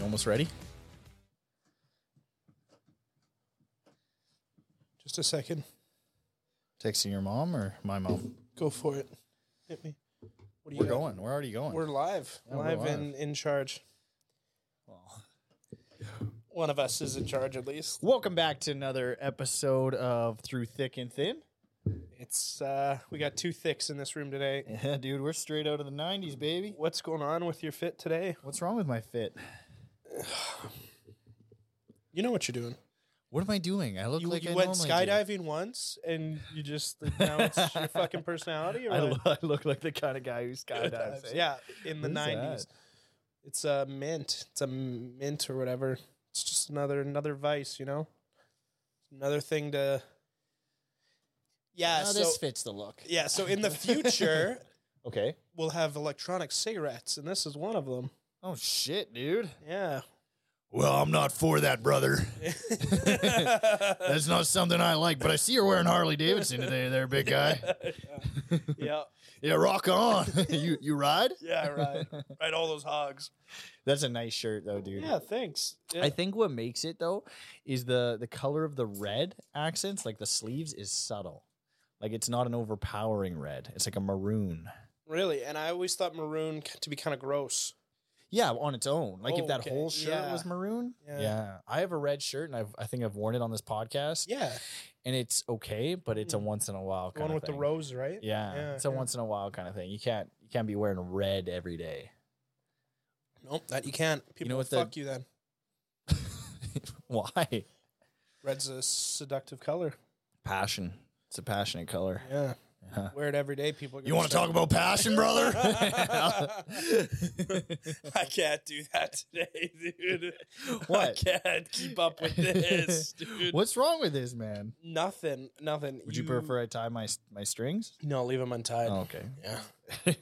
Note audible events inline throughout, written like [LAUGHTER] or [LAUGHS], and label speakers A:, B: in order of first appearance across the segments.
A: almost ready.
B: Just a second.
A: Texting your mom or my mom?
B: Go for it. Hit me. What do
A: We're
B: got?
A: going. We're already going.
B: We're live.
A: Yeah, we're
B: live
A: live.
B: and in charge. One of us is in charge at least.
A: Welcome back to another episode of Through Thick and Thin. [LAUGHS]
B: It's uh we got two thicks in this room today.
A: Yeah, dude, we're straight out of the 90s, baby.
B: What's going on with your fit today?
A: What's wrong with my fit?
B: You know what you're doing.
A: What am I doing? I look
B: You,
A: like
B: you
A: I
B: went
A: normally do.
B: skydiving once and you just like, now it's
A: [LAUGHS]
B: your fucking personality or
A: I,
B: what?
A: look, I look like the kind of [LAUGHS] guy who
B: Skydives,
A: skydives. eh?
B: Yeah, in the
A: What is
B: nineties. It's a mint. It's a m- mint or whatever. It's just another another vice, you know. Another thing to. Yeah.
C: Now
B: so
C: Oh, this fits the look.
B: yeah. So in
A: [LAUGHS]
B: the future,
A: Okay.
B: we'll have electronic cigarettes, and this is one of them.
A: Oh shit, dude.
B: Yeah.
A: [LAUGHS] Well, I'm not for that, brother. That's not something I like, but I see you're wearing Harley Davidson today, there, big guy. [LAUGHS]
B: yeah.
A: Yeah, rock on. [LAUGHS] you you ride?
B: Yeah. Right. Right. All those hogs.
A: That's a nice shirt though, dude.
B: Yeah. Thanks. Yeah.
A: I think what makes it though is the the color of the red accents, like the sleeves, is subtle. Like it's not an overpowering red. It's like a maroon.
B: really. And I always thought maroon c- to be kind of gross.
A: Yeah, on its own. Like if
B: Oh,
A: that
B: okay.
A: whole shirt
B: Yeah.
A: was maroon.
B: Yeah.
A: Yeah. I have a red shirt and I've I think I've worn it on this podcast.
B: Yeah.
A: And it's okay, but it's a
B: Mm.
A: once in a while
B: The
A: kind
B: one
A: of
B: with the
A: thing.
B: rose, right?
A: Yeah,
B: Yeah,
A: It's a
B: yeah.
A: once in a while kind of thing. You can't you can't be wearing red every day. [LAUGHS]
B: Nope. That you can't. People
A: know
B: will
A: what the-
B: fuck you then.
A: Why?
B: Red's a seductive color.
A: Passion. It's a passionate color.
B: Yeah.
A: Yeah.
B: Wear it every day. People. Are
A: You want to talk about passion,
B: [LAUGHS]
A: brother? [LAUGHS]
B: I can't do that today, [LAUGHS] dude.
A: What?
B: I can't keep up
A: [LAUGHS]
B: with this, dude.
A: What's wrong with this man?
B: Nothing. Nothing.
A: Would you, prefer I tie my my strings?
B: No, leave them untied.
A: Oh, okay.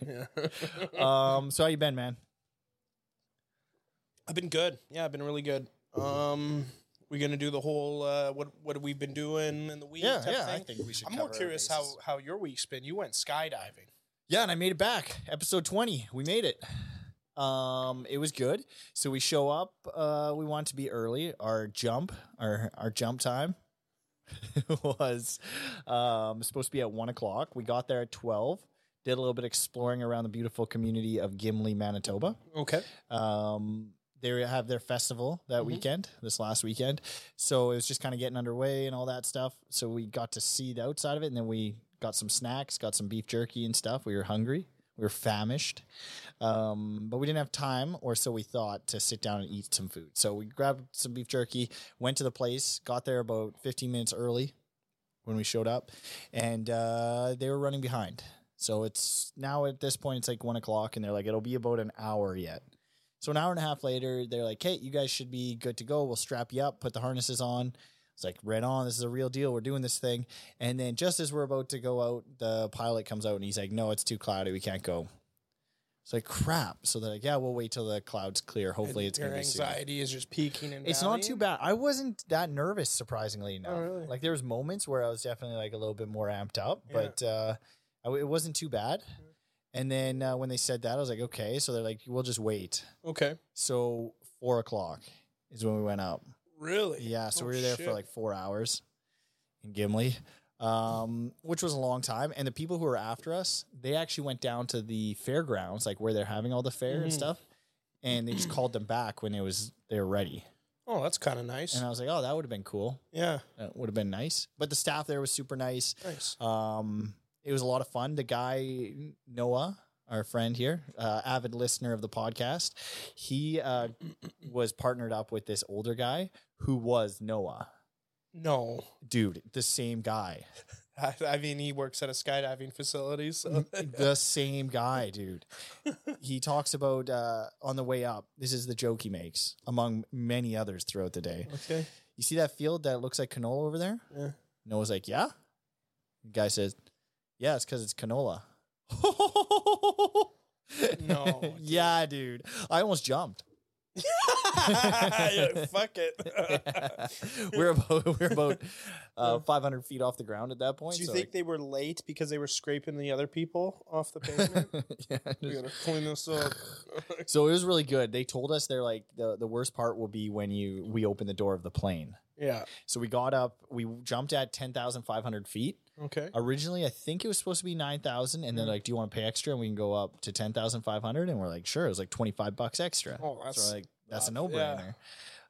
B: Yeah.
A: [LAUGHS]
B: yeah. [LAUGHS]
A: um. So how you been, man?
B: I've been good. Yeah, I've been really good. Um, we're gonna do the whole uh, what what we've been doing in the week. type of thing.
A: think we should.
B: I'm more curious how how your week's been. You went skydiving.
A: Yeah, and I made it back. Episode 20. We made it. Um, it was good. So we show up. Uh, we want to be early. Our jump, our our jump time [LAUGHS] was um, supposed to be at one o'clock. We got there at twelve. Did a little bit of exploring around the beautiful community of Gimli, Manitoba.
B: Okay.
A: Um, they have their festival that
B: Mhm.
A: weekend, this last weekend. So it was just kind of getting underway and all that stuff. So we got to see the outside of it, and then we got some snacks, got some beef jerky and stuff. We were hungry, we were famished, um, but we didn't have time, or so we thought, to sit down and eat some food. So we grabbed some beef jerky, went to the place, got there about 15 minutes early when we showed up, and uh, they were running behind. So it's now at this point, it's like one o'clock, and they're like, it'll be about an hour yet. So an hour and a half later, they're like, "Hey, you guys should be good to go. We'll strap you up, put the harnesses on." It's like, "Right on. This is a real deal. We're doing this thing." And then just as we're about to go out, the pilot comes out and he's like, "No, it's too cloudy. We can't go." It's like crap. So they're like, "Yeah, we'll wait till the clouds clear. Hopefully, it's
B: your
A: gonna be soon."
B: anxiety is just peaking and
A: It's not
B: valleying.
A: too bad. I wasn't that nervous, surprisingly enough.
B: Oh, really?
A: Like there was moments where I was definitely like a little bit more amped up,
B: Yeah. Mm-hmm.
A: but uh, I w- it wasn't too bad. And then uh, when they said that, I was like, okay. So they're like, we'll just wait.
B: Okay.
A: So four o'clock is when we went up.
B: Really?
A: Yeah, so
B: Oh,
A: we were there
B: shit.
A: for like four hours in Gimli, um, which was a long time. And the people who were after us, they actually went down to the fairgrounds, like where they're having all the fair and
B: Mhm.
A: stuff, and they just called them back when it was they were ready.
B: Oh, that's kind of nice.
A: And I was like, oh, that would have been cool.
B: Yeah.
A: That would have been nice. But the staff there was super nice.
B: Nice.
A: Um, it was a lot of fun. The guy Noah, our friend here, uh, avid listener of the podcast, he uh, was partnered up with this older guy who was Noah,
B: No, [LAUGHS]
A: dude, the same guy, [LAUGHS]
B: I, I mean he works at a skydiving facility, so [LAUGHS]
A: the same guy, dude. He talks about uh, on the way up. This is the joke he makes, among many others throughout the day.
B: okay.
A: You see that field that looks like canola over there?
B: Yeah.
A: Noah's like, yeah. The guy says, yeah, it's because it's
B: [LAUGHS]
A: canola.
B: No,
A: [LAUGHS]
B: [LAUGHS]
A: yeah, dude. I almost jumped.
B: Yeah, Fuck it.
A: [LAUGHS]
B: [LAUGHS]
A: we're about we're about uh, 500 feet off the ground at that [LAUGHS] point.
B: Do you
A: so
B: think they were late because they were scraping the other people off the pavement?
A: [LAUGHS]
B: [LAUGHS]
A: like- yeah,
B: we
A: just-
B: gotta clean this up. [LAUGHS]
A: so it was really good. They told us they're like the the worst part will be when you we open the door of the plane.
B: yeah.
A: So we got up, we jumped at 10,500 feet.
B: Okay.
A: Originally, I think it was supposed to be 9,000. And then,
B: Mm.
A: like, do you want to pay extra? And we can go up to 10,500. And we're like, sure. It was like 25 bucks extra.
B: Oh,
A: so
B: that's
A: we're like, that's a
B: yeah.
A: no brainer.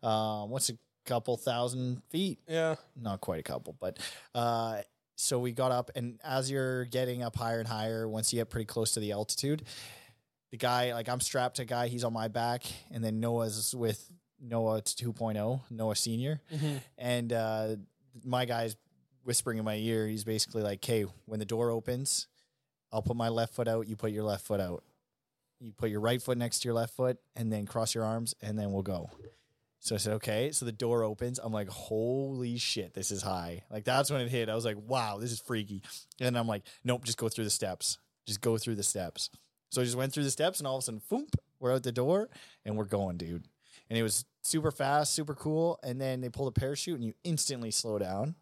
A: Um, what's a couple thousand feet?
B: yeah.
A: Not quite a couple, but uh, so we got up. And as you're getting up higher and higher, once you get pretty close to the altitude, the guy, like, I'm strapped to a guy, he's on my back. And then Noah's with Noah 2.0, Noah Senior and uh, my guy's whispering in my ear. He's basically like, "Hey, when the door opens, I'll put my left foot out. You put your left foot out. You put your right foot next to your left foot, and then cross your arms, and then we'll go." So I said, "Okay." So the door opens. I'm like, "Holy shit, this is high!" Like that's when it hit. I was like, "Wow, this is freaky." And I'm like, "Nope, just go through the steps. Just go through the steps." So I just went through the steps, and all of a sudden, foomp, we're out the door, and we're going, dude and it was super fast, super cool. And then they pull the parachute, and you instantly slow down.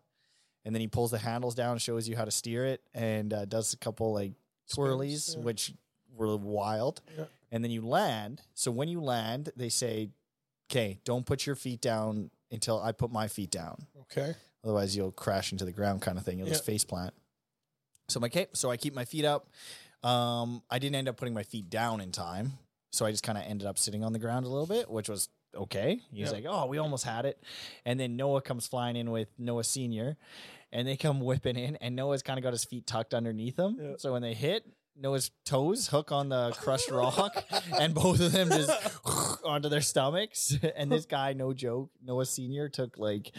A: And then he pulls the handles down, shows you how to steer it, and uh, does a couple like
B: Spins,
A: twirlies,
B: yeah.
A: which were wild.
B: Yeah.
A: And then you land. So when you land, they say, "Okay, don't put your feet down until I put my feet down.
B: Okay.
A: Otherwise, you'll crash into the ground, kind of thing. You'll just face plant." So my cape. So I keep my feet up. Um, I didn't end up putting my feet down in time, so I just kind of ended up sitting on the ground a little bit, which was okay. He's
B: Yeah.
A: like, "Oh, we almost had it," and then Noah comes flying in with Noah Senior, and they come whipping in, and Noah's kind of got his feet tucked underneath him,
B: Yeah.
A: so when they hit. Noah's toes hook on the
B: [LAUGHS]
A: crushed rock, and [LAUGHS] both of them just onto their stomachs. [LAUGHS] And this guy, no joke, Noah Senior took like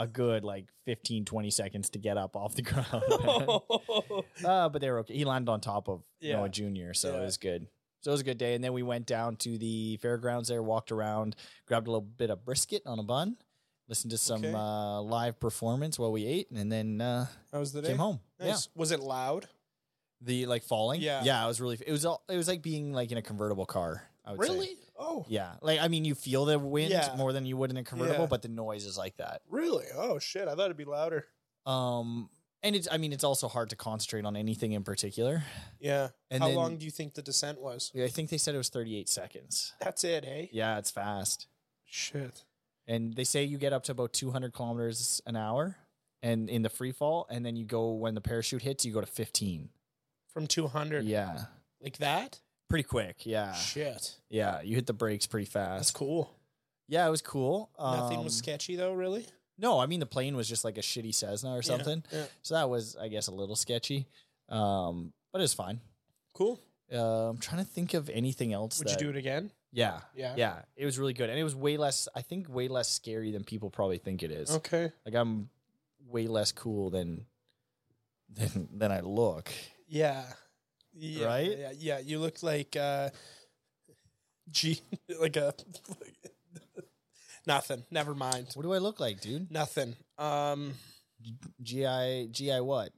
A: a good like 15, 20 seconds to get up off the [LAUGHS] ground. man.
B: [LAUGHS]
A: Uh, but they were okay. He landed on top of
B: Yeah.
A: Noah Jr., so
B: Yeah.
A: it was good. So it was a good day. And then we went down to the fairgrounds there, walked around, grabbed a little bit of brisket on a bun, listened to some
B: Okay.
A: uh, live performance while we ate, and then uh,
B: That was the day.
A: came home. Yeah.
B: Nice. Was it loud?
A: The like falling.
B: Yeah.
A: Yeah. It was really, it was all, it was like being like in a convertible car. I would say.
B: Oh,
A: Yeah. Like, I mean, you feel the wind
B: Yeah.
A: more than you would in a convertible,
B: Yeah.
A: but the noise is like that.
B: really? Oh shit! I thought it'd be louder.
A: Um, and it's, I mean, it's also hard to concentrate on anything in particular.
B: Yeah.
A: And
B: How
A: then-
B: long do you think the descent was?
A: I think they said it was 38 seconds.
B: That's it, hey.
A: Yeah, it's fast.
B: Shit.
A: And they say you get up to about 200 kilometers an hour and in the free fall. And then you go, when the parachute hits, you go to 15.
B: From two hundred.
A: Yeah.
B: Like that?
A: Pretty quick. Yeah.
B: Shit.
A: Yeah. You hit the brakes pretty
B: That's
A: fast.
B: cool.
A: Yeah, it was cool.
B: Nothing was
A: Um,
B: sketchy though, really.
A: No, I mean, the plane was just like a shitty Cessna or something.
B: Yeah.
A: So that was, I guess, a little sketchy. Um, but it was fine.
B: Cool.
A: Uh, I'm trying to think of anything else.
B: Would you do it again?
A: Yeah.
B: Yeah.
A: Yeah. It was really good. And it was way less, I think, way less scary than people probably think it is.
B: Okay.
A: Like I'm way less cool than than than I look.
B: Yeah. yeah
A: Right?
B: Yeah. Yeah. You look like uh, G, [LAUGHS] like a nothing. Never mind.
A: What do I look like, dude?
B: Nothing. Um,
A: GI GI what?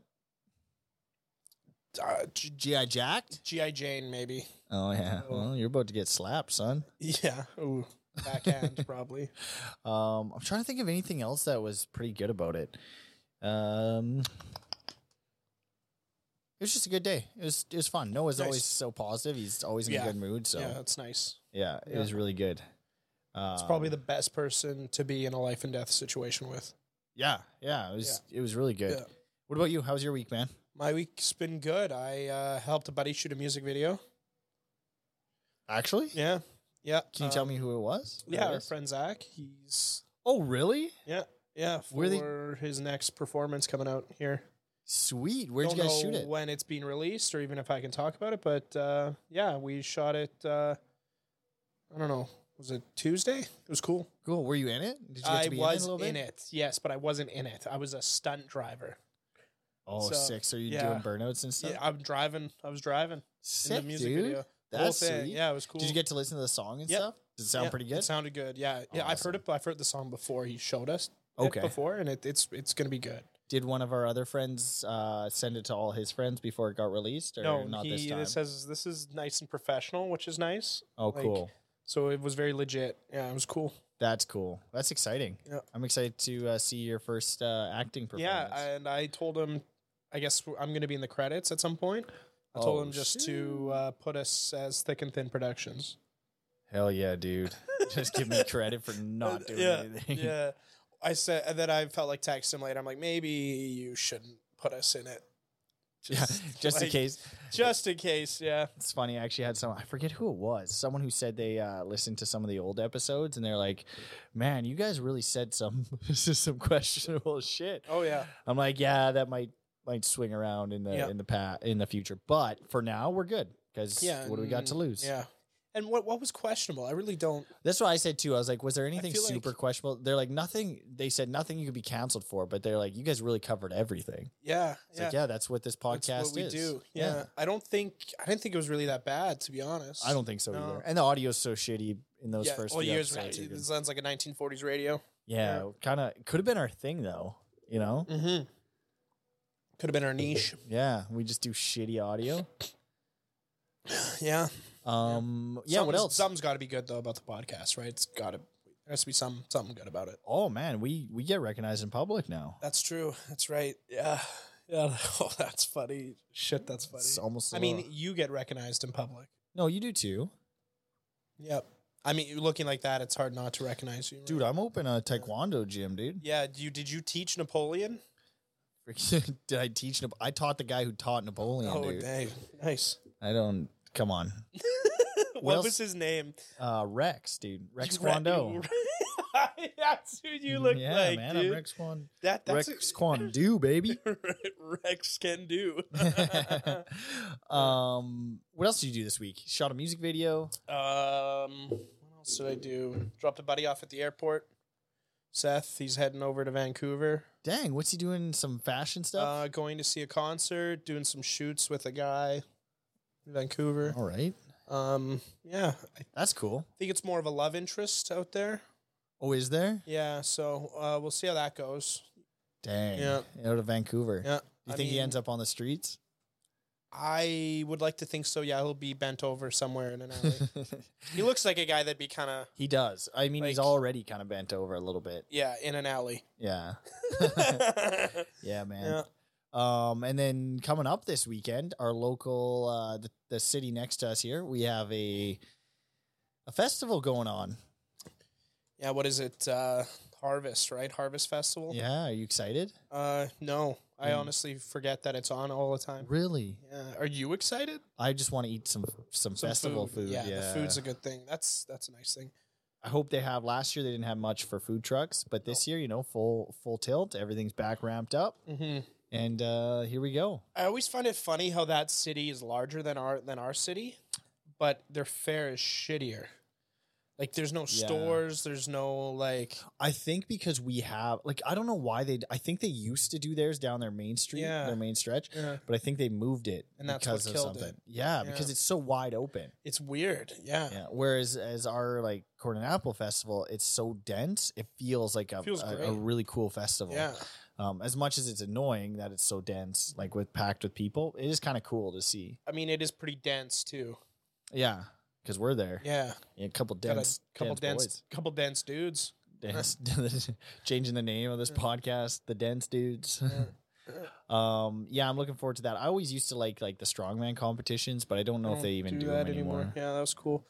B: uh, G-
A: GI jacked?
B: GI Jane maybe.
A: Oh yeah.
B: Oh.
A: Well, you're about to get slapped, son.
B: Yeah. Ooh.
A: [LAUGHS]
B: Backhand probably.
A: Um, I'm trying to think of anything else that was pretty good about it. Um it was just a good day. It was it was fun. Noah's
B: Nice.
A: always so positive. He's always in
B: Yeah.
A: a good mood. So
B: Yeah,
A: yeah,
B: that's nice.
A: it
B: Yeah.
A: was really good.
B: It's probably
A: Um,
B: the best person to be in a life and death situation with.
A: yeah yeah. It was it was really good.
B: Yeah.
A: What about you? How was your week, man?
B: My week's been good. I uh, helped a buddy shoot a music video.
A: Actually,
B: Yeah. Yeah.
A: Can you tell
B: um,
A: me who it was?
B: Yeah,
A: That
B: our
A: is?
B: friend Zach. He's
A: Oh, really?
B: yeah
A: Where they-
B: for his next performance coming out here.
A: Sweet. Where'd
B: Don't
A: you guys
B: know
A: shoot it?
B: When it's being released, or even if I can talk about it. But uh, yeah, we shot it. Uh, I don't know. Was it Tuesday? It was cool.
A: Cool. Were you in it? Did you get
B: I
A: to be in it
B: was
A: a
B: in,
A: little bit?
B: it. Yes, but I wasn't in it. I was a stunt driver.
A: Oh,
B: So,
A: sick. So you are
B: yeah.
A: doing burnouts and stuff?
B: Yeah, I'm driving. I was driving
A: sick,
B: in the music
A: dude.
B: video. Whole
A: That's
B: thing.
A: sweet.
B: Yeah, it was cool.
A: Did you get to listen to the song and
B: Yep.
A: stuff? Does it sound
B: Yeah,
A: pretty good?
B: It sounded good. Yeah, yeah. I've heard it. I've heard the song before. He showed us it
A: Okay.
B: before, and it, it's it's gonna be good.
A: Did one of our other friends uh, send it to all his friends before it got released, or
B: no,
A: not
B: he
A: this time?
B: says this is nice and professional, which is nice.
A: oh,
B: like-
A: cool.
B: So it was very legit. Yeah, it was cool.
A: That's cool. That's exciting.
B: Yeah.
A: I'm excited to uh, see your first uh, acting
B: Yeah,
A: performance.
B: and I told him, I guess I'm going to be in the credits at some point. I told
A: Oh,
B: him just to uh, put us as Thick and
A: [LAUGHS]
B: Thin Productions.
A: Hell yeah,
B: [LAUGHS]
A: dude. Just give me credit for not doing
B: yeah,
A: anything.
B: yeah. I said, and then I felt like texting him later. I'm like, maybe you shouldn't put us in it.
A: [LAUGHS] Yeah, [LAUGHS] just in
B: like-
A: case.
B: Just in case, yeah.
A: It's funny. I actually had someone, I forget who it was, someone who said they uh, listened to some of the old episodes and they're like, man, you guys really said some, [LAUGHS] this is some questionable shit.
B: Oh yeah.
A: I'm like, yeah, that might might swing around in the
B: Yeah.
A: in the pa- in the future, but for now we're good because
B: Yeah.
A: what do we got to
B: and-
A: lose?
B: Yeah. And what what was questionable? I really don't.
A: That's what I said too. I was like, was there anything
B: feel like-
A: super questionable? They're like, nothing. They said nothing you could be canceled for, but they're like, you guys really covered everything.
B: Yeah.
A: It's like, yeah, that's what this podcast
B: That's what we
A: is.
B: do. Yeah. I don't think I didn't think it was really that bad to be honest.
A: I don't think so
B: No.
A: either. And the audio's so shitty in those
B: yeah,
A: first
B: well,
A: few
B: years
A: episodes.
B: right.
A: even.
B: It sounds like a 1940s radio.
A: Yeah,
B: Yeah.
A: kind of could have been our thing though. You know?
B: Mm-hmm. Could have been our niche. [LAUGHS]
A: Yeah, we just do shitty audio.
B: Yeah.
A: Um, yeah. what
B: Something's-
A: else?
B: Something's got to be good though about the podcast, right? It's got to. There has to be some something good about it.
A: Oh man, we we get recognized in public now.
B: That's true. That's right. Yeah. Yeah. [LAUGHS] Oh, that's funny. Shit, that's funny.
A: It's uh, almost.
B: I mean, you get recognized in public.
A: no, you do too,
B: Yep. I mean, you looking like that, it's hard not to recognize you, right?
A: dude. I'm open a taekwondo gym, [LAUGHS] dude.
B: yeah. Do you did you teach Napoleon?
A: Did I teach? Nap- I taught the guy who taught Napoleon.
B: oh,
A: dude.
B: dang. Nice.
A: I don't. Come on,
B: what
A: Well,
B: was his name?
A: uh, Rex,
B: [LAUGHS]
A: dude. Rex
B: You re-
A: Kwando.
B: you- [LAUGHS] that's who you look
A: yeah,
B: like,
A: man.
B: dude.
A: I'm Rex Quan.
B: that that's
A: Rex
B: [LAUGHS]
A: Kwando, baby.
B: a, Rex can do.
A: [LAUGHS] um, what else did you do this week? Shot a music video.
B: Um, what else did I do? Dropped a buddy off at the airport. Seth, he's heading over to Vancouver.
A: Dang, what's he doing? Some fashion stuff.
B: Uh, going to see a concert, doing some shoots with a guy in Vancouver.
A: All right,
B: Um, yeah, I
A: that's cool.
B: think it's more of a love interest out there.
A: Oh, is there?
B: Yeah, so uh, we'll see how that goes.
A: Dang.
B: Yeah.
A: Out of Vancouver.
B: Yeah,
A: You think he ends up on the streets?
B: I would like to think so. Yeah, he'll be bent over somewhere in an
A: [LAUGHS]
B: alley. he looks like a guy that'd be kind of
A: he does. I mean, he's
B: Like-
A: already kind of bent over a little bit.
B: yeah in
A: [LAUGHS]
B: an alley. [LAUGHS]
A: Yeah. Yeah, man.
B: yeah.
A: Um, and then coming up this weekend, our local, uh, the, the city next to us here, we have a a festival going on.
B: Yeah, what is it? Uh, Harvest, right? Harvest Festival.
A: Yeah, are you excited?
B: Uh, no, I
A: Mm.
B: honestly forget that it's on all the time.
A: Really?
B: Yeah. Are you excited?
A: I just want to eat some some,
B: Some
A: festival food.
B: Yeah,
A: Yeah,
B: the food's a good thing. That's that's a nice thing.
A: I hope they have. Last year they didn't have much for food trucks, but this year, you know, full full tilt. Everything's back ramped up,
B: hmm
A: and uh, here we go.
B: I always find it funny how that city is larger than our than our city, but their fare is shittier. Like there's no
A: Yeah.
B: stores, there's no like
A: I think because we have like I don't know why they I think they used to do theirs down their main street,
B: Yeah.
A: their main stretch,
B: Yeah.
A: but I think they moved it
B: And that's
A: because
B: what
A: of
B: killed
A: something.
B: it.
A: Yeah,
B: Yeah.
A: because it's so wide open.
B: it's weird. Yeah.
A: Yeah. Whereas as our like Corn and Apple Festival, it's so dense, it feels like a
B: Feels
A: a,
B: great.
A: a really cool festival.
B: Yeah.
A: Um, as much as it's annoying that it's so dense, like with packed with people, it is kind of cool to see.
B: I mean it is pretty dense too.
A: Yeah, because we're there.
B: Yeah.
A: A couple
B: Got
A: dense,
B: a couple dense,
A: dense,
B: couple
A: [LAUGHS]
B: dense dudes.
A: boys. Dense- [LAUGHS] changing the name of this
B: Yeah.
A: podcast, the dense dudes. [LAUGHS]
B: Yeah.
A: Um, yeah, I'm looking forward to that. I always used to like like the strongman competitions, but I don't know if
B: don't
A: they even do, them anymore.
B: Yeah, that was cool.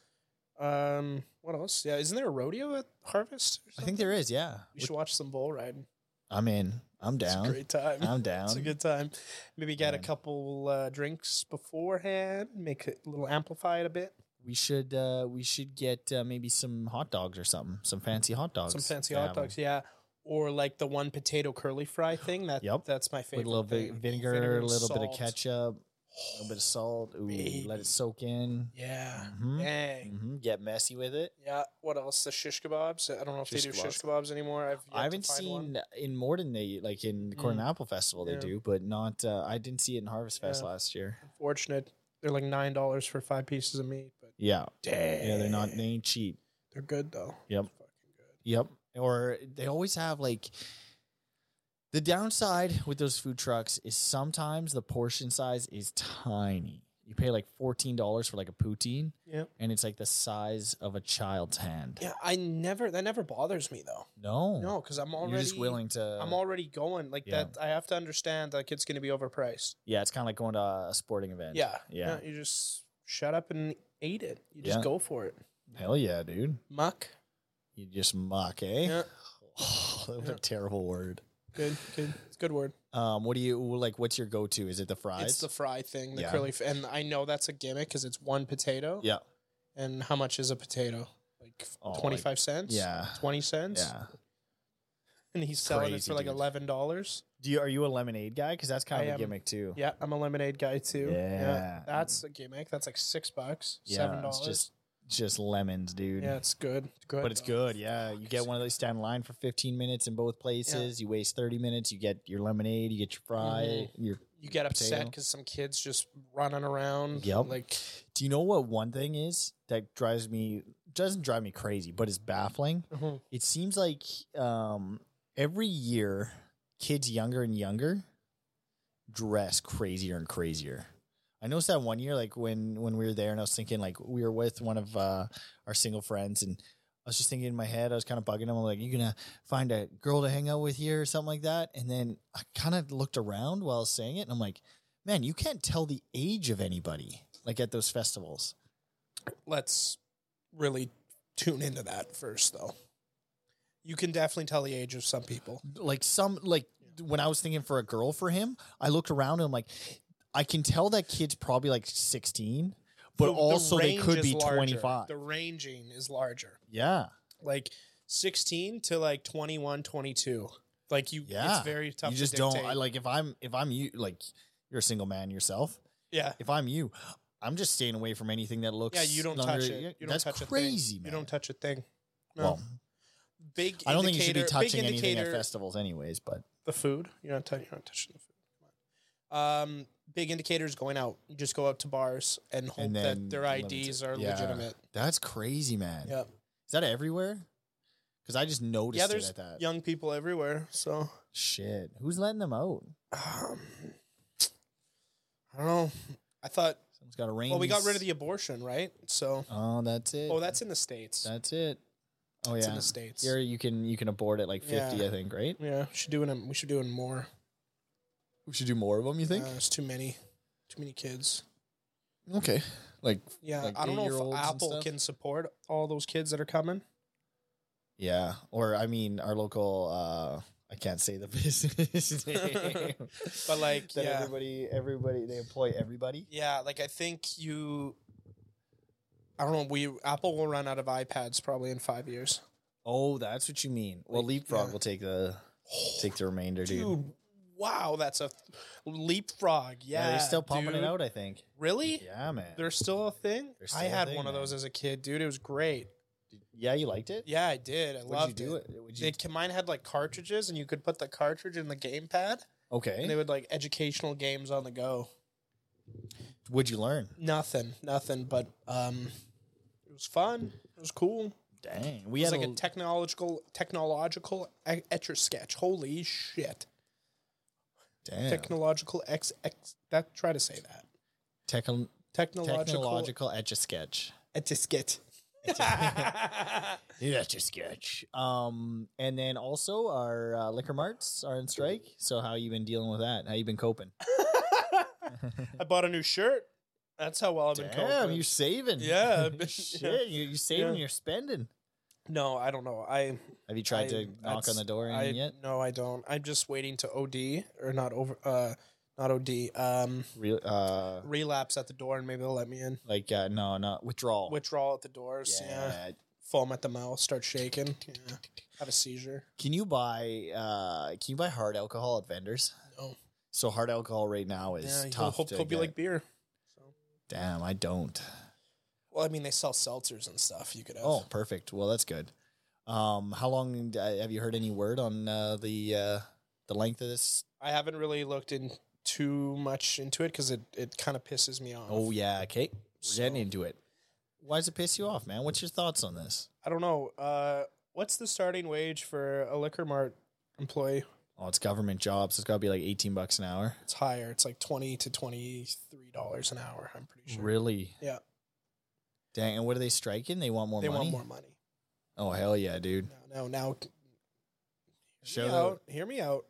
B: Um, what else? Yeah, isn't there a rodeo at Harvest? or
A: I
B: something?
A: think there is. Yeah,
B: We should watch some bull riding.
A: I'm in. I'm
B: It's a
A: down.
B: great [LAUGHS] time.
A: I'm down.
B: It's a good time. Maybe get
A: Man.
B: a couple uh, drinks beforehand. Make it a little amplify it a bit.
A: We should uh we should get uh, maybe some hot dogs or something. Some fancy hot dogs.
B: Some fancy
A: to
B: hot
A: have 'em.
B: dogs, yeah. Or like the one potato curly fry thing. That
A: Yep.
B: that's my
A: With
B: favorite.
A: a little
B: thing.
A: bit vinegar, a
B: and
A: little bit of
B: salt.
A: ketchup, a little bit of salt. Ooh, let
B: Baby.
A: it soak in.
B: Yeah.
A: Mhm.
B: Dang.
A: hmm Get messy with it.
B: Yeah. What else? The shish kebabs. I don't know if
A: Shish
B: they do shish kebabs anymore. I've yet
A: I
B: to
A: haven't
B: find one. Mm.
A: seen in Morden they like in the Corn and Apple Festival they
B: Yeah.
A: do, but not. Uh, I didn't see it in Harvest Fest
B: Yeah.
A: last year.
B: Fortunate. They're like nine dollars for five pieces of meat, but
A: Yeah,
B: dang.
A: yeah, they're not. They ain't cheap.
B: They're good though.
A: Yep.
B: Fucking good.
A: Yep. Or they always have like the downside with those food trucks is sometimes the portion size is tiny. You you pay like fourteen dollars for like a poutine,
B: Yeah.
A: and it's like the size of a child's hand.
B: Yeah, I never that never bothers me though.
A: No,
B: No, because I'm already
A: Oh. you're just willing to.
B: I'm already going like
A: Yeah.
B: that. I have to understand like it's going to be overpriced.
A: yeah, it's kind of like going to a sporting event.
B: Yeah,
A: yeah,
B: No, you just shut up and eat it. You just
A: Yeah.
B: go for it.
A: hell yeah, dude.
B: Muck.
A: You just muck, eh?
B: Yeah,
A: [SIGHS] what
B: Yeah.
A: a terrible word.
B: good, good. It's a good word.
A: Um, what do you like? What's your go-to? Is it the fries?
B: It's the fry thing, the
A: Yeah.
B: curly. F- and I know that's a gimmick because it's one potato.
A: yeah,
B: And how much is a potato? Like
A: Oh, like-
B: twenty five cents.
A: yeah,
B: Twenty cents.
A: yeah.
B: And he's selling it
A: Crazy,
B: for like
A: dude.
B: eleven dollars.
A: Do you are you a lemonade guy? Because that's kind
B: I
A: of a
B: am.
A: gimmick too.
B: Yeah, I'm a lemonade guy too.
A: Yeah.
B: That's a gimmick. That's like six bucks,
A: Yeah,
B: seven
A: it's
B: dollars.
A: just just lemons, dude.
B: yeah, it's good. It's good.
A: but it's
B: though.
A: good. Yeah, you
B: Fuck,
A: get
B: it's
A: one of those stand in line for 15 minutes in both places. You waste 30 minutes. You get your lemonade. You get your fry. Your
B: you get upset
A: Potato.
B: because some kids just running around.
A: Yep.
B: Like
A: Do you know what one thing is that drives me doesn't drive me crazy, but is baffling? It seems like um, every year, kids younger and younger dress crazier and crazier. I noticed that one year, like when when we were there, and I was thinking, like we were with one of uh, our single friends, and I was just thinking in my head, I was kind of bugging him. I'm like, "You gonna find a girl to hang out with here or something like that?" And then I kind of looked around while I was saying it, and I'm like, "Man, you can't tell the age of anybody like at those festivals."
B: let's really tune into that first, though. You can definitely tell the age of some people.
A: like some like when I was thinking for a girl for him, I looked around and I'm like, I can tell that kid's probably like 16, but
B: The- the
A: also they
B: range
A: could
B: is
A: be
B: larger.
A: 25.
B: The ranging is larger.
A: yeah,
B: Like 16 to like 21, 22. Like you,
A: Yeah.
B: it's very tough
A: you just
B: to
A: don't.
B: dictate.
A: I like if I'm if I'm you like you're a single man yourself.
B: yeah.
A: If I'm you, I'm just staying away from anything that looks.
B: Yeah, you don't
A: longer-
B: touch it. You don't
A: That's
B: touch
A: crazy,
B: a thing.
A: man.
B: You don't touch a thing. No.
A: Well,
B: big.
A: I don't think you should be
B: indicator- big
A: touching anything at
B: indicator-
A: festivals, anyways. But
B: the food. You're not, tou- you're not touching the food. Come on. Um, big indicators going out. You just go out to bars and hope
A: And then
B: that their
A: limit
B: IDs
A: it.
B: are
A: Yeah.
B: legitimate.
A: that's crazy, man.
B: Yeah.
A: Is that everywhere? Because I just noticed
B: Yeah,
A: it
B: there's
A: at that.
B: young people everywhere. So,
A: Shit, who's letting them out?
B: um, I don't know. I thought,
A: Someone's got a range.
B: well, we got rid of the abortion, right? So,
A: Oh, that's it.
B: oh, that's in the States.
A: That's it. Oh
B: That's
A: yeah,
B: in the States.
A: here you can you can abort at like fifty,
B: Yeah.
A: I think. Right?
B: yeah, we should do it. We should do it more.
A: We should do more of them. You
B: Uh, it's too many, too many kids.
A: Okay. Like
B: Yeah,
A: Like
B: I don't know
A: eight-year-olds
B: if
A: and
B: Apple
A: stuff?
B: can support all those kids that are coming.
A: yeah, or I mean, our local. uh I can't say the [LAUGHS] business name,
B: But, like,
A: that
B: yeah.
A: everybody everybody they employ everybody.
B: Yeah, like I think you. I don't know. We Apple will run out of iPads probably in five years.
A: Oh, that's what you mean. Well,
B: Like,
A: Leapfrog
B: yeah.
A: will take the take the remainder, dude.
B: Dude, wow, that's a leapfrog. Yeah,
A: yeah, they're still pumping
B: dude.
A: it out. I think.
B: Really?
A: Yeah, man.
B: They're still a thing.
A: They're still
B: I
A: a
B: had
A: thing,
B: one of
A: man.
B: those as a kid, dude. It was great.
A: yeah, you liked it.
B: Yeah, I did. I
A: Would you
B: loved
A: do
B: it.
A: it? Would you?
B: They, mine had like cartridges, and you could put the cartridge in the gamepad, and they
A: okay.
B: would like educational games on the go.
A: Would you learn?
B: Nothing, nothing, but um, it was fun. It was cool.
A: Dang, we
B: It
A: had
B: was like a
A: l-
B: technological technological e- etch a sketch. Holy shit!
A: damn.
B: Technological X X. That try to say that.
A: Techn-
B: Technological,
A: technological etch a sketch.
B: etch a
A: [LAUGHS]
B: sketch.
A: Etch a sketch. Um, and then also our uh, liquor marts are in strike. So how you been dealing with that? How you been coping?
B: I bought a new shirt. That's how well I've been
A: Damn,
B: coping.
A: you saving?
B: Yeah,
A: [LAUGHS]
B: I've been-
A: shit, you you saving?
B: Yeah.
A: You're spending.
B: no, I don't know. I
A: Have you tried
B: I-
A: to knock on
B: that's-
A: the door or
B: I
A: anything yet?
B: no, I don't. I'm just waiting to OD or not over. Uh, not OD. Um,
A: Real, uh,
B: relapse at the door, and maybe they'll let me in.
A: like uh, no, not withdrawal.
B: Withdrawal at the doors. yeah.
A: yeah.
B: foam at the mouth, start shaking, yeah. have a seizure.
A: Can you buy? Uh, can you buy hard alcohol at vendors?
B: No.
A: So hard alcohol right now is
B: Yeah, he'll,
A: tough.
B: he'll,
A: to
B: he'll be
A: get.
B: like beer. So.
A: damn, I don't.
B: Well, I mean, they sell seltzers and stuff. You could have.
A: Oh, perfect. Well, that's good. Um, how long uh, have you heard any word on uh, the uh, the length of this?
B: I haven't really looked in too much into it because it, it kind of pisses me off.
A: Oh yeah, okay. We're
B: So-
A: getting into it. Why does it piss you off, man? What's your thoughts on this?
B: I don't know. Uh, what's the starting wage for a liquor mart employee?
A: Oh, it's government jobs. It's got to be like 18 bucks an hour.
B: It's higher. It's like twenty to twenty three dollars an hour. I'm pretty sure.
A: Really?
B: Yeah.
A: Dang. And what are they striking? They want more
B: They
A: money?
B: want more money.
A: Oh, hell yeah, dude.
B: No, no, now.
A: Show
B: hear me
A: that-
B: out. Hear me out.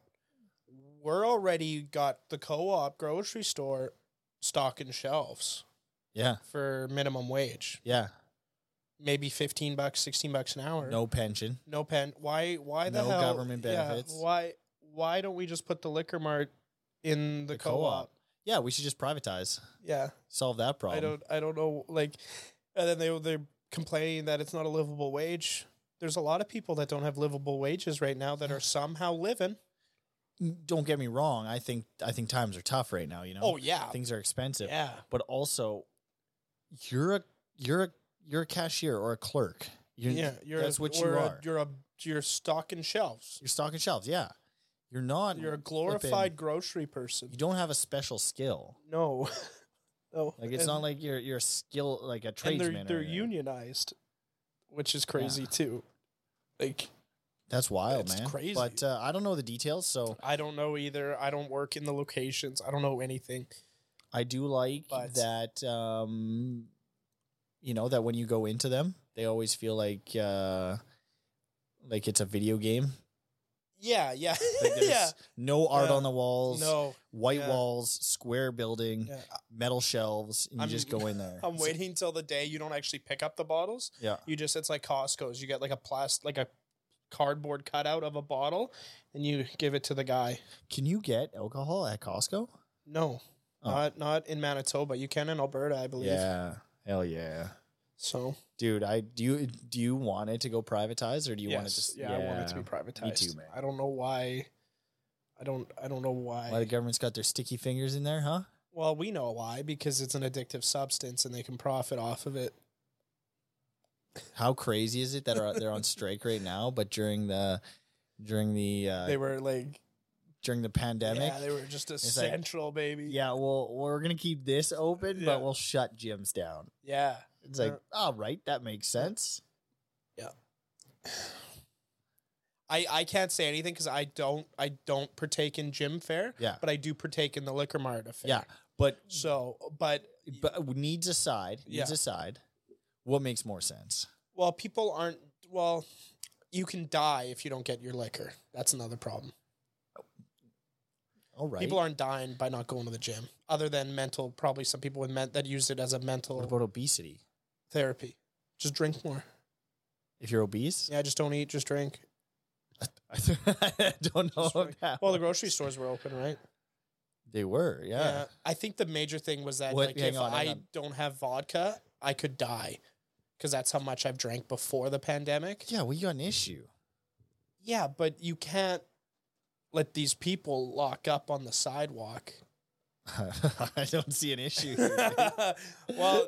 B: We're already got the co-op grocery store stocking shelves
A: Yeah.
B: for minimum wage,
A: Yeah.
B: maybe fifteen bucks, sixteen bucks an hour.
A: No pension.
B: no pen. Why? Why the
A: No
B: hell?
A: government
B: yeah,
A: benefits.
B: why? Why don't we just put the liquor mart in the,
A: The
B: co-op?
A: co-op. Um. Yeah, we should just privatize.
B: Yeah,
A: Solve that problem.
B: I don't. I don't know. Like, and then they they're complaining that it's not a livable wage. There's a lot of people that don't have livable wages right now that are somehow living.
A: don't get me wrong. I think I think times are tough right now. You know,
B: Oh yeah,
A: things are expensive.
B: yeah.
A: But also, you're a you're a you're a cashier or a clerk. You're,
B: yeah, you're
A: that's
B: a,
A: what you
B: or a-
A: are. you're,
B: you're a you're stocking shelves.
A: stocking shelves. Yeah, you're not.
B: You're
A: You're,
B: a glorified grocery person.
A: you do not have a special skill.
B: No, [LAUGHS] no.
A: Like it's
B: And-
A: not like you're you're a skill like a
B: and
A: tradesman.
B: they're
A: or
B: they're
A: anything.
B: unionized, which is crazy too. Like
A: That's wild,
B: It's
A: man.
B: crazy.
A: But uh, I don't know the details, so
B: I don't know either. I don't work in the locations. I don't know anything.
A: I do like
B: But-
A: that. Um, you know that when you go into them, they always feel like uh, like it's a video game.
B: Yeah, yeah, [LAUGHS]
A: Like there's
B: yeah.
A: no art
B: Yeah.
A: on the walls,
B: No,
A: white
B: yeah.
A: walls, square building,
B: yeah.
A: metal shelves, and you
B: I'm-
A: just go in there.
B: [LAUGHS]
A: [LAUGHS]
B: I'm
A: It's-
B: waiting till the day you don't actually pick up the bottles.
A: Yeah.
B: You just it's like Costco's. You get like a plastic, like a cardboard cutout of a bottle, and you give it to the guy.
A: Can you get alcohol at Costco?
B: No,
A: Oh.
B: not not in Manitoba. You can in Alberta, I believe.
A: Yeah. Hell yeah.
B: So
A: Dude, I do you do you want it to go privatized or do you want it to
B: yes.
A: s-
B: yeah, I want it to be privatized.
A: man.
B: I don't know why. I don't. I don't know why.
A: Why the government's got their sticky fingers in there, huh?
B: well, we know why because it's an addictive substance and they can profit off of it.
A: How crazy is it that are they're on strike right now, but during the during the uh,
B: they were like,
A: during the pandemic?
B: yeah, they were just
A: It's like-
B: essential, baby.
A: yeah, well, we're gonna keep this open,
B: Yeah.
A: but we'll shut gyms down.
B: yeah.
A: It's like,
B: Yeah.
A: all right, that makes sense.
B: I, I can't say anything because I don't I don't partake in gym fare,
A: Yeah.
B: but I do partake in the liquor mart affair.
A: Yeah, but
B: So, but
A: but uh, needs aside, needs
B: Yeah.
A: aside, what makes more sense?
B: well, people aren't well. You can die if you don't get your liquor. That's another problem.
A: All right,
B: People aren't dying by not going to the gym, other than mental. Probably some people with men- that use it as a mental
A: What about obesity?
B: therapy. Just drink more.
A: If you're obese,
B: Yeah, just don't eat, just drink.
A: [LAUGHS] I don't know
B: Just
A: if
B: drink.
A: that.
B: Well, the grocery stores were open, right?
A: they were, yeah.
B: I think the major thing was that
A: What-
B: like,
A: hang
B: if
A: on, hang
B: I
A: on.
B: don't have vodka, I could die because that's how much I've drank before the pandemic.
A: Yeah, well, you got an issue. [LAUGHS]
B: Yeah, but you can't let these people lock up on the sidewalk. [LAUGHS]
A: I don't see an issue. here, dude.
B: well,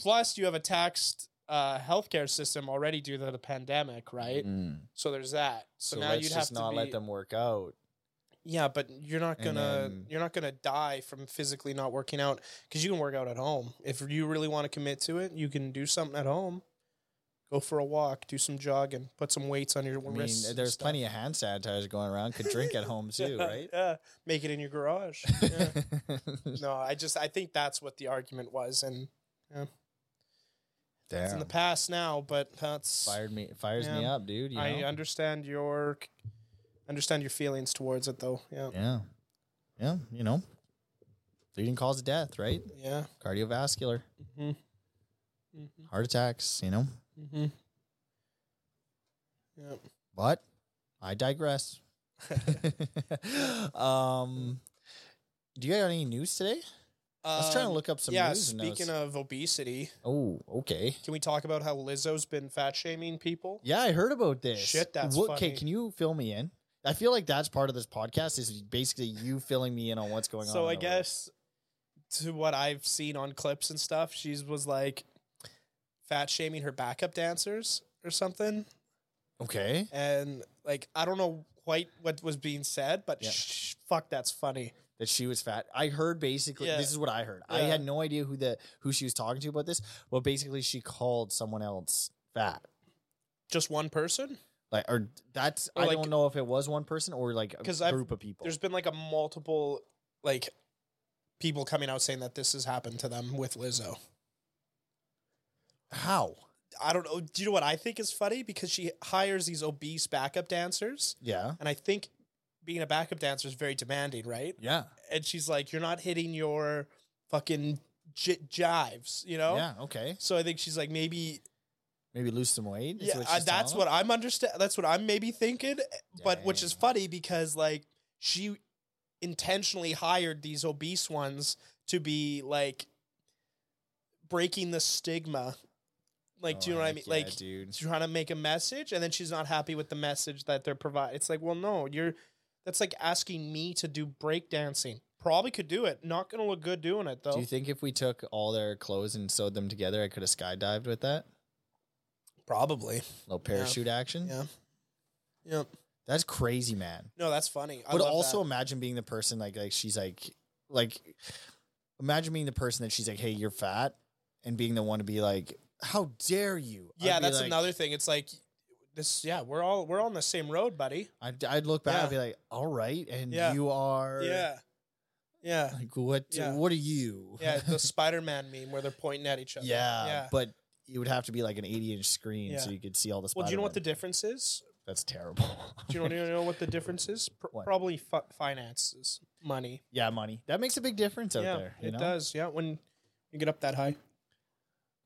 B: plus you have a taxed uh, healthcare system already due to the pandemic, right?
A: Mm.
B: So there's that. So,
A: So,
B: now
A: let's
B: you'd have
A: just
B: to
A: not
B: be,
A: let them work out.
B: Yeah, but you're not
A: And
B: gonna
A: then-
B: you're not gonna die from physically not working out because you can work out at home. If you really want to commit to it, you can do something at home. Go for a walk, do some jogging, put some weights on your
A: I mean,
B: wrists. and
A: there's
B: stuff.
A: plenty of hand sanitizer going around. Could drink at
B: [LAUGHS]
A: home too,
B: Yeah,
A: right?
B: Yeah, make it in
A: [LAUGHS]
B: your garage. Yeah. no, I just I think that's what the argument was, and it's in
A: Damn,
B: the past now. But that's
A: fired me, fires me
B: Yeah.
A: up, dude. You
B: I
A: know?
B: understand your understand your feelings towards it though. Yeah,
A: yeah, yeah, you know, leading cause of death, right?
B: yeah.
A: Cardiovascular.
B: hmm hmm
A: heart attacks, you know.
B: hmm Yeah.
A: But I
B: [LAUGHS]
A: digress. um, do you got any news today? I was trying to
B: Um,
A: look up some
B: yeah,
A: news.
B: speaking of obesity,
A: oh, okay.
B: can we talk about how Lizzo's been fat shaming people?
A: Yeah, I heard about this.
B: Shit, that's
A: okay.
B: funny.
A: Can you fill me in? I feel like that's part of this podcast is basically you filling me in on what's going on.
B: So
A: in the
B: I
A: world.
B: guess to what I've seen on clips and stuff, she's was like fat shaming her backup dancers or something,
A: okay.
B: and like I don't know quite what was being said, but
A: Yeah.
B: sh- fuck, that's funny.
A: that she was fat. I heard basically
B: Yeah.
A: this is what I heard. I
B: Yeah.
A: had no idea who the who she was talking to about this, but basically she called someone else fat.
B: Just one person?
A: Like, or that's
B: Or
A: I
B: like-
A: don't know if it was one person or like a
B: 'Cause
A: group
B: I've-
A: of people.
B: There's been like a multiple like people coming out saying that this has happened to them with Lizzo.
A: How?
B: I don't know. Do you know what I think is funny? Because she hires these obese backup dancers,
A: Yeah.
B: and I think being a backup dancer is very demanding, right?
A: Yeah.
B: And she's like, "You're not hitting your fucking j- jives," you know.
A: Yeah. Okay.
B: So I think she's like, maybe
A: Maybe lose some weight. is
B: yeah,
A: what
B: uh,
A: she's
B: that's
A: telling
B: what
A: them?
B: I'm understand. That's what I'm maybe thinking, but which is
A: Dang.
B: funny because like she intentionally hired these obese ones to be like breaking the stigma. Like, do
A: Oh,
B: you know what I
A: heck
B: mean?
A: yeah,
B: like,
A: dude.
B: trying to make a message and then she's not happy with the message that they're providing. It's like, well, no, you're that's like asking me to do breakdancing. Probably could do it. Not gonna look good doing it though.
A: Do you think if we took all their clothes and sewed them together, I could have skydived with that?
B: Probably.
A: Little parachute action.
B: Yeah. Yeah.
A: That's crazy, man.
B: No, that's funny. I
A: but
B: love
A: also
B: that.
A: imagine being the person like like she's like like imagine being the person that she's like, hey, you're fat, and being the one to be like, how dare you? I'd
B: Yeah,
A: be
B: that's
A: like-
B: another thing. It's like this yeah, we're all we're on the same road, buddy.
A: I'd, I'd look back and be
B: Yeah.
A: like, all right, and
B: Yeah.
A: you are
B: Yeah.
A: [LAUGHS]
B: Yeah.
A: like what
B: Yeah.
A: what are you?
B: Yeah. The Spider Man meme where they're pointing
A: [LAUGHS]
B: at each other.
A: yeah,
B: Yeah.
A: But it would have to be like an 80 inch screen so
B: Yeah.
A: you could see all the.
B: Well, do you know what the
A: Spider-Man.
B: difference is?
A: That's terrible.
B: Do
A: [LAUGHS]
B: you want to know what the difference is? Pr-
A: What?
B: probably fi- finances, money.
A: yeah, money. That makes a big difference out
B: yeah,
A: there. You
B: it
A: know?
B: does. Yeah, when you get up that high.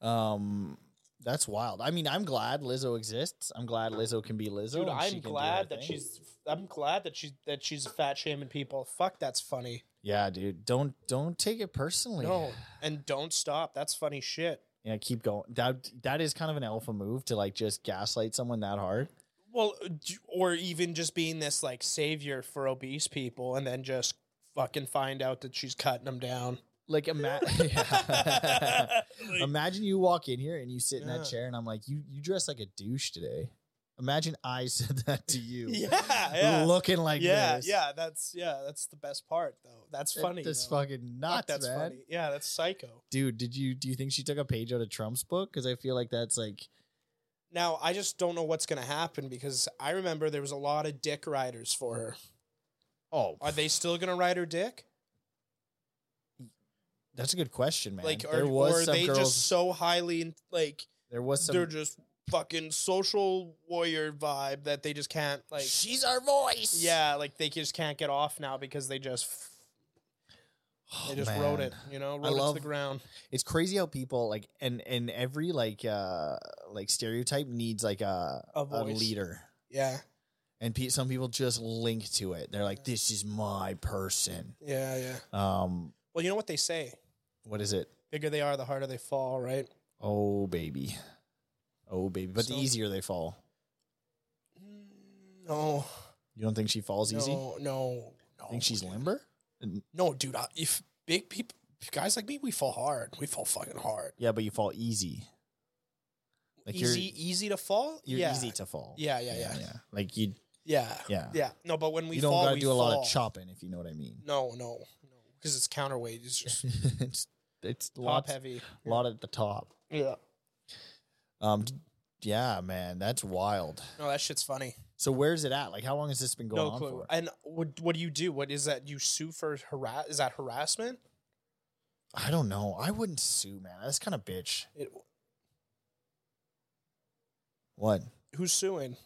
A: Um, that's wild. I mean, I'm glad Lizzo exists. I'm glad Lizzo can be Lizzo.
B: Dude,
A: and she
B: I'm
A: can do her
B: glad that
A: thing.
B: she's. I'm glad that she's that she's fat shaming people. Fuck, that's funny.
A: Yeah, dude. Don't don't take it personally.
B: No, and don't stop. That's funny shit.
A: Yeah, keep going. That that is kind of an alpha move to like just gaslight someone that hard.
B: Well, d- or even just being this like savior for obese people, and then just fucking find out that she's cutting
A: [LAUGHS]
B: them down.
A: Like imagine
B: [LAUGHS] Like-
A: imagine you walk in here and you sit in
B: Yeah.
A: that chair and I'm like, you you dress like a douche today. Imagine I [LAUGHS] said that to you.
B: yeah, yeah,
A: Looking like
B: yeah,
A: this.
B: yeah. That's yeah, that's the best part though. That's
A: That-
B: funny.
A: That's
B: though.
A: fucking
B: Fuck,
A: nuts,
B: that's
A: man.
B: funny. Yeah, that's psycho.
A: Dude, did you do you think she took a page out of Trump's book? Because I feel like that's like
B: Now I just don't know what's going to happen because I remember there was a lot of dick riders for her.
A: oh
B: Are they still going to ride her dick?
A: [SIGHS] That's a good question, man.
B: Like, are,
A: there was
B: or are
A: some
B: they
A: girls.
B: just so highly in- like
A: there was some.
B: they're just fucking social warrior vibe that they just can't like
A: She's our voice. [SIGHS]
B: yeah like they just can't get off now because they just
A: Oh,
B: they just rode
A: man.
B: it you know rode it
A: love-
B: to the ground.
A: It's crazy how people like and and every like uh like stereotype needs like a
B: A
A: a,
B: voice.
A: leader.
B: Yeah,
A: And pe- some people just link to it. They're like, "This is my person."
B: yeah, yeah.
A: Um,
B: Well, you know what they say:
A: what is it?
B: bigger they are, the harder they fall. Right?
A: Oh baby, oh baby. But
B: So-
A: the easier they fall.
B: No,
A: You don't think she falls easy?
B: no, no, no.
A: Think she's limber?
B: No, dude. I, if big people, guys like me, we fall hard. We fall fucking hard.
A: Yeah, but you fall easy. Like
B: easy,
A: you're
B: easy to fall.
A: you're
B: yeah.
A: easy to fall.
B: Yeah, yeah, yeah,
A: yeah. Like you
B: yeah,
A: Yeah.
B: yeah. No, but when we
A: you don't
B: fall,
A: gotta
B: we
A: do a lot
B: fall.
A: of chopping if you know what I mean.
B: No, no, no, because it's counterweight. [LAUGHS] It's just
A: it's it's a
B: top
A: lot
B: heavy.
A: lot at the top.
B: Yeah.
A: Um, d- yeah, man, that's wild.
B: No, that shit's funny.
A: So where's it at? Like, how long has this been going
B: no
A: on
B: clue.
A: for? I,
B: And what what do you do? What is that? You sue for harass? Is that harassment?
A: don't know. I wouldn't sue, man. That's kind of bitch.
B: It,
A: What?
B: who's suing?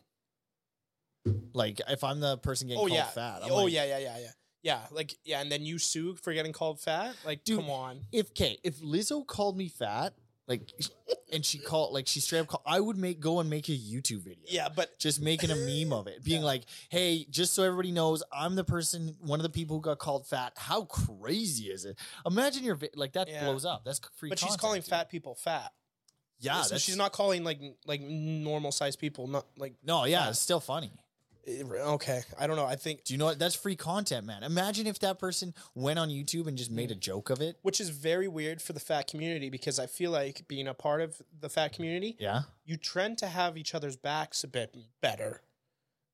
A: Like, if I'm the person getting
B: Oh
A: called
B: yeah.
A: fat, I'm
B: oh
A: like,
B: yeah, yeah, yeah, yeah, yeah. Like yeah, and then you sue for getting called fat. Like
A: Dude,
B: come on.
A: If okay, if Lizzo called me fat, like, [LAUGHS] and she called, like, she straight up called, I would make go and make a YouTube video.
B: Yeah, but
A: Just making a meme of it, being
B: Yeah.
A: like, "Hey, just so everybody knows, I'm the person, one of the people who got called fat. How crazy is it? Imagine your vi- like that
B: Yeah.
A: blows up. That's free.
B: but she's
A: content,
B: calling
A: dude.
B: fat people fat.
A: Yeah,
B: so
A: that's-
B: she's not calling like n- like normal sized people. Not like
A: No, yeah,
B: fat.
A: it's still funny.
B: eh, okay. I don't know. I think
A: Do you know what? That's free content, man. Imagine if that person went on YouTube and just made a joke of it.
B: which is very weird for the fat community because I feel like being a part of the fat community,
A: Yeah.
B: you trend to have each other's backs a bit better.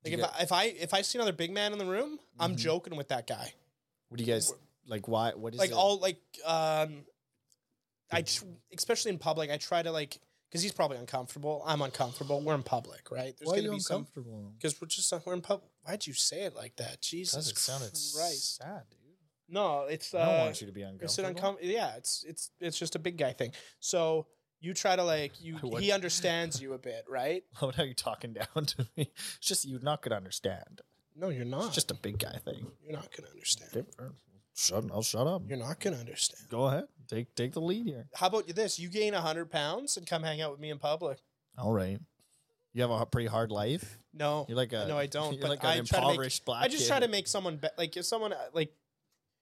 B: Like
A: You
B: if
A: get-
B: I, if I if I see another big man in the room, I'm
A: Mhm.
B: joking with that guy.
A: What do you guys like? Why? What is
B: like
A: it?
B: all like um, I tr- especially in public, I try to like because he's probably uncomfortable. I'm uncomfortable. We're in public, right? There's
A: Why are
B: gonna
A: you
B: be some
A: uncomfortable?
B: because we're just we're in public. Why'd you say it like that? Jesus
A: Because it sounded
B: Christ!
A: sad, dude.
B: No, it's uh,
A: I don't want you to be
B: It's an
A: uncomfortable. [LAUGHS]
B: uncom- Yeah, it's it's it's just a big guy thing. So you try to like
A: [LAUGHS]
B: you.
A: I would-
B: He understands you a bit, right?
A: Love how you talking down to me. It's just you not gonna understand.
B: No, you're not.
A: It's just a big guy thing.
B: you're not gonna understand.
A: Shut. I'll shut up.
B: You're not gonna understand.
A: Go ahead. Take take the lead here.
B: How about this? You gain hundred pounds and come hang out with me in public.
A: All right. You have a h- pretty hard life.
B: No,
A: You're like a
B: no, I
A: [LAUGHS]
B: don't.
A: You're
B: but
A: like
B: I
A: an
B: try to make-
A: impoverished black.
B: I just
A: kid.
B: try to make someone be- like if someone uh, like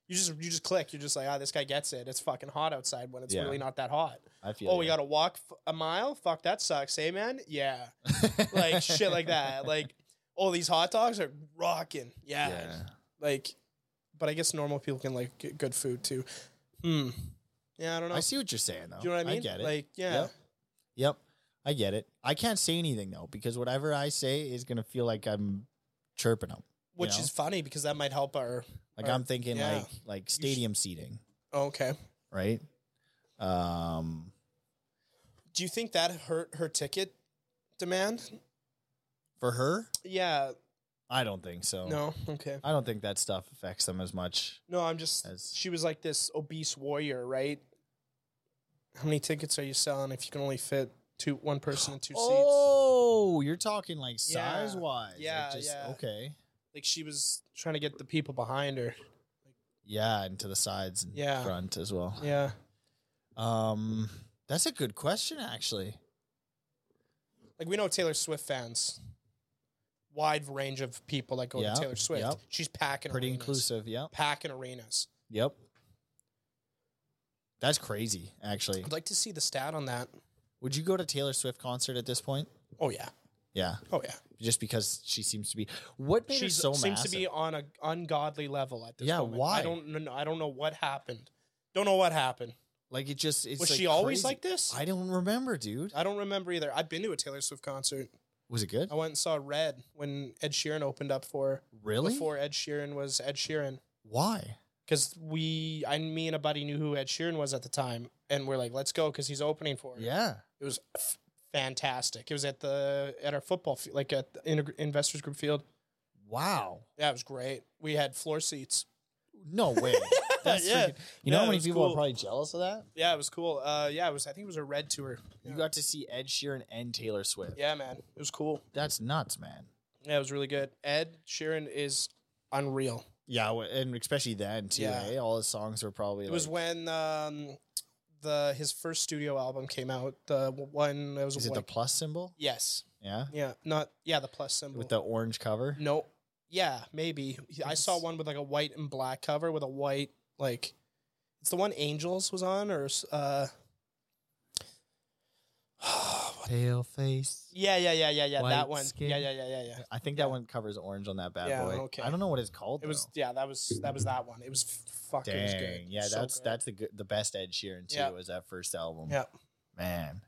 B: you just you just click. You're just like ah, this guy gets it. It's fucking hot outside when it's
A: Yeah.
B: really not that hot.
A: I feel.
B: oh, we
A: ya.
B: got to walk f- a mile. Fuck that sucks. Hey man, yeah,
A: [LAUGHS]
B: like shit like that. Like oh, these hot dogs are rocking. Yeah.
A: yeah.
B: like, but I guess normal people can like get good food too. Hmm. Yeah, I don't know.
A: I see what you're saying though.
B: Do you know what I mean?
A: I get it.
B: Like, yeah.
A: Yep. Yep. I get it. I can't say anything though because whatever I say is gonna feel like I'm chirping them.
B: Which
A: Yeah.
B: is funny because that might help our.
A: Like
B: Or-
A: I'm thinking
B: yeah.
A: like like stadium seating,
B: Oh, okay.
A: right? Um,
B: Do you think that hurt her ticket demand?
A: for her,
B: Yeah.
A: I don't think so.
B: No. Okay.
A: I don't think that stuff affects them as much
B: No, I'm just.
A: as
B: She was like this obese warrior, right? How many tickets are you selling if you can only fit two, one person in two seats?
A: Oh, you're talking like
B: Yeah.
A: size wise.
B: Yeah,
A: just,
B: yeah.
A: Okay.
B: Like she was trying to get the people behind her.
A: Yeah, and to the sides and
B: Yeah.
A: front as well.
B: Yeah.
A: Um, that's a good question actually.
B: Like we know Taylor Swift fans, wide range of people that go
A: Yeah,
B: to Taylor Swift.
A: yeah.
B: She's packing
A: Pretty
B: arenas.
A: inclusive. Yep.
B: Packing arenas.
A: Yep. That's crazy actually.
B: I'd like to see the stat on that.
A: Would you go to Taylor Swift concert at this point?
B: Oh yeah.
A: Yeah,
B: Oh yeah.
A: just because she seems to be what made
B: She
A: her so
B: seems
A: massive?
B: to be on a ungodly level at this
A: Yeah,
B: moment.
A: why?
B: I don't know. I don't know what happened. Don't know what happened.
A: like it just it's
B: was
A: like
B: she always
A: crazy.
B: like this?
A: I don't remember, dude.
B: I don't remember either. I've been to a Taylor Swift concert.
A: Was it good?
B: I went and saw Red when Ed Sheeran opened up for her
A: really?
B: before Ed Sheeran was Ed Sheeran.
A: Why?
B: Because we, I, me and a buddy knew who Ed Sheeran was at the time, and we're like, let's go because he's opening for her.
A: Yeah.
B: It was f- fantastic. It was at the at our football field, like at the Inter- Investors Group Field.
A: Wow.
B: Yeah, it was great. We had floor seats.
A: No way. That's
B: [LAUGHS] Yeah.
A: freaking- You know
B: Yeah,
A: how many
B: it's
A: people are
B: cool.
A: probably jealous of that?
B: Yeah, it was cool. Uh, yeah, it was. I think it was a Red tour.
A: You
B: Yeah.
A: got to see Ed Sheeran and Taylor Swift.
B: Yeah, man, it was cool.
A: That's nuts, man.
B: Yeah, it was really good. Ed Sheeran is unreal.
A: Yeah, w- and especially then too.
B: Yeah.
A: eh? all his songs were probably.
B: It was
A: like,
B: when um, the his first studio album came out. The one that was
A: is it the
B: like-
A: plus symbol?
B: yes,
A: Yeah,
B: yeah, not yeah, the plus symbol
A: with the orange cover.
B: no, yeah, maybe I saw
A: it's-
B: one with like a white and black cover with a white like it's the one Angels was on or s- uh, [SIGHS]
A: Pale face.
B: yeah, yeah, yeah, yeah, yeah,
A: White
B: that one,
A: skin.
B: yeah, yeah, yeah, yeah, yeah.
A: I think
B: Yeah.
A: that one covers orange on that bad
B: Yeah,
A: boy.
B: okay.
A: I don't know what it's called.
B: It was
A: though.
B: yeah, that was that was that one. It was fucking it was good.
A: Oh, dang. Yeah,
B: So
A: that's
B: good.
A: that's the good, the best Ed Sheeran too.
B: Yeah.
A: Was that first album?
B: Yeah.
A: Man,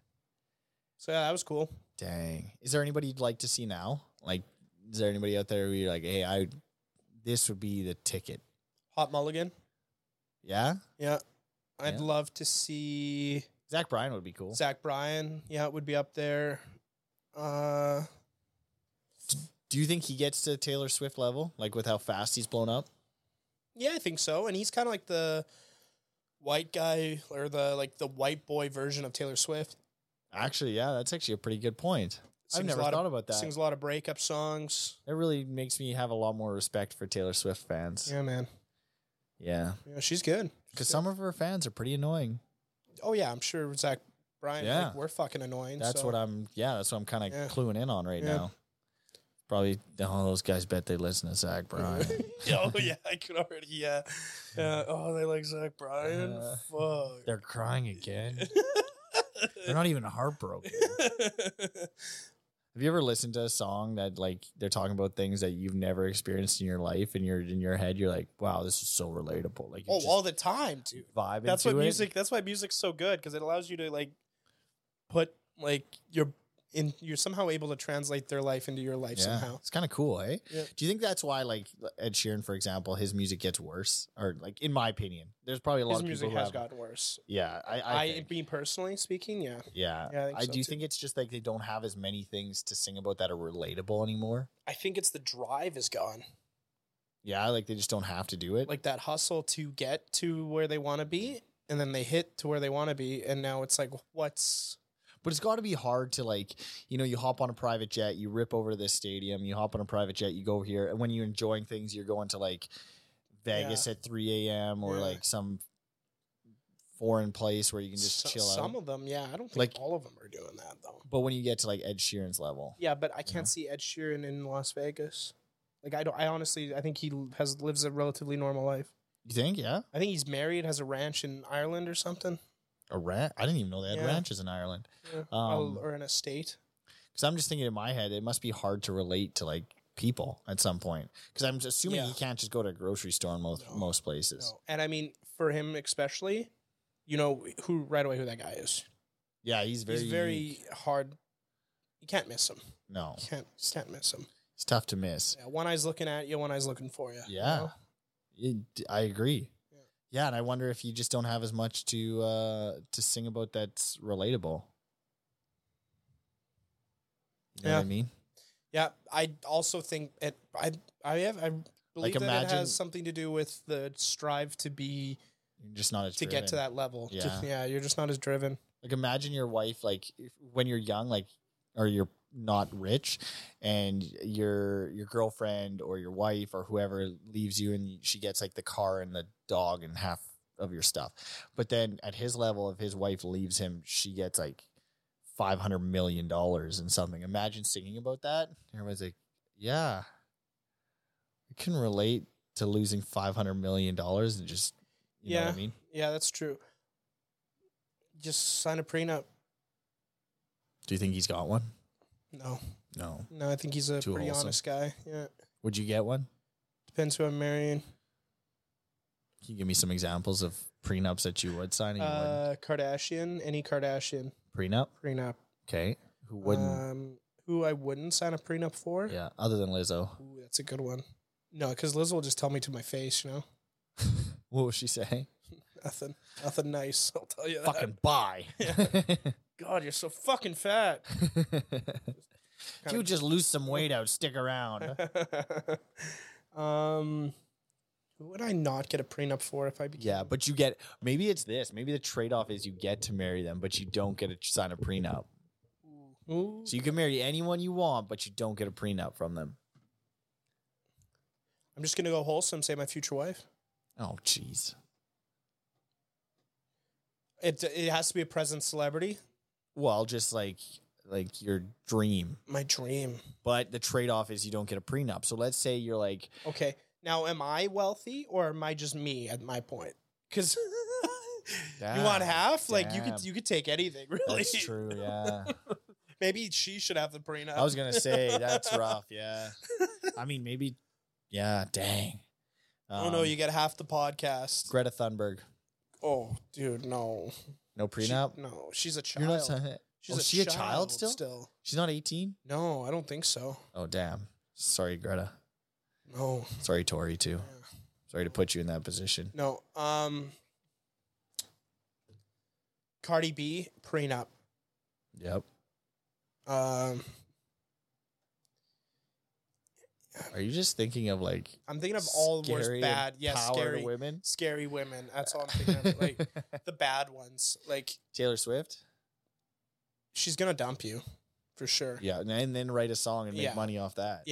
B: So yeah, that was cool.
A: dang. Is there anybody you'd like to see now? Like, is there anybody out there who you're like, hey, I, this would be the ticket?
B: Hot Mulligan.
A: Yeah.
B: Yeah. I'd
A: Yeah.
B: love to see
A: Zach Bryan would be cool.
B: Zach Bryan. Yeah, it would be up there. Uh
A: Do you think he gets to Taylor Swift level, like with how fast he's blown up?
B: yeah, I think so. And he's kind of like the white guy or the like the white boy version of Taylor Swift.
A: Actually, yeah, that's actually a pretty good point. I've
B: Sings
A: never
B: a lot
A: thought
B: of,
A: about that.
B: Sings a lot of breakup songs.
A: It really makes me have a lot more respect for Taylor Swift fans.
B: Yeah, man.
A: Yeah,
B: Yeah, she's good.
A: because some of her fans are pretty annoying.
B: Oh yeah, I'm sure Zach Bryan
A: Yeah.
B: like, we're fucking annoying.
A: That's
B: so-
A: what I'm. Yeah, that's what I'm kind of
B: Yeah.
A: cluing in on right
B: Yeah.
A: now. Probably all those guys bet they listen to Zach Bryan.
B: [LAUGHS] oh yeah, I could already yeah. Yeah. oh, they like Zach Bryan.
A: Uh,
B: Fuck.
A: They're crying again.
B: [LAUGHS]
A: They're not [LAUGHS] even heartbroken. Have you ever listened to a song that like they're talking about things that you've never experienced in your life, and you're in your head, you're like, "Wow, this is so relatable." Like, you
B: oh,
A: just
B: all the time, dude.
A: vibe.
B: That's what
A: into it.
B: music. That's why music's so good because it allows you to like put like your in you're somehow able to translate their life into your life
A: Yeah.
B: somehow.
A: It's kind of cool, eh?
B: Yeah.
A: Do you think that's why, like Ed Sheeran, for example, his music gets worse, or like in my opinion, there's probably a lot
B: His
A: of
B: music
A: people
B: has
A: who have.
B: gotten worse.
A: Yeah, I, I,
B: I,
A: think.
B: me personally speaking, yeah,
A: yeah.
B: yeah, I, think
A: I
B: so
A: do
B: too.
A: think it's just like they don't have as many things to sing about that are relatable anymore.
B: I think it's the drive is gone,
A: Yeah, like they just don't have to do it.
B: like that hustle to get to where they want to be, and then they hit to where they want to be, and now it's like, what's
A: But it's got to be hard to like, you know, you hop on a private jet, you rip over to this stadium, you hop on a private jet, you go over here, and when you're enjoying things, you're going to like Vegas at 3 a.m. or
B: Yeah.
A: like some foreign place where you can just
B: so-
A: chill
B: some
A: out.
B: of them? Yeah, I don't think
A: Like-
B: all of them are doing that though.
A: But when you get to like Ed Sheeran's level,
B: Yeah, but I can't
A: Yeah.
B: see Ed Sheeran in Las Vegas. Like I don't. I honestly, I think he has lives a relatively normal life.
A: you think, yeah,
B: I think he's married, has a ranch in Ireland or something,
A: a ranch? I didn't even know they had
B: Yeah.
A: ranches in Ireland.
B: yeah.
A: Um,
B: or an estate.
A: Because I'm just thinking in my head, it must be hard to relate to like people at some point. Because I'm just assuming
B: Yeah.
A: you can't just go to a grocery store in most
B: No.
A: most places.
B: No. And I mean, for him especially, you know who right away who that guy is.
A: Yeah, he's very,
B: He's very hard. You can't miss him.
A: no.
B: You can't you can't miss him.
A: It's tough to miss.
B: Yeah, one eye's looking at you, one eye's looking for you. you
A: Yeah.
B: know?
A: It- d- I agree.
B: Yeah.
A: Yeah. and I wonder if you just don't have as much to uh to sing about that's relatable. You know
B: Yeah.
A: what I mean?
B: Yeah. I also think it. I I have I
A: Like,
B: believe that it
A: imagine-
B: has something to do with the strive to be
A: You're just not as
B: to get to
A: driven.
B: that level. Just-
A: Yeah.
B: yeah. You're just not as driven.
A: Like imagine your wife like if, when you're young, like or you're not rich, and your your girlfriend or your wife or whoever leaves you, and she gets like the car and the dog and half of your stuff. But then at his level, if his wife leaves him, she gets like five hundred million dollars and something. Imagine singing about that. Everybody's like, yeah, I can relate to losing five hundred million dollars and just you know what I
B: Yeah.
A: mean.
B: Yeah, that's true. Just sign a prenup.
A: Do you think he's got one?
B: No,
A: No.
B: no, I think he's a
A: Too
B: pretty
A: wholesome.
B: honest guy. Yeah,
A: Would you get one?
B: depends who I'm marrying.
A: Can you give me some examples of prenups that you would sign and you wouldn't?
B: Uh, Kardashian, any Kardashian
A: Prenup?
B: prenup.
A: Okay. Who wouldn't?
B: Um, who I wouldn't sign a prenup for?
A: yeah, other than Lizzo.
B: Ooh, that's a good one. No, because Liz will just tell me to my face, you know,
A: What was she
B: [LAUGHS]
A: saying?
B: nothing, nothing nice. [LAUGHS] I'll tell you that.
A: [LAUGHS] Fucking buy.
B: God, you're so fucking fat.
A: If [LAUGHS] you just lose some weight, I would stick
B: [LAUGHS]
A: around.
B: um, who would I not get a prenup for if I became?
A: yeah, but you get maybe it's this. Maybe the trade off is you get to marry them, but you don't get to sign a prenup.
B: Ooh.
A: So you can marry anyone you want, but you don't get a prenup from them.
B: I'm just gonna go wholesome. Say my future wife.
A: Oh, jeez.
B: It it has to be a present celebrity.
A: Well, just like like your dream.
B: My dream.
A: But the trade off is you don't get a prenup. So let's say you're like
B: Okay. Now, am I wealthy or am I just me at my point?
A: [LAUGHS]
B: Because you want
A: Damn,
B: half, like you
A: damn.
B: could you could take anything, [LAUGHS] really.
A: That's true. Yeah,
B: Maybe she should have the prenup.
A: I was gonna say
B: [LAUGHS]
A: that's rough. Yeah, I mean maybe. Yeah, dang.
B: oh no,
A: Um,
B: you get half the podcast.
A: Greta Thunberg,
B: oh, dude, no.
A: no
B: She-
A: prenup.
B: no, she's a child.
A: You're not signing it.
B: she's
A: Oh, she a child still?
B: Still.
A: She's not 18.
B: No, I don't think so.
A: Oh damn. Sorry, Greta.
B: No.
A: Sorry, Tori too.
B: Yeah.
A: Sorry to put you in that position.
B: No. Um. Cardi B prenup.
A: Yep.
B: Um,
A: Are you just thinking of like
B: I'm thinking of all the worst
A: scary and
B: bad, yeah,
A: powered
B: scary
A: women?
B: scary women. That's all I'm thinking of.
A: [LAUGHS]
B: Like the bad ones. Like
A: Taylor Swift.
B: she's gonna dump you for sure. Yeah.
A: Yeah, and- and then write a song and make
B: Yeah.
A: money off that.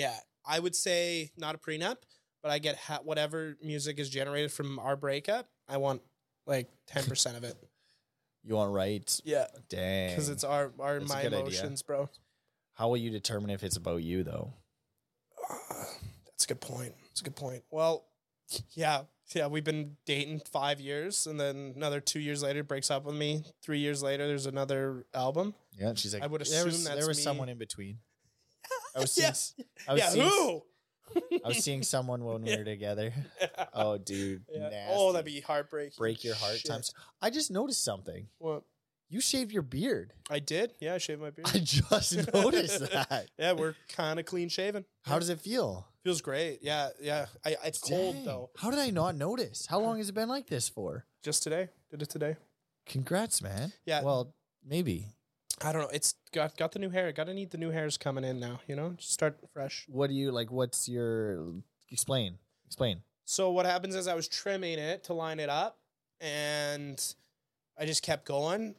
B: I would say not a prenup, but I get ha- whatever music is generated from our breakup. I want like ten
A: [LAUGHS]
B: percent of it.
A: You want rights?
B: Yeah,
A: Dang.
B: because it's our our
A: That's a
B: my
A: good idea.
B: emotions, bro. [SIGHS]
A: How will you determine if it's about you though?
B: That's a good point. That's a good point. Well, yeah, yeah, we've been dating five years, and then another two years later breaks up with me. Three years later, there's another album.
A: Yeah, and she's like,
B: I would
A: there was,
B: assume
A: there
B: that's
A: was
B: me."
A: someone in
B: [LAUGHS]
A: between. I was seeing,
B: Yeah.
A: s- I was
B: yeah,
A: seeing, s-
B: who?
A: I was
B: [LAUGHS]
A: seeing someone when we were together. Oh, dude,
B: Yeah.
A: nasty.
B: Oh, that'd be heartbreaking.
A: break your heart
B: Shit.
A: times. I just noticed something.
B: What?
A: You shaved your
B: [LAUGHS]
A: beard.
B: I did. Yeah, I shaved my beard.
A: I
B: [LAUGHS]
A: just noticed that. [LAUGHS]
B: yeah, we're kind of clean shaven.
A: How does it feel?
B: Feels great. Yeah, yeah. I, it's cold
A: Dang.
B: though.
A: How did I not notice? How long has it been like this for?
B: Just today. Did it today.
A: Congrats, man.
B: Yeah.
A: Well, maybe.
B: I don't know. It's got got the new hair. Got to need the new hairs coming in now. You know, Just start fresh.
A: What do you like? What's your explain? Explain.
B: So what happens is I was trimming it to line it up, and I just kept going,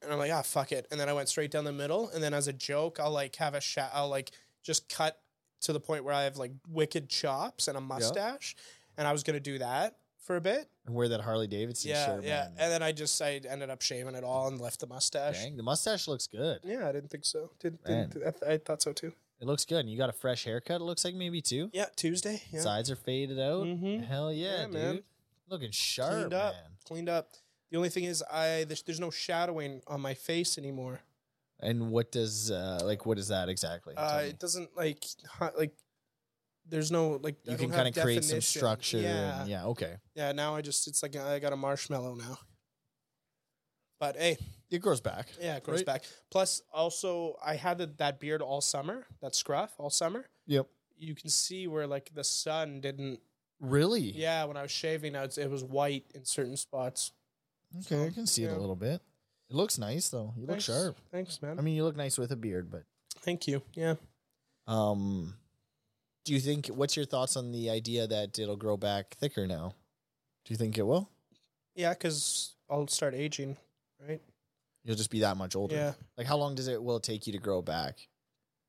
B: and I'm like, ah, fuck it. And then I went straight down the middle, and then as a joke, I'll like have a shot. I'll like just cut to the point where I have like wicked chops and a mustache, and I was gonna do that for a bit.
A: And wear that Harley Davidson
B: yeah,
A: shirt,
B: yeah.
A: man.
B: And then I just I ended up shaving it all and left the mustache.
A: Dang, the mustache looks good.
B: Yeah, I didn't think so. Did, didn't, I, th- I thought so too.
A: It looks good. And you got a fresh haircut, it looks like maybe too.
B: Yeah, Tuesday. Yeah.
A: Sides are faded out.
B: Mhm.
A: Hell yeah,
B: Yeah,
A: dude.
B: man.
A: Looking sharp,
B: cleaned up.
A: man.
B: Cleaned up. The only thing is, I there's, there's no shadowing on my face anymore.
A: And what does uh like what is that exactly?
B: Uh,
A: Tell me.
B: it doesn't like hi- like there's no like I
A: you can
B: don't have
A: kind of create some
B: definition.
A: structure.
B: Yeah.
A: And, yeah. Okay.
B: yeah. Now I just it's like I got a marshmallow now. But hey,
A: It grows back.
B: yeah, it grows
A: Right.
B: back. Plus, also I had the, that beard all summer, that scruff all summer.
A: Yep.
B: You can see where like the sun didn't.
A: Really?
B: Yeah, when I was shaving, I was, it was white in certain spots.
A: Okay, I can see it
B: Yeah.
A: a little bit. It looks nice though. You look
B: Thanks.
A: sharp.
B: Thanks, man.
A: I mean, you look nice with a beard, but
B: Thank you. Yeah.
A: um, do you think? What's your thoughts on the idea that it'll grow back thicker now? Do you think it will?
B: Yeah, because I'll start aging, right?
A: You'll just be that much older.
B: Yeah,
A: Like, how long does it will it take you to grow back?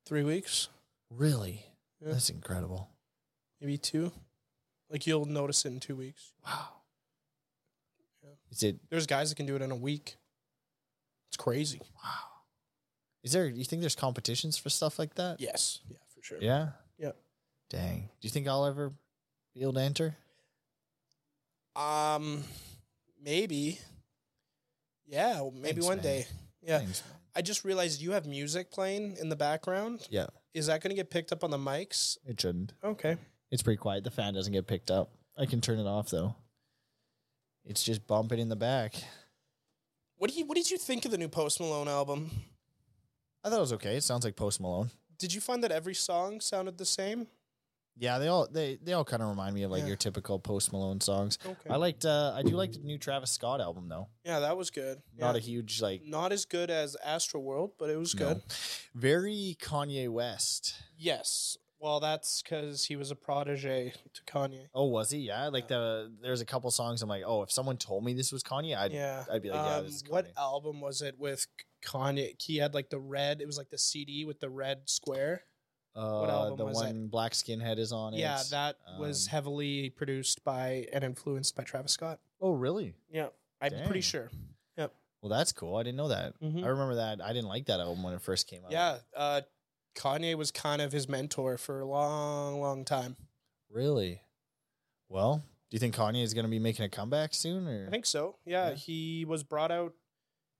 B: three weeks,
A: Really?
B: Yeah.
A: That's incredible.
B: maybe two. Like you'll notice it in two weeks.
A: Wow.
B: Yeah.
A: Is it?
B: There's guys that can do it in a week. It's crazy.
A: Wow. Is there? You think there's competitions for stuff like that?
B: Yes. Yeah, for sure.
A: Yeah.
B: Yeah.
A: Dang. Do you think I'll ever be able to enter?
B: Um, maybe. Yeah, well, maybe
A: Thanks,
B: one
A: man.
B: day. Yeah.
A: Thanks.
B: I just realized you have music playing in the background.
A: Yeah.
B: Is that going to get picked up on the mics?
A: It shouldn't.
B: Okay.
A: It's pretty quiet. The fan doesn't get picked up. I can turn it off though. It's just bumping in the back.
B: What do you What did you think of the new Post Malone album?
A: I thought it was okay. It sounds like Post Malone.
B: Did you find that every song sounded the same?
A: Yeah, they all they they all kind of remind me of like
B: Yeah.
A: your typical Post Malone songs.
B: Okay.
A: I liked uh I do like the new Travis Scott album though.
B: yeah, that was good.
A: Not
B: Yeah.
A: a huge like
B: not as good as Astro World, but it was
A: no.
B: good.
A: Very Kanye West.
B: Yes. Well, that's because he was a protege to Kanye.
A: Oh, was he? Yeah, like the there's a couple songs I'm like, "Oh, if someone told me this was Kanye, I'd
B: yeah.
A: I'd be like, yeah,
B: Um,
A: this is Kanye.
B: what album was it with Kanye? He had like the red. It was like the CD with the red square.
A: uh,
B: album
A: the
B: was it?
A: one Black Skinhead is on it.
B: yeah, that was
A: um,
B: heavily produced by and influenced by Travis Scott.
A: Oh, really?
B: Yeah, I'm
A: Dang.
B: pretty sure.
A: Well, that's cool. I didn't know that.
B: Mhm.
A: I remember that. I didn't like that album when it first came out.
B: Yeah, uh, Kanye was kind of his mentor for a long, long time.
A: Really? Well, do you think Kanye is going to be making a comeback soon? Or
B: I think so. Yeah,
A: Yeah.
B: he was brought out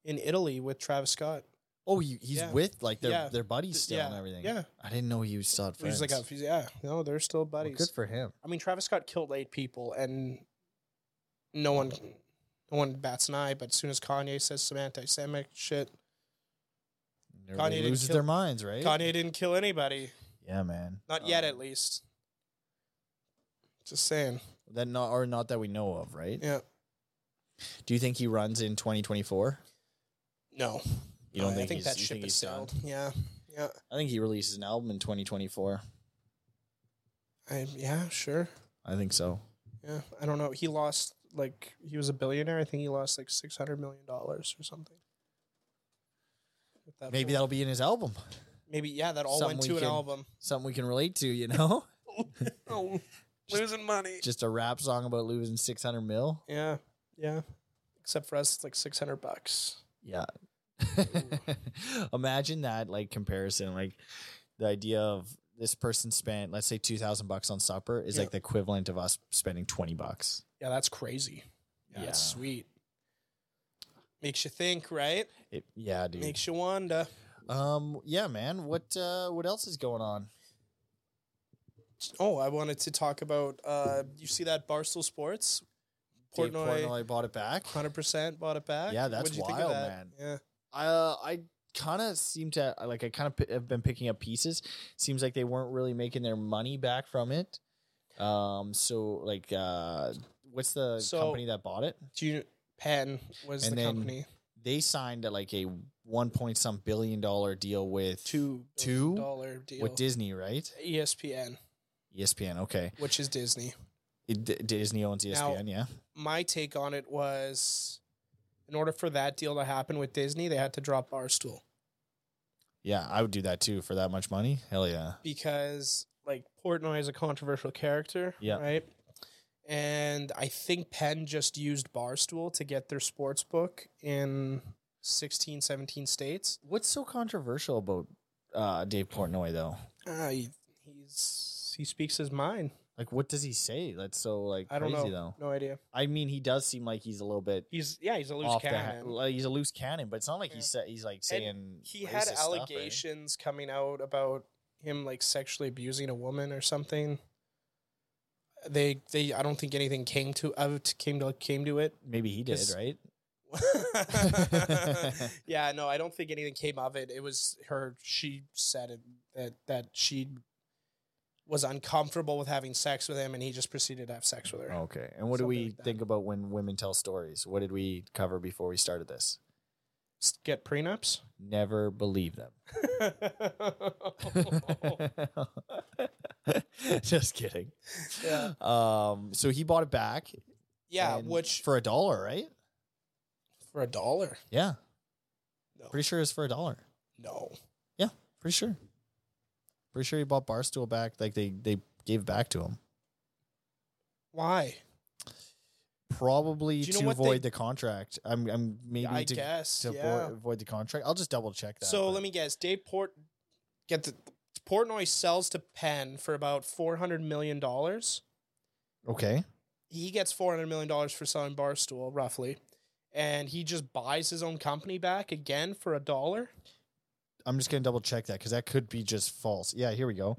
B: in Italy with Travis Scott.
A: Oh, you, he's
B: Yeah.
A: with like their
B: Yeah.
A: their buddies
B: Th-
A: still
B: yeah.
A: and everything.
B: Yeah,
A: I didn't know he was still friends.
B: He's like, a, yeah, no, they're still
A: Well,
B: buddies.
A: good for him.
B: I mean, Travis Scott killed eight people, and no one, no one bats an eye. But as soon as Kanye says some anti-Semitic shit,
A: Everybody
B: didn't
A: loses
B: kill-
A: their minds, right?
B: Kanye didn't kill anybody,
A: Yeah, man.
B: not yet,
A: Um,
B: at least. Just saying.
A: That not or not that we know of, right?
B: Yeah.
A: Do you think he runs in 2024?
B: No.
A: You don't
B: I
A: think,
B: think
A: he's,
B: that
A: you
B: ship
A: think
B: is
A: he's done?
B: sailed. Yeah. Yeah.
A: I think he releases an album in 2024.
B: I, yeah. Sure.
A: I think so.
B: Yeah. I don't know. He lost like he was a billionaire. I think he lost like six hundred million dollars or something. With that
A: Maybe
B: whole-
A: that'll be in his album.
B: Maybe yeah. That all
A: something
B: went
A: we
B: to an
A: can-
B: album.
A: Something we can relate to, you know? [LAUGHS]
B: oh,
A: Just-
B: losing money.
A: Just a rap song about losing 600 mil.
B: Yeah, yeah. Except for us, it's like six hundred bucks.
A: Yeah. [LAUGHS] Imagine that like comparison, like the idea of this person spent, let's say, two thousand bucks on supper is
B: Yeah.
A: like the equivalent of us spending twenty bucks.
B: Yeah, that's crazy. Yeah, that's
A: Yeah.
B: sweet. Makes you think, right?
A: It, yeah, dude.
B: Makes you wonder.
A: um, yeah, man. What uh, what else is going on?
B: Oh, I wanted to talk about. Uh, you see that Barstool Sports
A: Dave
B: Portnoy,
A: Portnoy bought it back.
B: hundred percent bought it back.
A: Yeah, that's
B: What'd you think of
A: wild,
B: that?
A: man.
B: Yeah,
A: I uh, I kind of seem to like I kind of p- have been picking up pieces. Seems like they weren't really making their money back from it. Um, so like, uh, what's the
B: So-
A: company that bought it?
B: do you Patton was
A: And
B: the
A: then
B: company
A: They signed uh, like a one point some billion dollar deal with
B: two
A: Two?
B: dollar deal E
A: with Disney, right? E
B: ESPN,
A: ESPN. Okay,
B: which is Disney.
A: It- D- Disney owns E
B: Now-
A: ESPN. yeah,
B: My take on it was, in order for that deal to happen with Disney, they had to drop Barstool
A: yeah. I would do that too for that much money. Hell yeah.
B: because like Portnoy is a controversial character,
A: Yeah.
B: right? And I think Penn just used Barstool to get their sports book in 16, 17 states.
A: What's so controversial about uh, Dave Portnoy though?
B: Uh, he, he's he speaks his mind.
A: Like, what does he say? That's so like
B: I don't
A: crazy
B: know.
A: though.
B: No idea.
A: I mean, he does seem like he's a little bit
B: He's yeah, he's a loose
A: off the ha-
B: cannon.
A: like, he's a loose cannon, but it's not like
B: Yeah.
A: he's sa- he's like saying
B: he had
A: racist stuff, right?
B: allegations coming out about him like sexually abusing a woman or something. They they I don't think anything came to out came to came to it.
A: Maybe he did,
B: His-
A: right? [LAUGHS]
B: yeah, no, I don't think anything came of it. It was her. She said it, that that she was uncomfortable with having sex with him, and he just proceeded to have sex with her.
A: Okay. And what do
B: Something
A: we
B: like that.
A: think about when women tell stories? What did we cover before we started this?
B: S-
A: [LAUGHS]
B: Get prenups.
A: Never believe them. [LAUGHS] Just kidding.
B: Yeah.
A: Um. So he bought it back.
B: yeah,
A: and-
B: which
A: for a dollar, right?
B: for a dollar?
A: Yeah.
B: No.
A: Pretty sure it's for a dollar.
B: No.
A: Pretty sure. Pretty sure he bought Barstool back. Like they they gave back to him.
B: Why?
A: probably
B: Do you know
A: to
B: what they-
A: avoid the contract. I'm, I'm maybe
B: I
A: to,
B: guess.
A: to avo-
B: yeah.
A: avoid, the contract. I'll just double check that.
B: so
A: but-
B: let me guess. Dave Port get the Portnoy sells to Penn for about four hundred million dollars.
A: Okay,
B: He gets four hundred million dollars for selling Barstool, roughly, and he just buys his own company back again for a dollar.
A: I'm just gonna double check that because that could be just false. Yeah, here we go.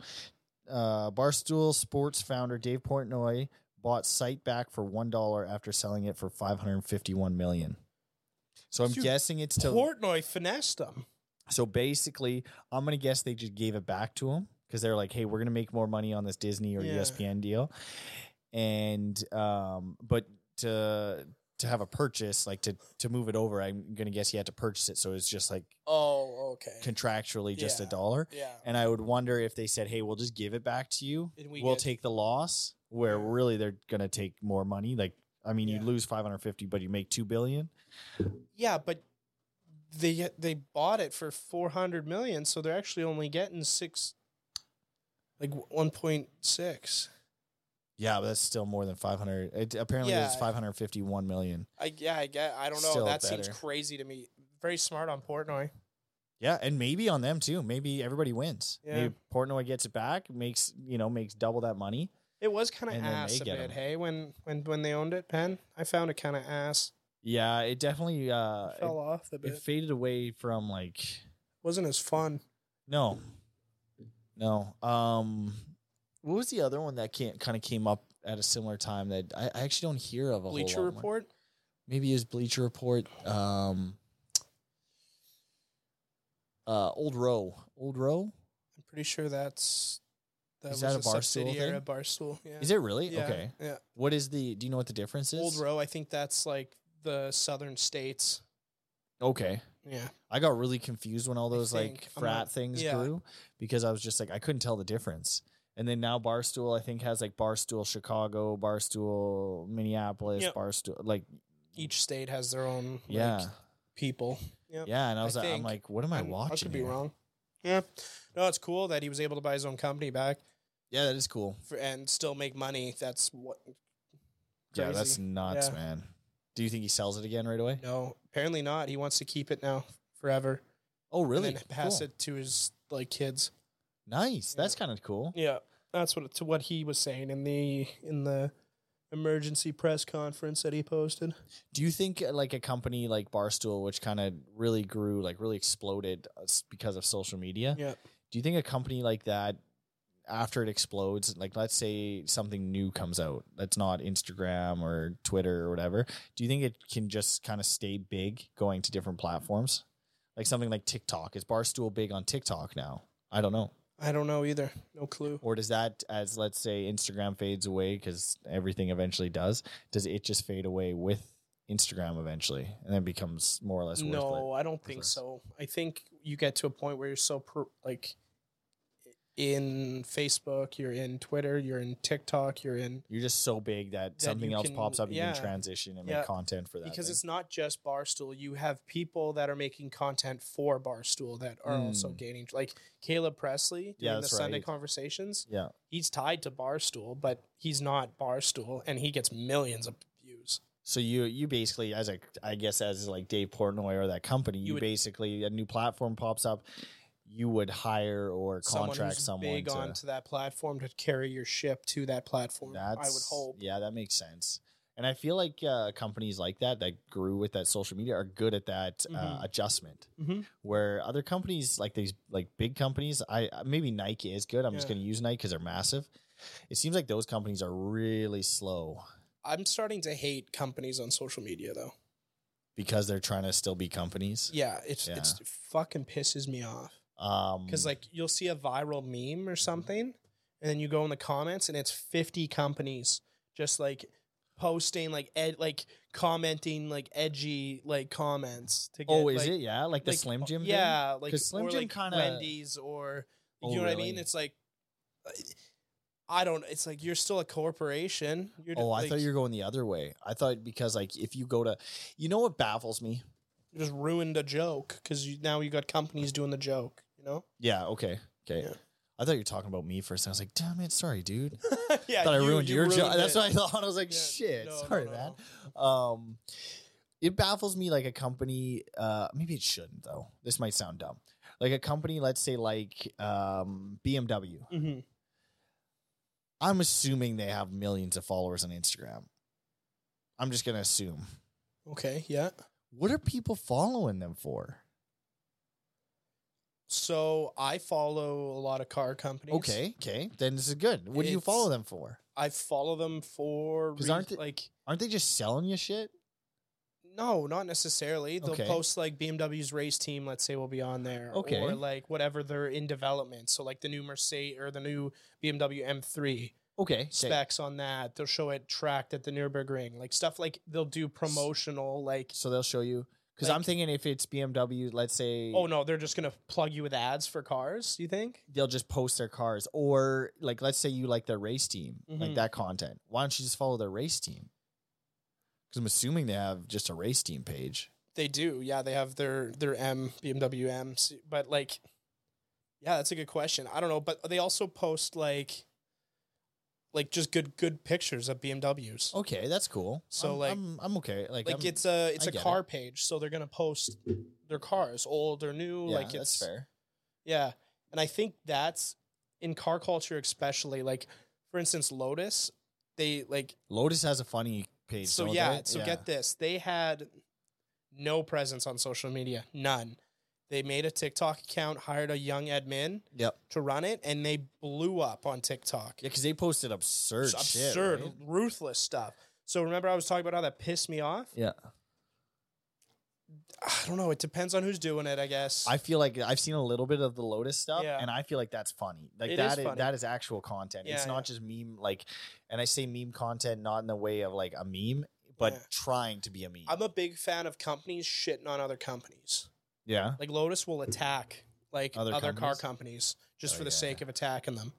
A: Uh, Barstool Sports founder Dave Portnoy bought site back for one dollar after selling it for 551 million. So I'm
B: Dude,
A: guessing it's to.
B: Portnoy finessed him.
A: so basically, I'm gonna guess they just gave it back to him because they're like, "Hey, we're gonna make more money on this Disney or E
B: Yeah.
A: ESPN deal," and um, but to to have a purchase, like to to move it over, I'm gonna guess he had to purchase it, so it's just like
B: Oh, okay.
A: contractually just a
B: Yeah.
A: dollar.
B: Yeah.
A: And I would wonder if they said, "Hey, we'll just give it back to you.
B: And
A: We
B: we
A: will
B: get-
A: take the loss." Where
B: Yeah.
A: really they're gonna take more money. Like, I mean,
B: Yeah.
A: you lose 550, but you make two billion.
B: Yeah, but they they bought it for four hundred million, so they're actually only getting six, like one point six.
A: Yeah, but that's still more than 500. It, apparently, it's
B: Yeah.
A: 551 million.
B: I yeah, I get. I don't know.
A: Still
B: that seems
A: better.
B: crazy to me. Very smart on Portnoy.
A: Yeah, and maybe on them too. Maybe everybody wins.
B: Yeah.
A: Maybe Portnoy gets it back, makes you know, makes double that money.
B: It was kind of
A: And then they
B: ass a
A: get
B: bit.
A: 'em.
B: Hey, when when when they owned it, Penn, I found it kind of ass.
A: Yeah, it definitely uh
B: Fell off a
A: it, it
B: bit.
A: faded away from like
B: Wasn't as fun.
A: no. No. Um what was the other one that can kind of came up at a similar time that I, I actually don't hear of a
B: Bleacher
A: whole lot more.
B: Report.
A: Maybe it was Bleacher Report. Um uh Old Row. Old Row?
B: I'm pretty sure that's that
A: Is
B: was
A: that
B: a,
A: a Barstool
B: subsidiary
A: thing?
B: of Barstool. Yeah.
A: Is it really?
B: Yeah,
A: Okay.
B: Yeah.
A: What is the do you know what the difference is?
B: Old Row. I think that's like the southern states.
A: Okay.
B: Yeah.
A: I got really confused when all those like
B: think. I'm
A: frat
B: not-
A: things
B: yeah.
A: grew because I was just like I couldn't tell the difference. And then now Barstool I think has like Barstool Chicago, Barstool Minneapolis,
B: Yep.
A: Barstool like
B: Each state has their own like,
A: yeah.
B: people.
A: yeah, and I was like I'm
B: think-
A: like what am I
B: I'm-
A: watching?
B: I could be
A: here?
B: wrong. Yeah. No, it's cool that he was able to buy his own company back
A: Yeah, that is cool.
B: for, and still make money. That's what.
A: Yeah, that's
B: Crazy.
A: nuts,
B: Yeah.
A: man. Do you think he sells it again right away?
B: No, apparently not. He wants to keep it now forever.
A: Oh,
B: and
A: really?
B: then pass
A: Cool.
B: it to his like kids.
A: Nice.
B: Yeah.
A: That's kind of cool.
B: Yeah, that's what to what he was saying in the in the emergency press conference that he posted.
A: Do you think uh, like a company like Barstool, which kind of really grew, like really exploded uh, s- because of social media?
B: Yeah.
A: Do you think a company like that after it explodes, like let's say something new comes out that's not Instagram or Twitter or whatever, do you think it can just kind of stay big going to different platforms? Like something like TikTok. Is Barstool big on TikTok now? I don't know.
B: I don't know either. No clue.
A: Or does that, as let's say Instagram fades away, because everything eventually does, does it just fade away with Instagram eventually and then becomes more or less worthless?
B: No, I don't think
A: worthless.
B: so. I think you get to a point where you're so per, like in Facebook, you're in Twitter, you're in TikTok, you're in
A: You're just so big that,
B: That
A: something
B: you
A: else
B: can-
A: pops up. You
B: yeah.
A: can transition and
B: Yeah.
A: make content for that.
B: because
A: thing.
B: it's not just Barstool. You have people that are making content for Barstool that are also
A: Mm.
B: gaining, like Caleb Presley
A: Yeah,
B: doing the
A: that's
B: Sunday
A: right.
B: conversations.
A: yeah.
B: He's tied to Barstool, but he's not Barstool, and he gets millions of views.
A: So you you basically as a I guess as like Dave Portnoy or that company, you,
B: You would-
A: basically a new platform pops up, you would hire or
B: someone
A: contract
B: who's
A: someone,
B: big
A: to.
B: onto that platform to carry your ship to that platform.
A: that's
B: I would hope.
A: Yeah, that makes sense. And I feel like uh, companies like that that grew with that social media are good at that uh,
B: Mhm.
A: adjustment.
B: Mhm.
A: Where other companies like these like big companies, I uh, maybe Nike is good. I'm just
B: Yeah.
A: going to use Nike because they're massive. It seems like those companies are really slow
B: I'm starting to hate companies on social media though.
A: because they're trying to still be companies.
B: Yeah, it's it's it fucking pisses me off
A: Um,
B: because like you'll see a viral meme
A: Mm-hmm.
B: or something, and then you go in the comments and it's 50 companies just like posting like ed like commenting like edgy like comments to get.
A: Oh, is
B: like-
A: it? Yeah, like the
B: like, uh,
A: Slim Jim. thing?
B: Yeah, like
A: 'Cause Slim
B: or
A: Jim
B: like
A: kinda-
B: Wendy's or you
A: Oh,
B: know what I
A: really?
B: mean. It's like I don't. It's like you're still a corporation. You're
A: Oh, I
B: like,
A: thought you were going the other way. I thought because like if you go to, you know what baffles me?
B: you just ruined a joke because you, now you got companies doing the joke. You know. [LAUGHS]
A: Yeah. Okay. Okay.
B: Yeah.
A: I thought you were talking about me first. I was like, damn it, sorry, dude.
B: yeah,
A: I thought I
B: you-
A: ruined
B: you
A: your job.
B: ruined
A: That's
B: it.
A: what I thought. I was like,
B: Yeah,
A: shit,
B: no, no,
A: sorry,
B: no,
A: man. Um, it baffles me like a company. Uh, maybe it shouldn't though. This might sound dumb. Like a company, let's say like um, BMW.
B: no. Mhm.
A: I'm assuming they have millions of followers on Instagram. I'm just gonna assume.
B: Okay, yeah.
A: What are people following them for?
B: So I follow a lot of car companies.
A: Okay, okay, then this is good. What do you
B: It's-
A: follow them for?
B: I follow them for
A: 'Cause
B: re-
A: aren't they-
B: like
A: Aren't they just selling you shit?
B: no, not necessarily. They'll
A: Okay.
B: post like BMW's race team, let's say, will be on there.
A: Okay.
B: Or like whatever they're in development. So like the new Mercedes or the new BMW M3
A: Okay, okay.
B: specs on that. They'll show it tracked at the Nürburgring. Like stuff like they'll do promotional like
A: so they'll show you because I'm
B: Like-
A: thinking if it's BMW, let's say,
B: oh no, they're just gonna plug you with ads for cars, you think?
A: they'll just post their cars, or like let's say you like their race team, like
B: Mhm.
A: that content. Why don't you just follow their race team? Because I'm assuming they have just a race team page.
B: They do, yeah. They have their their M BMW M's, but like, yeah, that's a good question. I don't know, but they also post like, like just good good pictures of BMWs.
A: Okay, that's cool.
B: So,
A: I'm,
B: like-
A: I'm, I'm okay. Like,
B: like
A: I'm-
B: it's a it's
A: I
B: a
A: get
B: car page, so they're gonna post their cars, old or new.
A: yeah,
B: like
A: that's
B: it's
A: fair.
B: yeah, and I think that's in car culture especially. Like for instance, Lotus, they like
A: Lotus has a funny page.
B: so
A: don't
B: yeah
A: they?
B: so get this they had no presence on social media none they made a tiktok account hired a young admin
A: Yep.
B: to run it and they blew up on tiktok
A: Yeah, because they posted absurd,
B: It's
A: shit,
B: absurd
A: right?
B: ruthless stuff so remember i was talking about how that pissed me off
A: Yeah.
B: i don't know it depends on who's doing it i guess
A: I feel like I've seen a little bit of the Lotus stuff,
B: Yeah.
A: and I feel like that's funny. Like
B: It
A: that
B: is
A: is-
B: funny.
A: that is actual content. it's
B: Yeah,
A: not just meme. Like, and I say meme content not in the way of like a meme, but
B: Yeah.
A: trying to be a meme.
B: i'm a big fan of companies shitting on other companies
A: yeah,
B: like lotus will attack like
A: Other
B: other, car
A: companies?
B: companies just
A: Oh,
B: for the
A: yeah.
B: sake of attacking them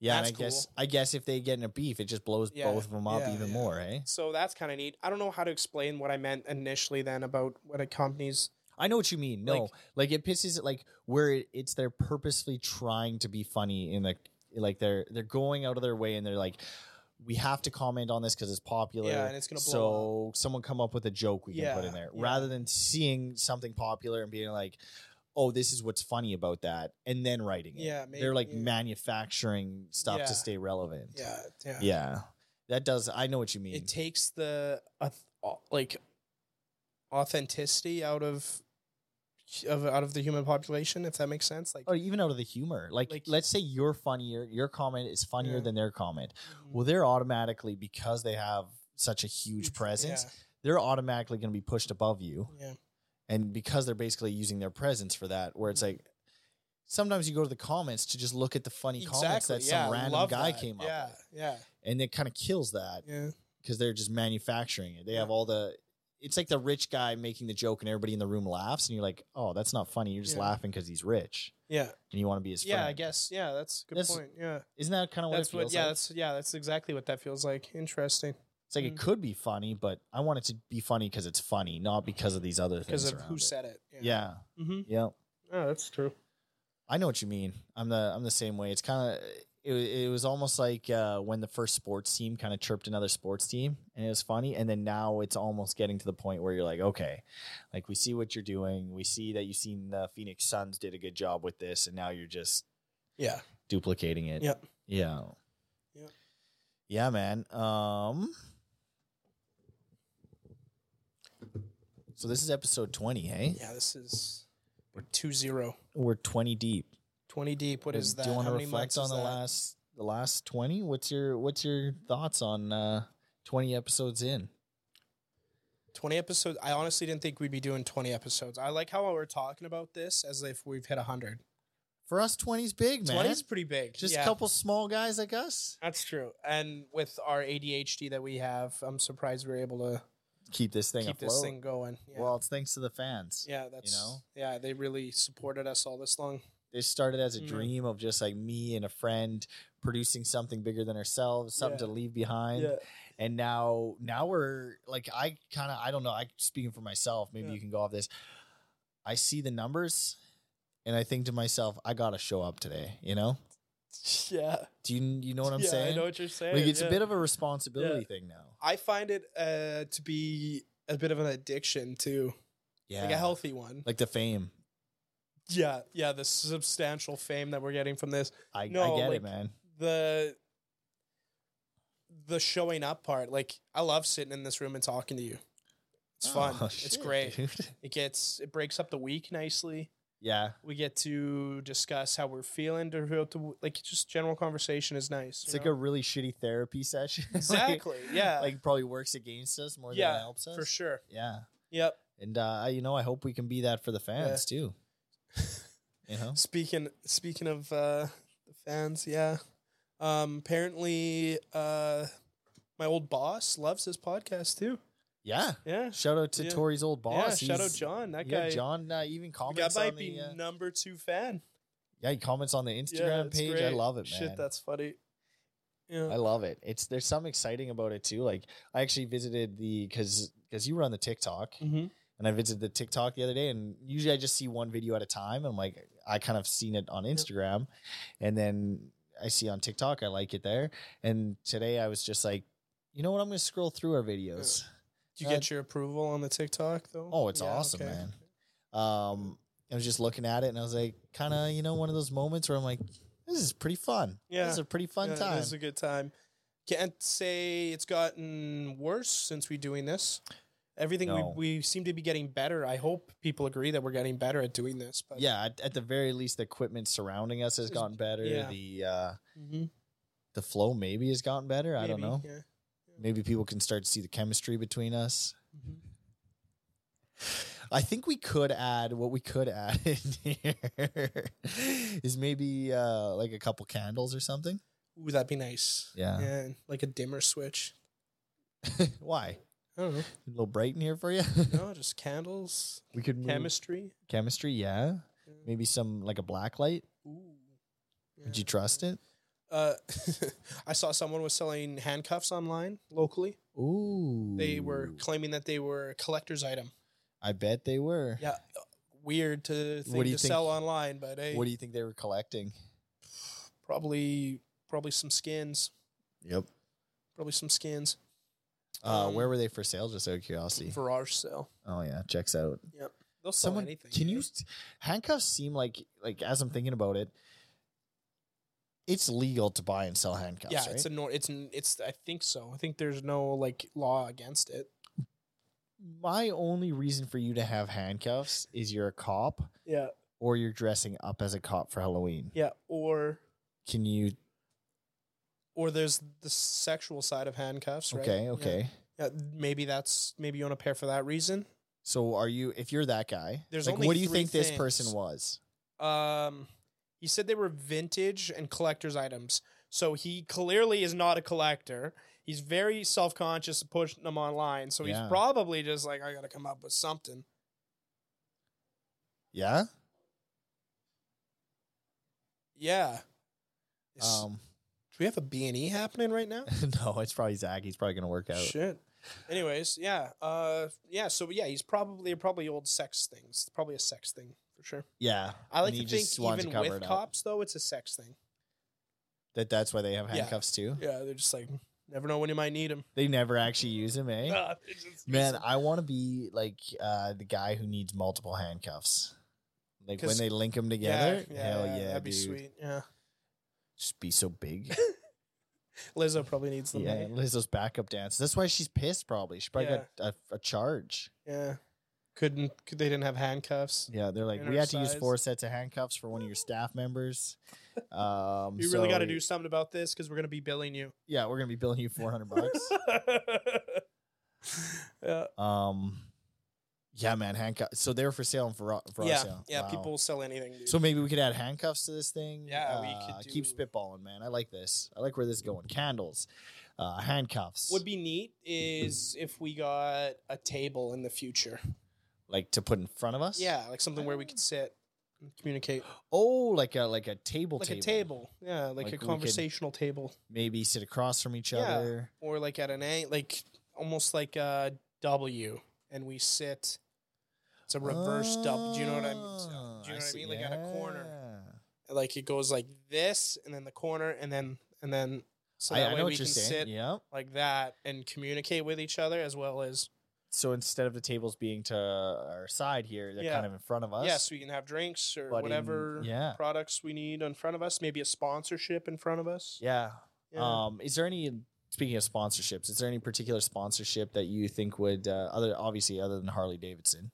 A: yeah.
B: That's
A: and I guess
B: cool.
A: I guess if they get in a beef, it just blows
B: Yeah,
A: both of them up
B: yeah,
A: even
B: yeah.
A: more. Eh?
B: So that's kind of neat. I don't know how to explain what I meant initially then about what a company's
A: I know what you mean. No,
B: Like-
A: like, it pisses it like where it, it's they're purposefully trying to be funny in the like they're they're going out of their way and they're like we have to comment on this because it's popular.
B: Yeah, and it's gonna
A: so
B: blow
A: someone come up with a joke we can put in
B: Yeah,
A: there
B: yeah.
A: rather than seeing something popular and being like, oh, this is what's funny about that, and then writing it.
B: Yeah, maybe-
A: they're like
B: yeah.
A: manufacturing stuff
B: Yeah.
A: to stay relevant.
B: yeah, yeah.
A: yeah, that does. I know what you mean.
B: It takes the uh, like authenticity out of of out of the human population, if that makes sense. Like,
A: or even out of the humor. Like,
B: Like-
A: let's say you're funnier, your comment is funnier
B: Yeah. Mm-hmm.
A: than their comment. Well, they're automatically because they have such a huge presence, they're automatically going to be pushed above you,
B: Yeah, yeah.
A: and because they're basically using their presence for that, where it's like. Sometimes you go to the comments to just look at the funny comments that some
B: I
A: random
B: love
A: guy
B: that.
A: came up
B: Yeah,
A: with.
B: yeah,
A: And it kind of kills that
B: yeah,
A: because they're just manufacturing it. They have
B: Yeah.
A: all the. It's like the rich guy making the joke and everybody in the room laughs, and you're like, "Oh, that's not funny." You're just
B: Yeah.
A: laughing because he's rich
B: yeah,
A: and you want to be his friend.
B: yeah. I guess. Yeah, that's a good
A: That's-
B: point. Yeah,
A: Isn't that kind of what
B: that's
A: it
B: what.
A: feels
B: Yeah,
A: like?
B: that's yeah, that's exactly what that feels like. Interesting
A: It's like it
B: Mm.
A: could be funny, but I want it to be funny because it's funny, not because of these other things.
B: because of
A: around
B: who
A: it.
B: said it.
A: Yeah.
B: Mm-hmm.
A: yeah,
B: Oh, that's true.
A: I know what you mean. I'm the I'm the same way. It's kind of it, wa- it was almost like uh, when the first sports team kind of chirped another sports team, and it was funny. And then now it's almost getting to the point where you're like, okay, like we see what you're doing. We see that you've seen the Phoenix Suns did a good job with this, and now you're just
B: Yeah.
A: duplicating it.
B: Yep.
A: Yeah.
B: Yep.
A: Yeah, man. Um. So this is episode twenty, eh?
B: Yeah, this is we're two zero.
A: We're twenty deep.
B: Twenty deep. What
A: Uh,
B: is that?
A: Do you want
B: How
A: to
B: many
A: reflect
B: months
A: on
B: is
A: the
B: that?
A: last the last twenty? What's your What's your thoughts on uh, twenty episodes in?
B: twenty episodes? I honestly didn't think we'd be doing twenty episodes. I like how we're talking about this as if we've hit hundred.
A: For us, 20's big, man.
B: Twenty is pretty big.
A: Just
B: yeah.
A: a couple small guys like us.
B: That's true. And with our ADHD that we have, I'm surprised we're able to
A: Keep this thing
B: keep
A: afloat.
B: this thing going. Yeah.
A: Well, it's thanks to the fans.
B: yeah, that's
A: know?
B: yeah, they really supported us all this long.
A: This started as a
B: Mhm.
A: dream of just like me and a friend producing something bigger than ourselves, something
B: Yeah.
A: to leave behind. [LAUGHS] and now now we're like i kind of i don't know i speaking for myself maybe
B: Yeah.
A: you can go off this i see the numbers and i think to myself i gotta show up today you know
B: yeah.
A: do you you know what i'm
B: yeah,
A: saying
B: I know what you're saying.
A: like it's
B: yeah.
A: a bit of a responsibility thing now
B: I find it uh, to be a bit of an addiction too,
A: yeah
B: like a healthy one.
A: Like the fame
B: yeah, yeah, the substantial fame that we're getting from this,
A: i,
B: No,
A: I get
B: like-
A: it man
B: the the showing up part. Like I love sitting in this room and talking to you. It's fun.
A: [LAUGHS] Oh,
B: it's
A: shit,
B: great.
A: dude.
B: It gets it breaks up the week nicely.
A: yeah
B: We get to discuss how we're feeling throughout the w- like just general conversation is nice.
A: it's [LAUGHS]
B: you
A: like
B: know?
A: a really shitty therapy session [LAUGHS] Like-
B: exactly yeah
A: like, probably works against us more than
B: Yeah,
A: it helps us
B: for sure.
A: yeah
B: Yep.
A: and uh I- you know i hope we can be that for the fans
B: [LAUGHS]
A: too you know
B: Speaking speaking of uh, the fans, yeah. Um, apparently, uh, my old boss loves this podcast too.
A: yeah
B: Yeah,
A: Shout out to
B: Yeah.
A: Tori's old boss.
B: yeah. Shout out
A: He's-
B: John. That
A: yeah,
B: guy.
A: John uh, even
B: that
A: comments
B: might
A: on
B: be
A: the uh,
B: number two fan.
A: yeah he comments on the
B: yeah,
A: Instagram
B: it's
A: page. I
B: great.
A: love it, man.
B: Shit, that's funny. Yeah.
A: I love it. It's there's some exciting about it too. Like I actually visited the because because you were on the TikTok
B: mm-hmm.
A: and I visited the TikTok the other day and usually I just see one video at a time and I'm like I kind of seen it on Instagram and then I see on TikTok I like it there and today I was just like you know what I'm gonna scroll through our videos.
B: Did you get your approval on the TikTok though?
A: Uh, Oh, it's
B: Yeah,
A: awesome,
B: okay.
A: man. Um, I was just looking at it and I was like, kind of, you know, one of those moments where I'm like, this is pretty fun.
B: Yeah.
A: This is a pretty fun
B: Yeah,
A: time.
B: It is a good time. Can't say it's gotten worse since we doing this. Everything
A: No.
B: we, we seem to be getting better. I hope people agree that we're getting better at doing this. But
A: yeah. At, at the very least, the equipment surrounding us has
B: It's-
A: gotten better.
B: yeah.
A: The, uh,
B: Mhm.
A: the flow maybe has gotten better. I don't
B: Maybe,
A: know.
B: Yeah.
A: Maybe people can start to see the chemistry between us.
B: Mhm.
A: I think we could add what we could add [LAUGHS] in here is maybe uh, like a couple candles or something.
B: Ooh, that'd be nice.
A: Yeah.
B: Yeah, like a dimmer switch.
A: [LAUGHS] Why?
B: I don't know.
A: A little bright in here for you?
B: No, [LAUGHS] just candles,
A: [LAUGHS] we could move
B: chemistry.
A: chemistry yeah
B: Yeah.
A: maybe some like a black light
B: Ooh.
A: would you trust it
B: Uh, [LAUGHS] I saw someone was selling handcuffs online locally.
A: ooh
B: They were claiming that they were a collector's item.
A: i bet they were
B: Yeah, weird to
A: What
B: thing
A: do
B: to
A: you think-
B: sell online, but hey,
A: what do you think they were collecting
B: probably probably some skins,
A: yep
B: probably some skins
A: uh
B: Um,
A: where were they for sale just out of curiosity
B: garage sale.
A: oh yeah checks out
B: They'll sell
A: someone
B: anything.
A: can
B: eh?
A: you handcuffs seem like like as i'm thinking about it it's legal to buy and sell handcuffs
B: Yeah,
A: right?
B: it's a nor- it's n- it's I think so. I think there's no like law against it.
A: my only reason for you to have handcuffs is you're a cop
B: Yeah.
A: or you're dressing up as a cop for Halloween.
B: Yeah. Or
A: Can you?
B: or there's the sexual side of handcuffs, right?
A: Okay,
B: Yeah.
A: okay.
B: Yeah, maybe that's maybe you want to pair for that reason.
A: So are you? If you're that guy,
B: There's
A: like,
B: only
A: what do you
B: three
A: think this person
B: things.
A: was?
B: Um, he said they were vintage and collector's items. So he clearly is not a collector. He's very self conscious pushing them online. So
A: Yeah.
B: he's probably just like, I got to come up with something.
A: Yeah.
B: Yeah. Is-
A: Um. [LAUGHS]
B: do we have a B&E happening right now?
A: no, it's probably Zach. He's probably gonna work out.
B: Shit. Anyways, yeah. Uh, yeah. So yeah, he's probably probably old sex things. Probably a sex thing for sure.
A: Yeah.
B: I like
A: and
B: to
A: he
B: think
A: just wants
B: even
A: to cover it
B: with
A: up.
B: cops though, it's a sex thing.
A: that that's why they have
B: Yeah.
A: handcuffs too.
B: Yeah, they're just like never know when you might need them.
A: They never actually use them,
B: [LAUGHS]
A: eh?
B: Uh,
A: [LAUGHS] Man, I want to be like uh, the guy who needs multiple handcuffs. Like when
B: 'Cause-
A: they link them together,
B: yeah,
A: hell yeah,
B: that'd be
A: dude.
B: sweet. Yeah,
A: Just be so
B: [LAUGHS]
A: big.
B: Lizzo probably needs them.
A: yeah,
B: Yeah,
A: Lizzo's backup dance. That's why she's pissed. Probably she probably
B: Yeah.
A: got a, a charge.
B: yeah. Couldn't could, they didn't have handcuffs?
A: Yeah, they're like,
B: And
A: we
B: her
A: had to use
B: size.
A: four sets of handcuffs for one of your staff
B: [LAUGHS]
A: members. Um,
B: You really got to
A: so-
B: do something about this because we're gonna be billing you.
A: Yeah, we're gonna be billing you four hundred bucks.
B: [LAUGHS] yeah,
A: um, yeah, man, handcuffs. So they're for sale and for for
B: yeah,
A: sale.
B: yeah.
A: Wow.
B: People will sell anything. Dude.
A: So maybe we could add handcuffs to this thing.
B: Yeah, we
A: Uh,
B: could
A: keep
B: do-
A: spitballing, man. I like this. I like where this is going. Candles, uh, handcuffs,
B: would be neat is if we got a table in the future.
A: like to put in front of us.
B: Yeah, like something where we could sit and communicate.
A: Oh, like a like a table,
B: Like a table. Yeah,
A: Like
B: like,
A: we
B: a
A: could-
B: conversational table.
A: Maybe sit across from each
B: Yeah.
A: other.
B: Or like at an A like almost like a W and we sit it's a reverse double. Do you know what I
A: Oh.
B: mean? Do you know what I
A: see.
B: mean? Like at a corner.
A: Yeah.
B: Like it goes like this and then the corner and then and then so
A: I,
B: that
A: I
B: way
A: know
B: we
A: what you're
B: can
A: saying.
B: sit
A: Yeah.
B: like that and communicate with each other as well as
A: So instead of the tables being to our side here, they're
B: Yeah.
A: kind of in front of us.
B: Yes, we can have drinks or
A: But in-
B: whatever
A: yeah.
B: products we need in front of us. Maybe a sponsorship in front of us.
A: Yeah.
B: Yeah.
A: Um, is there any speaking of sponsorships? Is there any particular sponsorship that you think would uh, other obviously other than Harley Davidson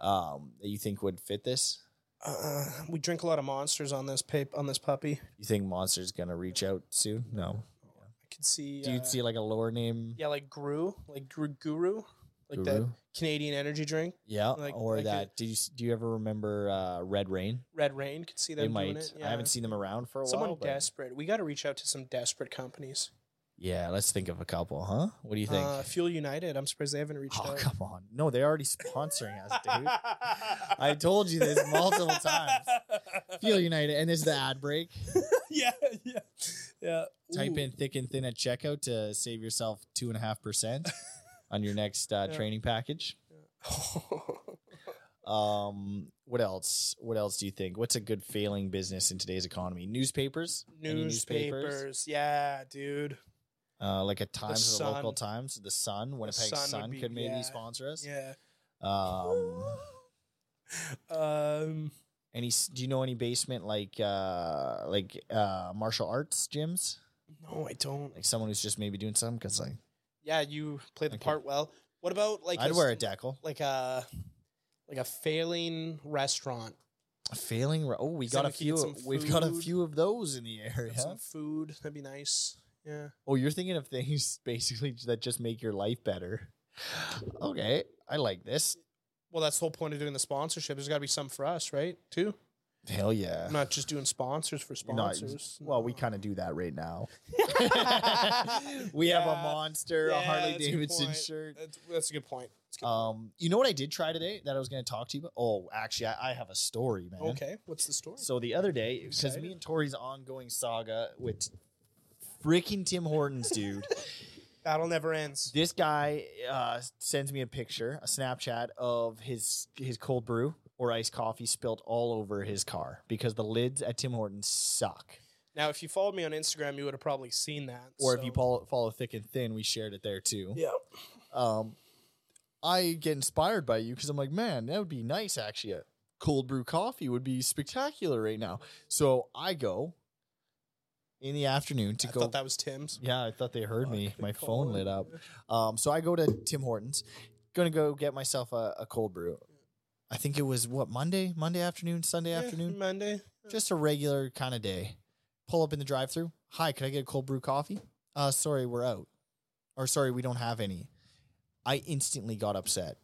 A: um, that you think would fit this?
B: Uh, we drink a lot of monsters on this pap- on this puppy.
A: You think Monster's gonna reach out soon? No.
B: I could see.
A: Do
B: uh,
A: you see like a lower name?
B: Yeah, like Gru, like Gru Guru, like that
A: Guru?
B: Canadian energy drink.
A: Yeah,
B: like-
A: or
B: like a-
A: that? do you s- do you ever remember uh, Red Rain?
B: Red Rain could see them
A: They
B: doing
A: might.
B: it.
A: I haven't
B: yeah.
A: seen them around for a
B: Someone
A: while. but-
B: desperate. We got to reach out to some desperate companies.
A: Yeah, let's think of a couple, huh? What do you think?
B: Uh, Fuel United. I'm surprised they haven't reached
A: [LAUGHS] oh
B: out.
A: come on! No, they're already sponsoring us,
B: [LAUGHS]
A: dude. I told you this multiple times. Feel United, and this is the ad break.
B: [LAUGHS] yeah, yeah, yeah.
A: Type
B: Ooh.
A: in thick and thin at checkout to save yourself two and a half
B: [LAUGHS]
A: percent on your next uh,
B: Yeah.
A: training package. Um, what else? What else do you think? What's a good failing business in today's economy? Newspapers, Any
B: newspapers. Yeah, dude.
A: uh, like at times the,
B: Sun.
A: local times, the Sun, Winnipeg
B: Sun
A: Sun,
B: would be-
A: could maybe
B: yeah.
A: sponsor us.
B: Yeah.
A: Um,
B: Um.
A: any? s- Do you know any basement like uh like uh martial arts gyms?
B: No, I don't.
A: Like someone who's just maybe doing something because like
B: Yeah, you play the
A: Okay.
B: part well. What about like
A: I'd
B: a-
A: wear a deckle.
B: like a like a failing restaurant?
A: A failing. Re- oh, we
B: So
A: got a
B: we could get
A: few.
B: some
A: We've got a
B: food.
A: few of those in the area.
B: Have Some food that'd be nice. Yeah.
A: Oh, you're thinking of things [LAUGHS] basically that just make your life better. Okay, I like this.
B: Well, that's the whole point of doing the sponsorship. There's got to be some for us, right? Too.
A: Hell yeah.
B: I'm not just doing sponsors for
A: You're not-
B: sponsors.
A: well, we kind of do that right
B: [LAUGHS]
A: now.
B: of.
A: we have a
B: Yeah.
A: monster, a
B: Yeah,
A: Harley
B: that's a good
A: Davidson
B: point.
A: shirt.
B: That's, that's a good point. That's a good
A: Um, you know what I did try today that I was going to talk to you about? Oh, actually, I, I have a story, man.
B: point. Okay. What's the story?
A: So the other day, because
B: Excited.
A: me and Tori's ongoing saga with freaking Tim Hortons,
B: [LAUGHS]
A: dude.
B: Battle never ends.
A: this guy uh, sends me a picture, a Snapchat of his his cold brew or iced coffee spilled all over his car because the lids at Tim Hortons suck.
B: Now, if you followed me on Instagram, you would have probably seen that.
A: Or
B: so-
A: if you follow, follow Thick and Thin, we shared it there too.
B: yeah,
A: Um, I get inspired by you because I'm like, man, that would be nice. Actually, a cold brew coffee would be spectacular right now. So I go in the afternoon to
B: I
A: go.
B: thought that was Tim's.
A: yeah, I thought they heard me.
B: Fuck,
A: My
B: come
A: phone
B: on.
A: lit up. Um, so I go to Tim Hortons, gonna go get myself a, a cold brew. I think it was what Monday, Monday afternoon, Sunday
B: Yeah,
A: afternoon,
B: Monday.
A: just a regular kind of day. Pull up in the drive-through. Hi, could I get a cold brew coffee? Uh, sorry, we're out, or sorry, we don't have any. I instantly got upset,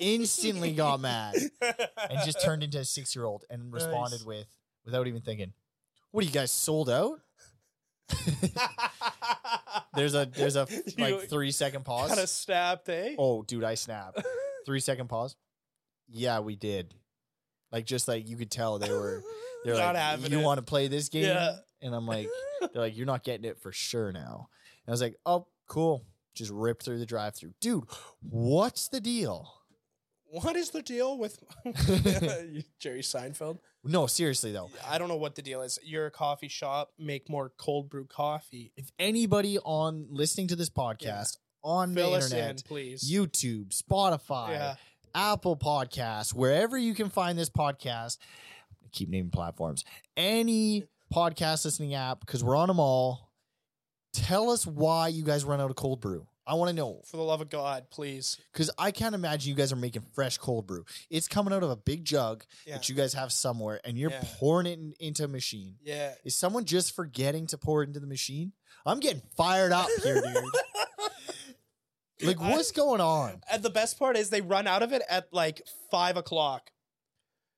A: instantly
B: [LAUGHS]
A: got mad, and just turned [LAUGHS] into a six-year-old and
B: Nice.
A: responded with, without even thinking, "What are you guys sold out?" There's a there's a
B: [LAUGHS] You
A: like three-second pause.
B: Kind of snapped, eh?
A: Oh, dude, I snapped.
B: [LAUGHS]
A: Three second pause. Yeah, we did. Like just like you could tell they
B: [LAUGHS]
A: were they're
B: not
A: like,
B: having
A: you
B: it.
A: want to play this game,
B: Yeah.
A: and I'm like, they're like, you're not getting it for sure now. And I was like, oh, cool. Just ripped through the drive through, dude. What's the deal?
B: [LAUGHS] what is the
A: [LAUGHS]
B: deal with [LAUGHS] Jerry Seinfeld?
A: No, seriously though.
B: I don't know what the deal is. You're a coffee shop, make more cold brew coffee.
A: If anybody on listening to this podcast on
B: Fill
A: the
B: us in,
A: internet,
B: please.
A: YouTube, Spotify,
B: yeah.
A: Apple Podcasts, wherever you can find this podcast. I Keep naming platforms. Any podcast listening app, because we're on them all. Tell us why you guys run out of cold brew. I want to know
B: For the love of God, please.
A: because I can't imagine you guys are making fresh cold brew. It's coming out of a big jug
B: Yeah.
A: that you guys have somewhere, and you're
B: Yeah.
A: pouring it in, into a machine.
B: Yeah.
A: Is someone just forgetting to pour it into the machine? I'm getting fired up here,
B: [LAUGHS]
A: dude. like,
B: I-
A: what's going on?
B: And the best part is they run out of it at like five o'clock.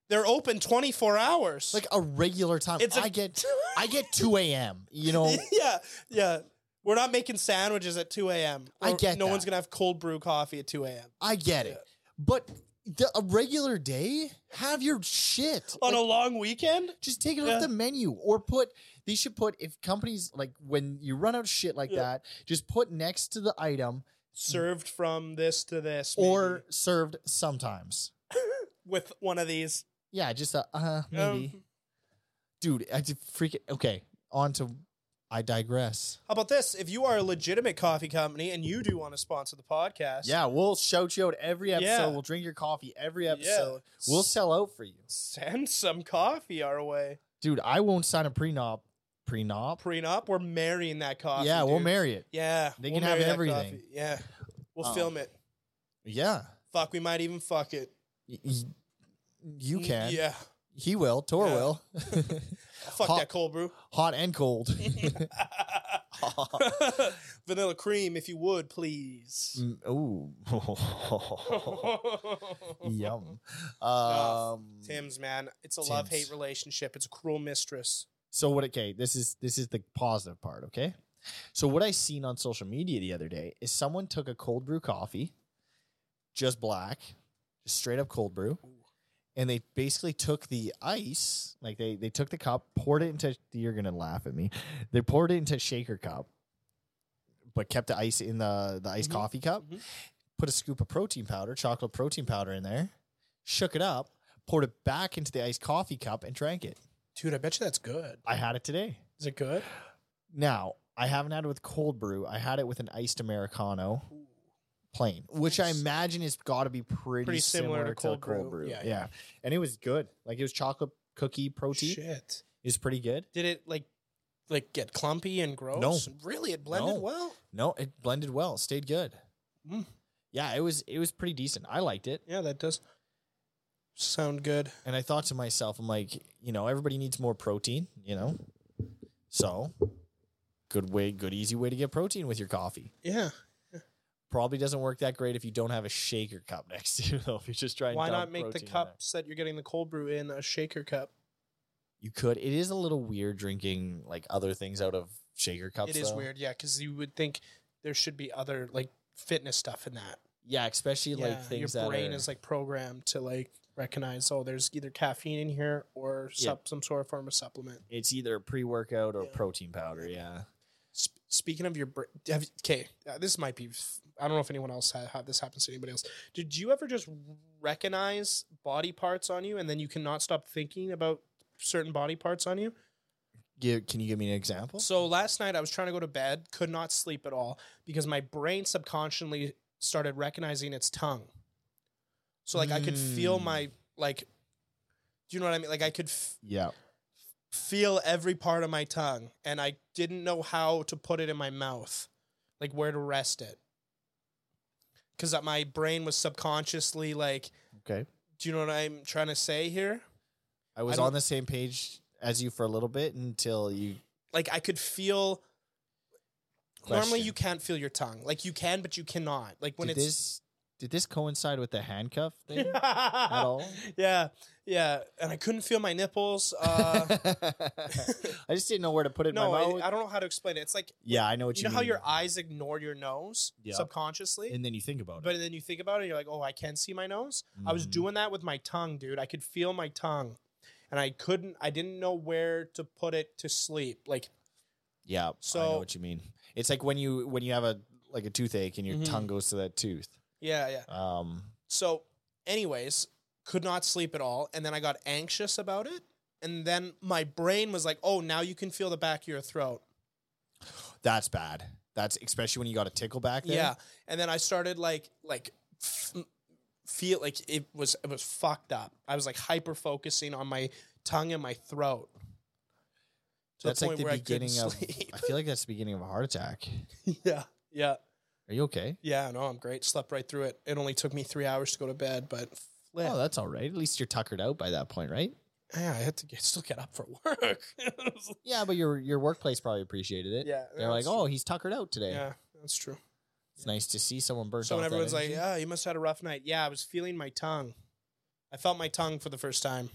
B: They're open twenty four hours. [LAUGHS]
A: Like a regular time.
B: It's a-
A: I get I get 2 a.m. You
B: [LAUGHS]
A: know,
B: yeah, yeah. We're not making sandwiches at two a.m.
A: I
B: Or
A: get
B: no
A: that.
B: one's gonna have cold brew coffee at two a.m.
A: I get
B: Yeah.
A: it. But the, a regular day, have your shit.
B: on
A: Like,
B: a long weekend.
A: just take it
B: Yeah.
A: off the menu or put, they should put, if companies, like when you run out of shit like
B: Yeah.
A: that, just put next to the item
B: Served from this to this,
A: or
B: maybe,
A: served sometimes.
B: with one of these.
A: Yeah, just a, uh, maybe.
B: Um,
A: Dude, I just freaking, okay, on to, I digress.
B: how about this? If you are a legitimate coffee company and you do want to sponsor the podcast,
A: Yeah, we'll shout you out every episode.
B: Yeah.
A: We'll drink your coffee every
B: Yeah.
A: episode. We'll sell out for you.
B: send some coffee our way.
A: Dude, I won't sign a prenup. Prenup?
B: Prenup, we're marrying that coffee.
A: yeah, we'll
B: dude.
A: marry it.
B: Yeah,
A: They
B: we'll
A: can have
B: marry that
A: everything.
B: coffee. Yeah, we'll
A: Um,
B: film it.
A: Yeah.
B: Fuck, we might even fuck it.
A: Y- y- You
B: Mm,
A: can.
B: Yeah,
A: He will. Tor
B: Yeah. [LAUGHS]
A: will.
B: fuck
A: Hot-
B: that
A: [LAUGHS]
B: cold brew.
A: Hot and
B: [LAUGHS]
A: cold. Mm,
B: Vanilla cream, if you would, please.
A: Mm, ooh. [LAUGHS] Mm.
B: [LAUGHS]
A: Yum. Um,
B: Tim's man, it's a
A: Tim's.
B: love hate relationship. It's a cruel mistress.
A: So what? Okay, this is this is the positive part. Okay, so what I seen on social media the other day is someone took a cold brew coffee, just black, just straight up cold brew,
B: Ooh.
A: and they basically took the ice, like they they took the cup, poured it into. You're gonna laugh at me. They poured it into a shaker cup, but kept the ice in the the iced
B: Mhm.
A: coffee cup.
B: Mhm.
A: Put a scoop of protein powder, chocolate protein powder in there, shook it up, poured it back into the iced coffee cup, and drank it.
B: Dude, I bet you that's good.
A: I had it today.
B: Is it good?
A: Now, I haven't had it with cold brew. I had it with an iced Americano plain, which I
B: Nice.
A: imagine has got to be pretty,
B: Pretty
A: similar, to cold, brew.
B: Yeah,
A: Yeah,
B: yeah.
A: And it was good. Like it was chocolate cookie protein. It
B: Shit.
A: was pretty good.
B: Did it like like get clumpy and gross? No. Really, it blended
A: No.
B: well.
A: No, it blended well, stayed good.
B: Mm.
A: Yeah, it was it was pretty decent. I liked it.
B: Yeah, that does sound good.
A: And I thought to myself, I'm like, you know, everybody needs more protein, you know? So, good way, good easy way to get protein with your coffee.
B: Yeah.
A: Probably doesn't work that great if you don't have a shaker cup [LAUGHS] next to you, though. If you just try and
B: Why
A: dump
B: not make the
A: protein in there.
B: cups that you're getting the cold brew in a shaker cup?
A: You could. It is a little weird drinking like other things out of shaker cups.
B: It is
A: though.
B: weird, yeah, because you would think there should be other like fitness stuff in that.
A: Yeah, especially
B: yeah,
A: like things
B: your brain
A: that are,
B: is like programmed to like recognize oh there's either caffeine in here or
A: Yeah.
B: sup- some sort of form of supplement.
A: it's either pre workout or
B: Yeah.
A: protein powder. Yeah.
B: Sp- speaking of your brain, okay, uh, this might be. f- I don't know if anyone else had, had this happens to anybody else. Did you ever just recognize body parts on you and then you cannot stop thinking about certain body parts on you?
A: Gi- can you give me an example?
B: So last night I was trying to go to bed, could not sleep at all because my brain subconsciously started recognizing its tongue. So like I could feel
A: Mm.
B: my like do you know what I mean? Like I could f-
A: yeah.
B: feel every part of my tongue and I didn't know how to put it in my mouth. Like where to rest it. because my brain was subconsciously like,
A: Okay.
B: do you know what I'm trying to say here?
A: I was
B: don't-
A: on the same page as you for a little bit until you
B: Like I could feel. Normally,
A: Question.
B: you can't feel your tongue. Like you can, but you cannot. Like when
A: did
B: [LAUGHS] it's
A: this. Did this coincide with the
B: [LAUGHS]
A: handcuff thing at
B: Uh,
A: all? [LAUGHS]
B: Yeah, yeah, and I couldn't feel my nipples. Uh,
A: I just didn't know where to put it in
B: no,
A: my mouth.
B: I, I don't know how to explain it. It's like
A: yeah, I know what
B: you
A: you,
B: know how
A: mean.
B: your eyes ignore your nose
A: Yeah.
B: subconsciously,
A: and then you think about
B: but
A: it.
B: then you think about it, you're like, oh, I can see my nose. I was
A: Mhm.
B: doing that with my tongue, dude. I could feel my tongue, and I couldn't. I didn't know where to put it to sleep. Like
A: Yeah, I know
B: So-
A: what you mean. It's like when you when you have a like a toothache and your
B: Mhm.
A: tongue goes to that tooth.
B: yeah, yeah.
A: Um,
B: So, anyways, could not sleep at all, and then I got anxious about it, and then my brain was like, oh, now you can feel the back of your throat.
A: that's bad. That's especially when you got a tickle back there.
B: Yeah, and then I started like like f- feel like it was it was fucked up. I was like hyper focusing on my tongue and my throat. To
A: that's like the
B: I
A: beginning
B: couldn't
A: of.
B: sleep. [LAUGHS]
A: I feel like that's the beginning of a heart attack.
B: yeah, yeah,
A: Are you okay?
B: yeah. No, I'm great. Slept right through it. It only took me three hours to go to bed, but flip.
A: Oh, that's all right. At least you're tuckered out by that point, right?
B: yeah, I had to get, still get up for work. [LAUGHS] It was like-
A: Yeah, but your your workplace probably appreciated it.
B: yeah,
A: They're like,
B: that's
A: oh, he's tuckered out
B: true.
A: today.
B: yeah, that's true.
A: It's nice to see someone burnt
B: So
A: off.
B: when
A: that
B: everyone's like,
A: energy.
B: yeah, you must have had a rough night. Yeah, I was feeling my tongue. I felt my tongue for the first time.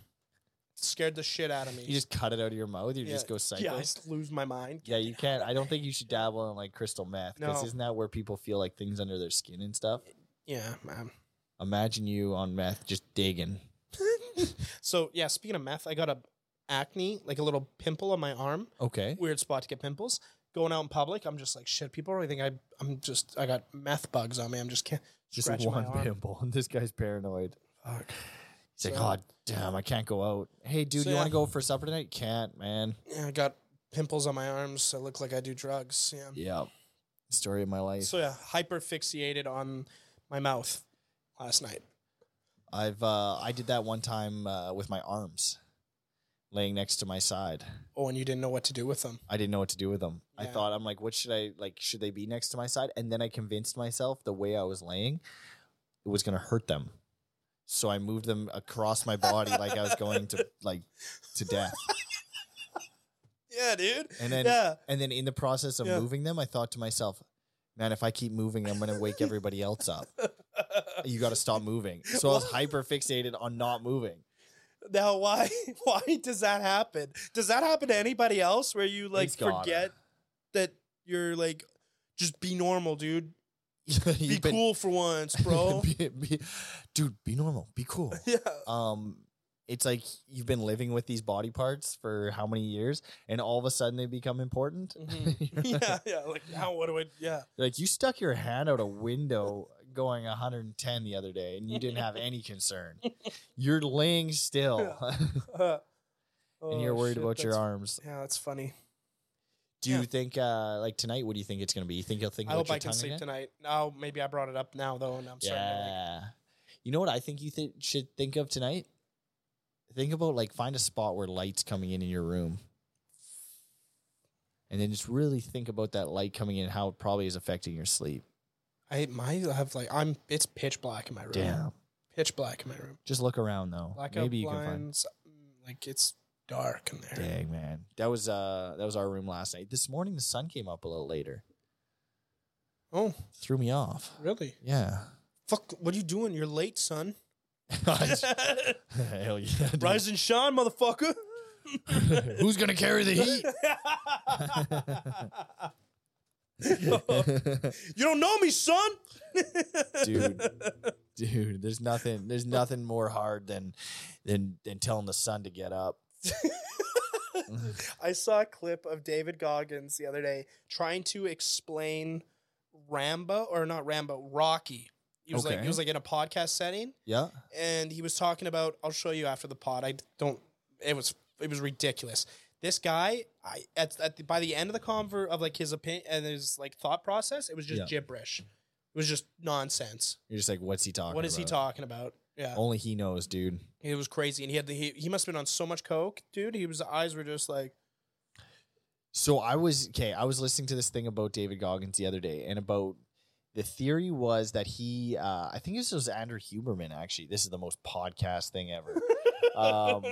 B: scared the shit out of me.
A: you just cut it out of your mouth. You
B: Yeah.
A: just go psycho.
B: Yeah, I just [LAUGHS] lose my mind.
A: Yeah, you can't. I don't think you should dabble in like crystal meth because
B: No.
A: isn't that where people feel like things under their skin and stuff?
B: Yeah, um, man.
A: Imagine you on meth just digging.
B: [LAUGHS] so yeah, speaking of meth, I got a acne, like a little pimple on my arm.
A: Okay.
B: Weird spot to get pimples. Going out in public, I'm just like shit. People really think I, I'm just, I got meth bugs on me. I'm just can't.
A: Just
B: scratching my
A: one
B: arm.
A: pimple. And [LAUGHS] this guy's paranoid.
B: Fuck.
A: He's like,
B: So-
A: God damn, I can't go out. Hey, dude,
B: So,
A: you
B: yeah.
A: want to go for supper tonight? Can't, man.
B: Yeah, I got pimples on my arms. I look like I do drugs. Yeah.
A: Yeah. Story of my life.
B: So yeah, hyper fixated on my mouth last night.
A: I've uh, I did that one time uh, with my arms, laying next to my side.
B: Oh, and you didn't know what to do with them.
A: I didn't know what to do with them. I
B: Yeah.
A: thought I'm like, what should I like? Should they be next to my side? And then I convinced myself the way I was laying, it was gonna hurt them. So I moved them across my body like
B: [LAUGHS]
A: I was going to like to death.
B: Yeah, dude.
A: And then
B: yeah. [LAUGHS]
A: and then in the process of
B: Yeah.
A: moving them, I thought to myself, man, if I keep moving, I'm gonna wake everybody else up. You got to stop moving. So I was
B: Well-
A: hyper fixated on not moving. [LAUGHS]
B: Now, why [LAUGHS] why does that happen? Does that happen to anybody else where you like
A: It's gotta.
B: forget that you're like just be normal, dude. Be
A: You've been-
B: cool for once, bro.
A: [LAUGHS] Be- be- dude, be normal. Be cool.
B: [LAUGHS] yeah.
A: um it's like you've been living with these body parts for how many years and all of a sudden they become important [LAUGHS] You're
B: Mm-hmm. yeah, yeah. Like now what do I yeah. [LAUGHS]
A: like you stuck your hand out a window going 110 the other day and you didn't have any
B: [LAUGHS]
A: concern you're laying still [LAUGHS] and you're
B: Oh,
A: worried
B: shit,
A: about your
B: that's-
A: arms
B: [LAUGHS] Yeah, that's funny.
A: do you
B: Yeah.
A: think uh like tonight what do you think it's gonna be you think you'll think
B: I
A: about
B: hope
A: your
B: I can
A: tongue
B: sleep
A: again?
B: tonight. No, maybe I brought it up now though, and I'm sorry.
A: yeah you know what i think you th- should think of tonight think about like find a spot where light's coming in in your room and then just really think about that light coming in and how it probably is affecting your sleep
B: I my I have like I'm it's pitch black in my room.
A: damn
B: Pitch black in my room.
A: just look around though
B: Blackout
A: maybe you
B: blinds. mm, Like it's dark in there.
A: can find [LAUGHS] dang man that was uh that was our room last night this morning the sun came up a little later
B: Oh,
A: threw me off
B: really? [LAUGHS]
A: yeah [LAUGHS]
B: Fuck, what are you doing? You're late, son.
A: Hell yeah, dude.
B: [LAUGHS] Rise and shine, motherfucker.
A: [LAUGHS] who's gonna carry the
B: [LAUGHS]
A: heat [LAUGHS]
B: you don't know me, son.
A: Dude. dude there's nothing there's nothing more hard than than than telling the sun to get
B: [LAUGHS]
A: up
B: I saw a clip of David Goggins the other day trying to explain Rambo, or not Rambo, Rocky. He was like
A: Okay.
B: he was like in a podcast setting,
A: yeah
B: and he was talking about. I'll show you after the pod. I don't. It was it was ridiculous. This guy, I at, at the, by the end of the convert of like his opinion and his like thought process, it was just
A: Yeah.
B: gibberish. It was just nonsense.
A: you're just like what's he talking
B: What is he
A: about? Oh.
B: talking about? Yeah,
A: only he knows dude
B: it was crazy, and he had the he, he must have been on so much coke, dude. He was eyes were just like
A: so i was okay i was listening to this thing about david goggins the other day and about the theory was that he, uh, I think this was Andrew Huberman. Actually, this is the most podcast thing ever. um,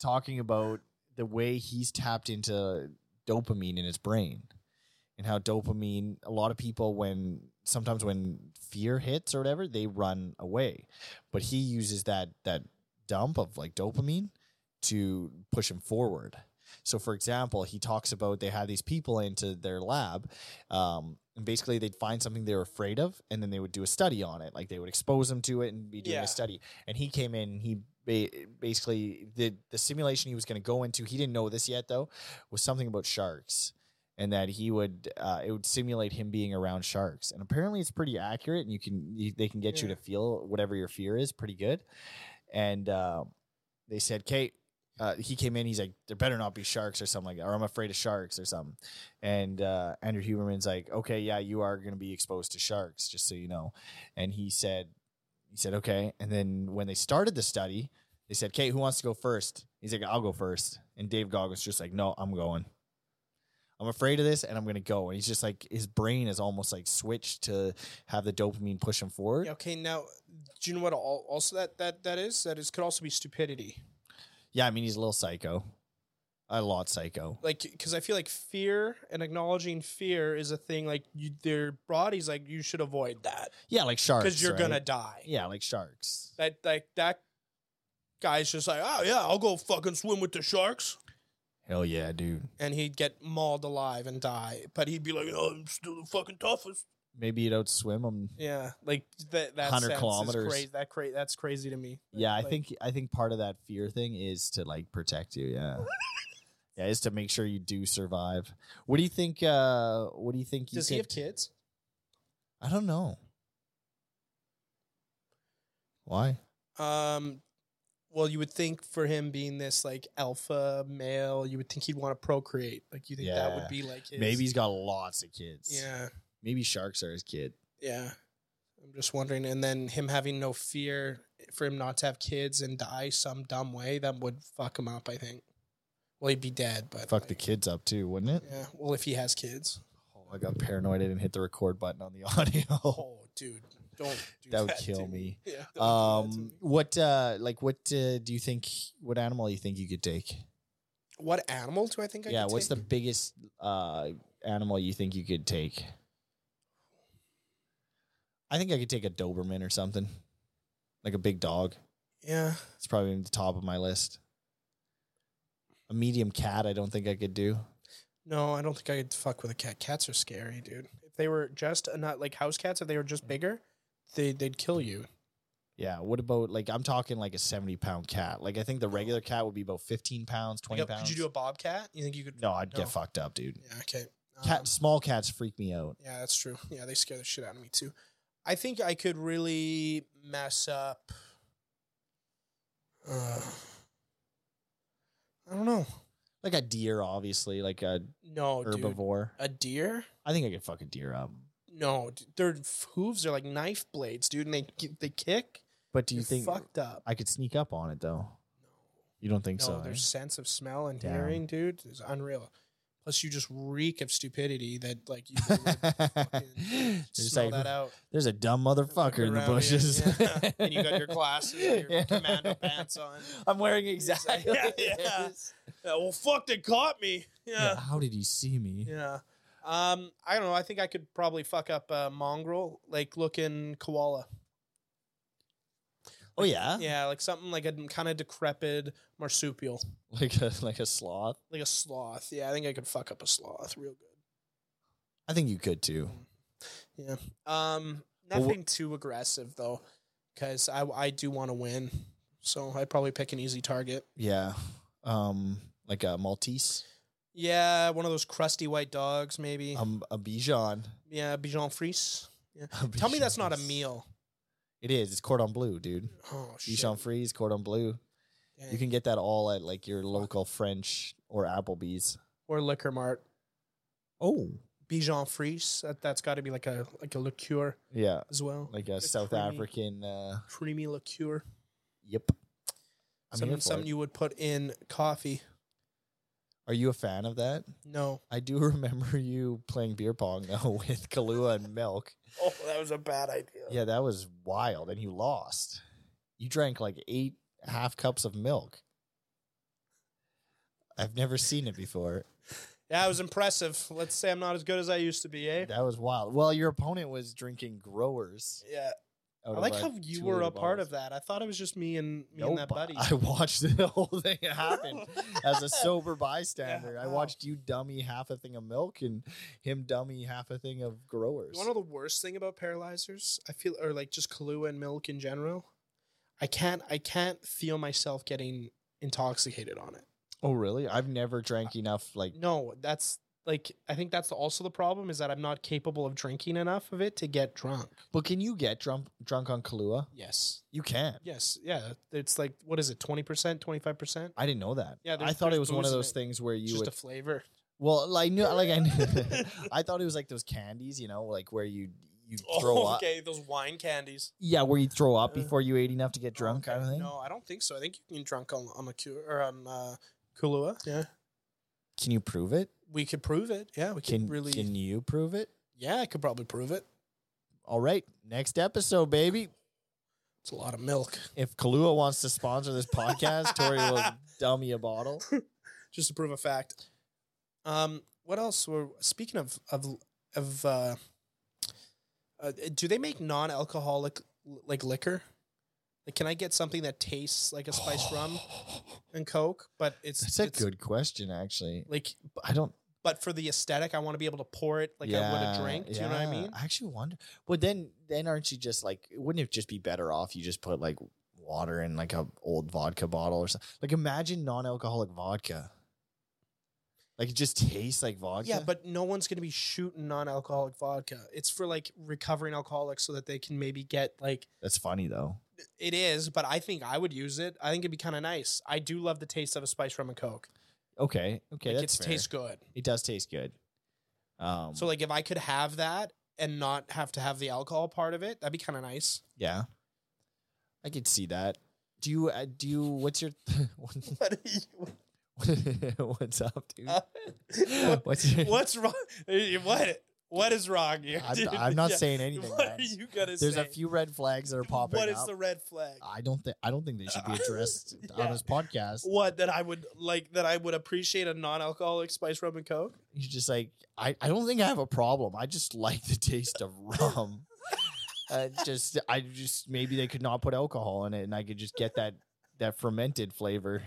A: talking about the way he's tapped into dopamine in his brain and how dopamine a lot of people when sometimes when fear hits or whatever they run away but he uses that that dump of like dopamine to push him forward so for example he talks about they had these people into their lab um, and basically they'd find something they were afraid of and then they would do a study on it like they would expose them to it and be doing
B: Yeah.
A: a study and he came in and he ba- basically the the simulation he was going to go into he didn't know this yet though was something about sharks and that he would uh, it would simulate him being around sharks and apparently it's pretty accurate and you can you, they can get you
B: Yeah.
A: to feel whatever your fear is pretty good and uh, they said kate uh, he came in he's like there better not be sharks or something like that or i'm afraid of sharks or something and uh, andrew huberman's like okay yeah you are going to be exposed to sharks just so you know and he said he said okay and then when they started the study they said kate who wants to go first he's like i'll go first and dave goggins just like no i'm going I'm afraid of this and I'm going to go. And he's just like, his brain is almost like switched to have the dopamine push him forward.
B: Yeah, okay, now do you know what al- also that that that is? That is could also be stupidity.
A: Yeah, I mean, he's a little psycho. A lot psycho.
B: Like cuz I feel like fear and acknowledging fear is a thing like you, their body's like you should avoid that
A: Yeah, like sharks.
B: cuz you're going to
A: right?
B: die.
A: Yeah, like sharks.
B: That like that guy's just like, "Oh yeah, I'll go fucking swim with the sharks."
A: Hell yeah, dude.
B: And he'd get mauled alive and die, but he'd be like, "Oh, I'm still the fucking toughest."
A: Maybe you'd outswim him.
B: Yeah, like that. That
A: 100
B: 100
A: kilometers.
B: kilometers. Crazy. That cra- That's crazy to me.
A: Yeah, I
B: Like,
A: think I think part of that fear thing is to like protect you.
B: [LAUGHS]
A: Yeah, yeah, is to make sure you do survive. What do you think? uh What do you think? You
B: Does he have
A: could-
B: kids?
A: I don't know. Why?
B: Um, well, you would think for him being this like alpha male, you would think he'd want to procreate. Like you think that
A: Yeah.
B: would be like his,
A: Maybe he's got lots of kids.
B: Yeah,
A: Maybe sharks are his kid.
B: yeah. I'm just wondering. And then him having no fear for him not to have kids and die some dumb way that would fuck him up. I think. Well, he'd be dead, but
A: Fuck the
B: like,
A: kids up too, wouldn't it?
B: Yeah. Well, if he
A: [LAUGHS]
B: has kids.
A: Oh, I got paranoid. I didn't hit the record button on the [LAUGHS] audio.
B: Oh, dude, don't.
A: [LAUGHS]
B: Do
A: that would
B: to
A: kill me.
B: [LAUGHS] Yeah. don't do that to
A: Um,
B: me.
A: what uh, like what uh, do you think? What animal you think you could take?
B: What animal do I think I
A: yeah,
B: could
A: what's
B: take?
A: the biggest uh animal you think you could take? I think I could take a Doberman or something, like a big dog.
B: Yeah.
A: It's probably in the top of my list. A medium cat, I don't think I could do.
B: No, I don't think I could fuck with a cat. Cats are scary, dude. If they were just a, not like house cats, if they were just bigger, they they'd kill you.
A: Yeah. What about like I'm talking like a 70 pound cat? Like I think the regular cat would be about 15 pounds, 20
B: Like,
A: pounds.
B: could you do a bobcat? You think you could?
A: no, I'd
B: No.
A: get fucked up, dude.
B: Yeah. Okay.
A: Cat,
B: Um,
A: small cats freak me out.
B: yeah, that's true. [LAUGHS] Yeah, they scare the shit out of me too. I think I could really mess up. Uh, I don't know.
A: Like a deer, obviously, like a
B: No, Oh, dude.
A: herbivore.
B: A deer?
A: I think I could fuck a deer up.
B: No, d- their f- hooves are like knife blades, dude, and they ki- they kick.
A: But do you
B: You're
A: think
B: fucked up?
A: I could sneak up on it though? You don't think
B: no,
A: so?
B: their
A: eh?
B: sense of smell and
A: Damn.
B: hearing, dude, is unreal. Plus, you just reek of stupidity that like you [LAUGHS] can,
A: [LAUGHS]
B: like, fucking
A: eh? They're just
B: smell
A: like,
B: that out.
A: There's a dumb motherfucker in the
B: Around you,
A: bushes. [LAUGHS]
B: yeah. And you got your glasses, you got your
A: Yeah.
B: commando pants on.
A: I'm wearing
B: It's
A: [LAUGHS]
B: like, [LAUGHS]
A: exactly. [LAUGHS]
B: yeah, yeah.
A: this.
B: Yeah, well, fuck, they caught me.
A: Yeah,
B: Yeah,
A: How did he see me?
B: yeah. Um, I don't know. I think I could probably fuck up a mongrel, like looking koala.
A: Oh yeah?
B: Yeah, like something like a kind of decrepit marsupial,
A: like a like a sloth.
B: like a sloth. Yeah, I think I could fuck up a sloth real good.
A: I think you could too.
B: Um,
A: Well, wh-
B: nothing too aggressive though, because I I do want to win, so I'd probably pick an easy target.
A: Yeah, um, like a Maltese,
B: Yeah, one of those crusty white dogs, maybe.
A: um, a Bichon. [LAUGHS]
B: yeah, Bichon Frise.
A: A
B: Tell me that's
A: Bichon
B: not a
A: is-
B: meal.
A: It is. It's cordon bleu, dude.
B: Oh shit!
A: Bichon frise, cordon bleu.
B: Dang.
A: You can get that all at like your local French or Applebee's.
B: or liquor mart.
A: Oh,
B: Bichon Frise. That, that's got to be like a like a liqueur
A: yeah,
B: as well,
A: like a
B: It's
A: South
B: creamy.
A: African. Uh,
B: creamy liqueur.
A: yep. I'm here
B: Something
A: for
B: something
A: it.
B: you would put in coffee.
A: Are you a fan of that?
B: No.
A: I do [LAUGHS] remember you playing beer pong though [LAUGHS] with Kahlua and milk.
B: Oh, that was a bad idea.
A: Yeah, that was wild, and you lost. You drank like eight half cups of milk. I've never seen it before.
B: Yeah, it was impressive. Let's say I'm not as good as I used to be, eh?
A: That was wild. Well, your opponent was drinking growers.
B: Yeah.
A: out
B: I
A: of
B: like
A: our
B: how you
A: two
B: were
A: little
B: a part
A: bottles.
B: of that. I thought it was just me and me and that
A: Nope, I-
B: buddy.
A: [LAUGHS] I watched the whole thing happen [LAUGHS] as
B: [LAUGHS]
A: a sober bystander. I
B: wow.
A: watched you dummy half a thing of milk and him dummy half a thing of growers.
B: You want to know the worst thing about paralyzers? I feel, or like just Kahlua and milk in general. I can't, I can't feel myself getting intoxicated on it.
A: Oh, really? I've never drank
B: Uh,
A: enough. Like,
B: No, that's like, I think that's also the problem is that I'm not capable of drinking enough of it to get drunk.
A: but can you get drunk drunk on Kahlua?
B: Yes.
A: You can.
B: Yes. Yeah. It's like, what is it? 20%, 25%?
A: I didn't know that.
B: Yeah,
A: I
B: there's-
A: thought it
B: there's
A: was one of
B: booze in
A: those
B: it.
A: things where you
B: Just
A: would.
B: a flavor.
A: well, like, knew, like I, knew, [LAUGHS]
B: [LAUGHS]
A: I thought it was like those candies, you know, like where you you
B: [LAUGHS]
A: throw up.
B: Oh, okay. Those wine candies.
A: Yeah, where you throw up
B: Uh,
A: before you ate enough to get drunk.
B: Okay.
A: kind of thing.
B: No, I don't think so. I think you can drunk on on a cure or on uh, Kahlua. Yeah,
A: Can you prove it?
B: we could prove it. Yeah, we
A: Can
B: could really.
A: can you prove it?
B: yeah, I could probably prove it.
A: All right, next episode, baby.
B: It's a lot of milk.
A: If Kalua wants to sponsor this podcast, Tori
B: [LAUGHS]
A: will dummy a bottle.
B: Just to prove a fact. Um, what else? Were speaking of of of. Uh, uh, do they make non-alcoholic l- like liquor? Like, can I get something that tastes like a
A: [SIGHS]
B: spiced rum and coke, but it's
A: That's a
B: it's
A: good question, actually.
B: like,
A: I don't
B: but for the aesthetic, I want to be able to pour it like I would a drink. Do you know what I
A: yeah.
B: mean?
A: I actually wonder. But then, then aren't you just like? Wouldn't it just be better off you just put like water in like a old vodka bottle or something? Like imagine non-alcoholic vodka. Like it just tastes like vodka.
B: Yeah, but no one's going to be shooting non-alcoholic vodka. It's for like recovering alcoholics so that they can maybe get like
A: that's funny though.
B: it is, but I think I would use it. I think it'd be kind of nice. I do love the taste of a spice rum and coke.
A: Okay, okay,
B: like,
A: that's
B: it
A: fair.
B: tastes good.
A: It does taste good. Um,
B: So like if I could have that and not have to have the alcohol part of it, that'd be kind of nice. [LAUGHS]
A: yeah, I could see that. Do you? Uh, do you? What's your? [LAUGHS] what-
B: What are
A: what's up, dude?
B: Uh, you,
A: [LAUGHS] what's your?
B: what's wrong? What what is wrong here?
A: [LAUGHS] I'm,
B: dude?
A: I'm not
B: [LAUGHS] Yeah.
A: saying anything.
B: What
A: man.
B: are you gonna
A: There's
B: say?
A: a few red flags that are popping
B: What is
A: up.
B: the red flag?
A: I don't think I don't think they should be
B: [LAUGHS]
A: addressed on
B: Yeah.
A: this podcast.
B: What that I would like that I would appreciate a non-alcoholic spice rum and coke.
A: You're just like I, I don't think I have a problem. I just like the taste of
B: [LAUGHS]
A: rum. uh, just I just maybe they could not put alcohol in it, and I could just get that that fermented
B: [LAUGHS]
A: flavor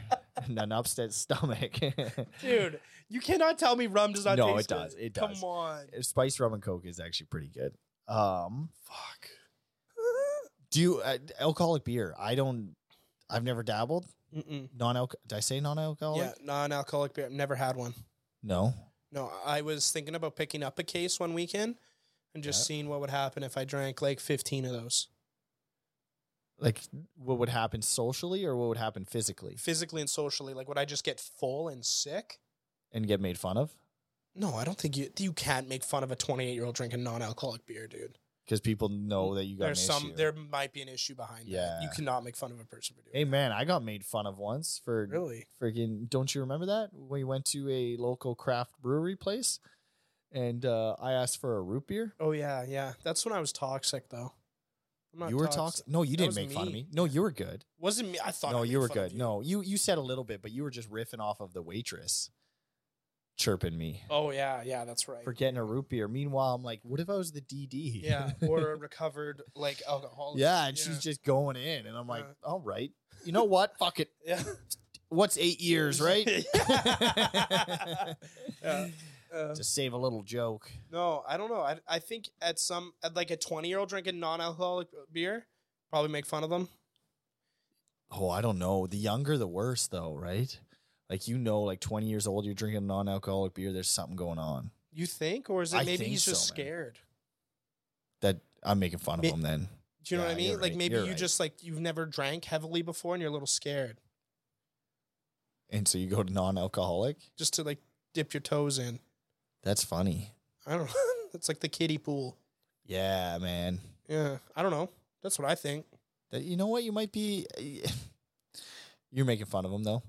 A: and an upset stomach. [LAUGHS]
B: Dude, you cannot tell me rum does not
A: No,
B: taste
A: it does.
B: good.
A: It does.
B: Come on.
A: Spice rum and coke is actually pretty good. Um,
B: Fuck.
A: do you uh, alcoholic beer? I don't. I've never dabbled
B: Mm-mm.
A: non alcohol. Did I say non alcoholic?
B: Yeah, non-alcoholic beer. I've never had one.
A: No.
B: No, I was thinking about picking up a case one weekend and just
A: Yeah.
B: seeing what would happen if I drank like 15 of those.
A: Like what would happen socially or what would happen physically
B: Physically and socially, like would I just get full and sick?
A: and get made fun of?
B: No, I don't think you you can't make fun of a 28-year-old drinking non-alcoholic beer, dude.
A: because people know that you got
B: There's
A: an
B: some
A: issue.
B: there might be an issue behind that. You
A: Yeah.
B: cannot make fun of a person for doing
A: Hey man, I got made fun of once for
B: that. Really?
A: freaking. Don't you remember that? We went to a local craft brewery place, and uh, I asked for a root beer.
B: Oh yeah, yeah. That's when I was toxic though. I'm not
A: You were toxic. No, you
B: That
A: didn't
B: was
A: make fun of
B: me.
A: me. No, you were good.
B: Wasn't me. I thought. I
A: no,
B: made
A: you were
B: fun of
A: good. No, you you said a little bit, but you were just riffing off of the waitress chirping me
B: Oh yeah, yeah, that's right.
A: for getting a root beer. Meanwhile, I'm like, what if I was the DD? [LAUGHS]
B: yeah, or a recovered like alcoholic.
A: yeah, and
B: [LAUGHS]
A: she's just going in, and I'm like,
B: Yeah.
A: all right, you know what? Fuck it.
B: yeah.
A: What's eight years, right?
B: [LAUGHS] Yeah.
A: [LAUGHS]
B: Uh,
A: to save a little joke.
B: no, I don't know. I, I think at some at like a 20 year old drinking non-alcoholic beer, probably make fun of them.
A: Oh, I don't know. The younger, the worse, though, right? Like you know, like twenty years old, you're drinking non-alcoholic beer. There's something going on.
B: You think, or is it
A: I
B: maybe
A: think
B: he's just
A: so, man.
B: scared?
A: That I'm making fun of
B: Me-
A: them. Then
B: Do you know
A: Yeah,
B: what I mean?
A: you're
B: Like
A: right,
B: maybe
A: you're
B: you
A: right.
B: just like you've never drank heavily before and you're a little scared
A: and so you go to non-alcoholic.
B: just to like dip your toes in.
A: That's funny.
B: I don't know. [LAUGHS] It's like the kiddie pool.
A: Yeah, man.
B: Yeah, I don't know. That's what I think.
A: [LAUGHS] That you know what you might be. You're making fun of them though.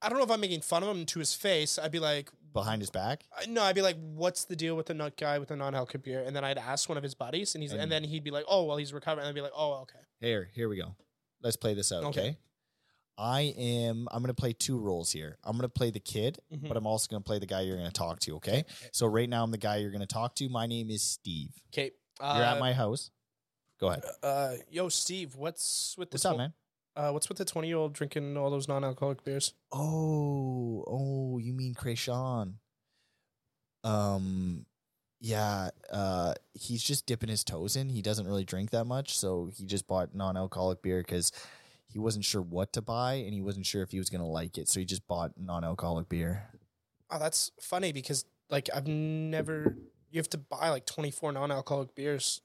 B: I don't know if I'm making fun of him to his face. I'd be like,
A: behind his back.
B: I- no, I'd be like, what's the deal with the nut guy with the non-alcohol beer? And then I'd ask one of his buddies, and he's and,
A: And-
B: then he'd be like, oh well, he's recovering. And I'd be like, oh okay,
A: Here, here we go. Let's play this out,
B: Okay.
A: okay? I am I'm gonna play two roles here. I'm gonna play the kid,
B: Mhm.
A: but I'm also gonna play the guy you're gonna talk to, okay? So right now I'm the guy you're gonna talk to. My name is Steve.
B: okay. Uh,
A: You're at my house. Go ahead.
B: Uh, yo, Steve, what's with the
A: What's up,
B: twen-
A: man?
B: Uh, what's with the twenty-year-old drinking all those non-alcoholic beers?
A: Oh, oh, you mean Krayshawn. Um yeah, uh he's just dipping his toes in. He doesn't really drink that much, so he just bought non-alcoholic beer cuz he wasn't sure what to buy and he wasn't sure if he was going to like it, so he just bought non-alcoholic beer.
B: Oh, that's funny because like I've never. You have to buy like twenty-four non-alcoholic beers.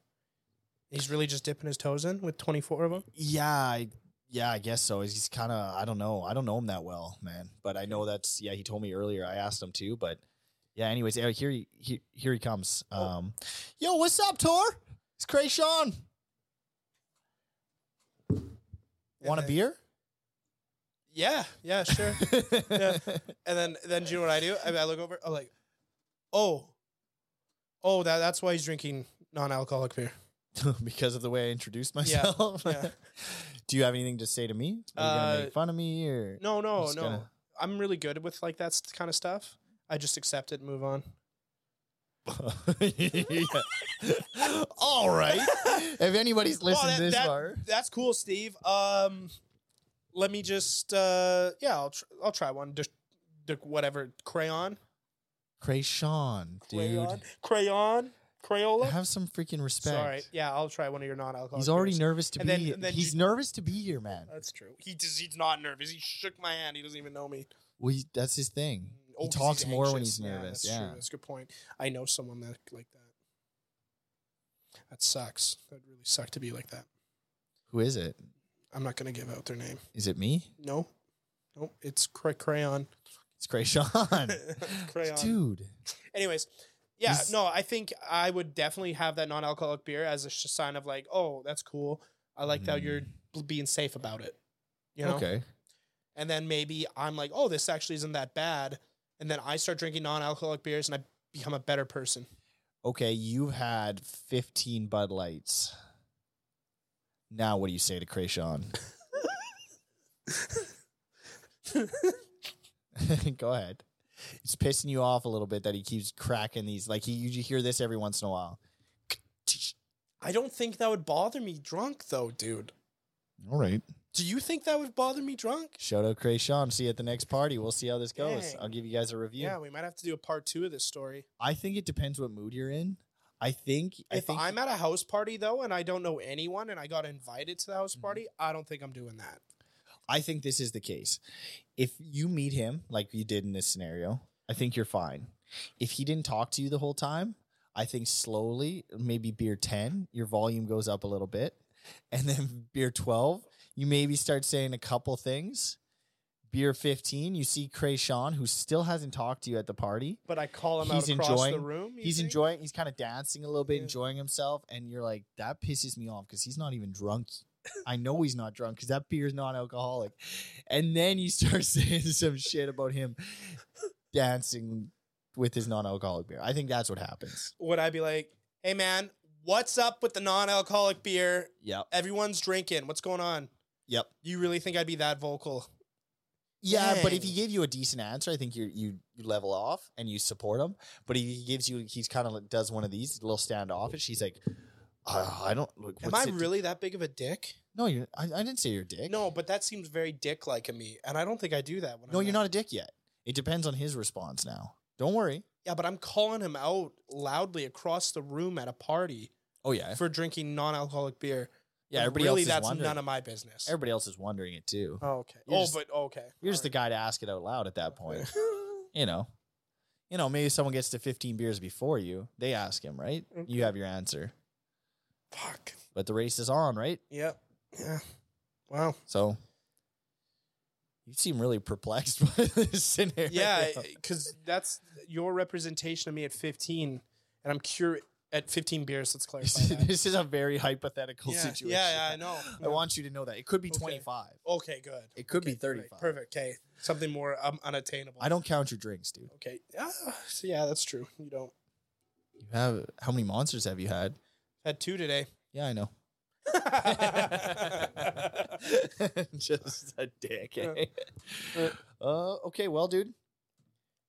B: He's really just dipping his toes in with twenty-four of them.
A: Yeah, I, yeah, I guess so. He's kind of I don't know. I don't know him that well, man. But I know that's yeah. He told me earlier. I asked him too, but yeah. Anyways, Eric, here he, he here he comes.
B: Oh.
A: Um, yo, what's up, Tor? It's Krayshawn. Want a
B: then-
A: beer?
B: Yeah, yeah, sure. Yeah. And then then do you know what I do? I, I look over. I'm like, oh, oh, that that's why he's drinking non-alcoholic beer.
A: [LAUGHS] because of the way I introduced myself.
B: yeah.
A: [LAUGHS] Do you have anything to say to me? Are you gonna
B: Uh,
A: make fun of me or
B: No, no,
A: Just
B: no.
A: gonna- [LAUGHS]
B: I'm really good with like that kind of stuff. I just accept it and move on.
A: Yeah. [LAUGHS] All
B: [LAUGHS]
A: right. If anybody's listened
B: that-
A: this
B: that-
A: far,
B: That's cool, Steve. Um, let me just uh, yeah, I'll tr- I'll try one. Just just whatever crayon,
A: Krayshawn, dude.
B: crayon, crayon, Crayola.
A: Have some freaking respect.
B: Sorry, yeah, I'll try one of your non-alcoholic.
A: He's already
B: beers.
A: nervous to
B: And
A: be
B: then-
A: here.
B: and then
A: He's
B: you- Uh,
A: nervous to be here, man.
B: That's true. He does, he's not nervous. He shook my hand. He doesn't even know me.
A: Well, he, that's his thing.
B: Oh,
A: he
B: 'cause
A: talks more when
B: anxious.
A: he's nervous.
B: that's
A: Yeah.
B: true. that's a good point. I know someone that like that. That sucks. That would really suck to be like that.
A: Who is it?
B: I'm not gonna give out their name.
A: Is it me?
B: No, no, it's cray- crayon.
A: It's
B: [LAUGHS]
A: Krayshawn.
B: Crayon.
A: Dude.
B: Anyways, yeah,
A: This-
B: no, I think I would definitely have that non-alcoholic beer as a sh- sign of like, oh, that's cool. I like that
A: Mm.
B: you're bl- being safe about it. You know,
A: Okay.
B: and then maybe I'm like, oh, this actually isn't that bad, and then I start drinking non-alcoholic beers and I become a better person.
A: Okay, you've had 15 Bud Lights. Now what do you say to
B: [LAUGHS]
A: Krayshawn? [LAUGHS] Go ahead. It's pissing you off a little bit that he keeps cracking these. Like he, you hear this every once in a while.
B: I don't think that would bother me drunk though, dude.
A: All right.
B: Do you think that would bother me drunk?
A: Shout out Krayshawn. See you at the next party. We'll see how this goes.
B: Dang.
A: I'll give you guys a review.
B: Yeah, we might have to do a part two of this story.
A: I think it depends what mood you're in. I think I
B: if
A: think
B: I'm at a house party though, and I don't know anyone, and I got invited to the house
A: Mhm.
B: party, I don't think I'm doing that.
A: I think this is the case. If you meet him like you did in this scenario, I think you're fine. If he didn't talk to you the whole time, I think slowly, maybe beer 10, your volume goes up a little bit. And then [LAUGHS] beer 12, you maybe start saying a couple things. Beer 15, you see Krayshawn, who still hasn't talked to you at the party.
B: But I call him
A: He's
B: out across the
A: enjoying-
B: room. you
A: He's
B: think?
A: enjoying, he's kind of dancing a little bit,
B: Yeah.
A: enjoying himself. And you're like, that pisses me off because he's not even drunk. I know he's not drunk because that beer is non alcoholic. And then you start [LAUGHS] saying some shit about him dancing with his non alcoholic beer. I think that's what happens.
B: Would I be like, "Hey man, what's up with the non-alcoholic beer?
A: Yep.
B: Everyone's drinking. What's going on?
A: Yep.
B: You really think I'd be that vocal?
A: Yeah, but if
B: Dang.
A: he gave you a decent answer, I think you you you level off and you support him. But if he gives you, he's kind of like, does one of these a little standoffish. He's like, uh, I don't. Look,
B: Am
A: what's
B: I
A: it-
B: really that big of a dick?
A: No, you're. I, I didn't say you're a dick.
B: No, but that seems very dick-like of me, and I don't think I do that. When
A: no,
B: I'm
A: you're not
B: at-
A: a dick yet. It depends on his response now. Don't worry.
B: Yeah, but I'm calling him out loudly across the room at a party
A: Oh yeah,
B: for drinking non-alcoholic beer.
A: yeah.
B: When
A: Everybody
B: really,
A: else is
B: that's
A: wondering.
B: none of my business.
A: everybody else is wondering it too.
B: Oh, okay.
A: You're
B: oh,
A: just-
B: but okay.
A: You're just the guy to ask it out loud at that
B: Alright.
A: point. You know, you know. Maybe someone gets to 15 beers before you. They ask him, right?
B: Okay.
A: You have your answer.
B: [LAUGHS] Fuck.
A: But the race is on, right?
B: Yep. Yeah. [LAUGHS] Wow.
A: So you seem really perplexed [LAUGHS] by this scenario.
B: Yeah, because that's your representation of me at 15, and I'm curious. at 15 beers.
A: [LAUGHS]
B: Let's clarify.
A: [LAUGHS]
B: that.
A: this is a very hypothetical
B: yeah,
A: situation.
B: yeah, yeah, I know.
A: I want you to know that it could be
B: Okay.
A: 25.
B: Okay, good.
A: It could be
B: Okay, great.
A: 35.
B: Perfect. Okay, something more um, unattainable.
A: I don't count your drinks, dude.
B: Okay. Ah, so yeah, that's true. You don't.
A: You have how many monsters have you had?
B: Had two today.
A: Yeah, I know. [LAUGHS]
B: [LAUGHS]
A: Just a dick. eh? Uh, okay, well, dude.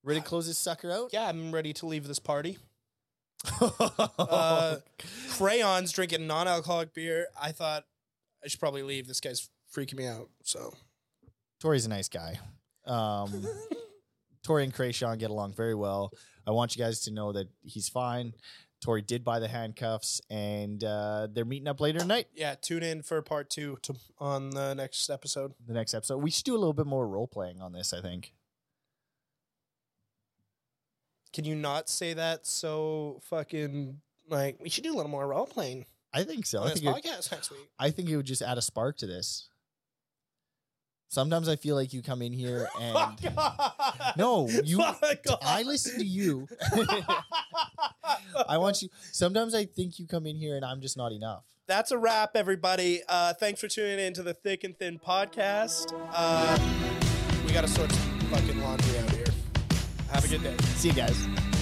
A: Ready to close this sucker out?
B: yeah, I'm ready to leave this party.
A: [LAUGHS] uh,
B: Crayons drinking non-alcoholic beer. I thought I should probably leave. This guy's freaking me out. So.
A: [LAUGHS] Tori's a nice guy.
B: [LAUGHS]
A: Um, Tori and Krayshawn get along very well. I want you guys to know that he's fine. Tori did buy the handcuffs, and uh, they're meeting up later tonight.
B: yeah, tune in for part two to, on the next episode.
A: The next episode, we should do a little bit more role playing on this. I think.
B: Can you not say that so fucking like we should do a little more role playing
A: I think so.
B: on
A: I
B: this
A: think, it,
B: podcast next week?
A: I think it would just add a spark to this. Sometimes I feel like you come in
B: [LAUGHS]
A: here and
B: Fuck off. [LAUGHS]
A: no, you.
B: Fuck off.
A: I listen to you. [LAUGHS] I want you. Sometimes I think you come in here and I'm just not enough.
B: That's a wrap, everybody. Uh, thanks for tuning in to the Thick and Thin podcast. Uh, we got to sort some fucking laundry out here. Have a good day.
A: See you guys.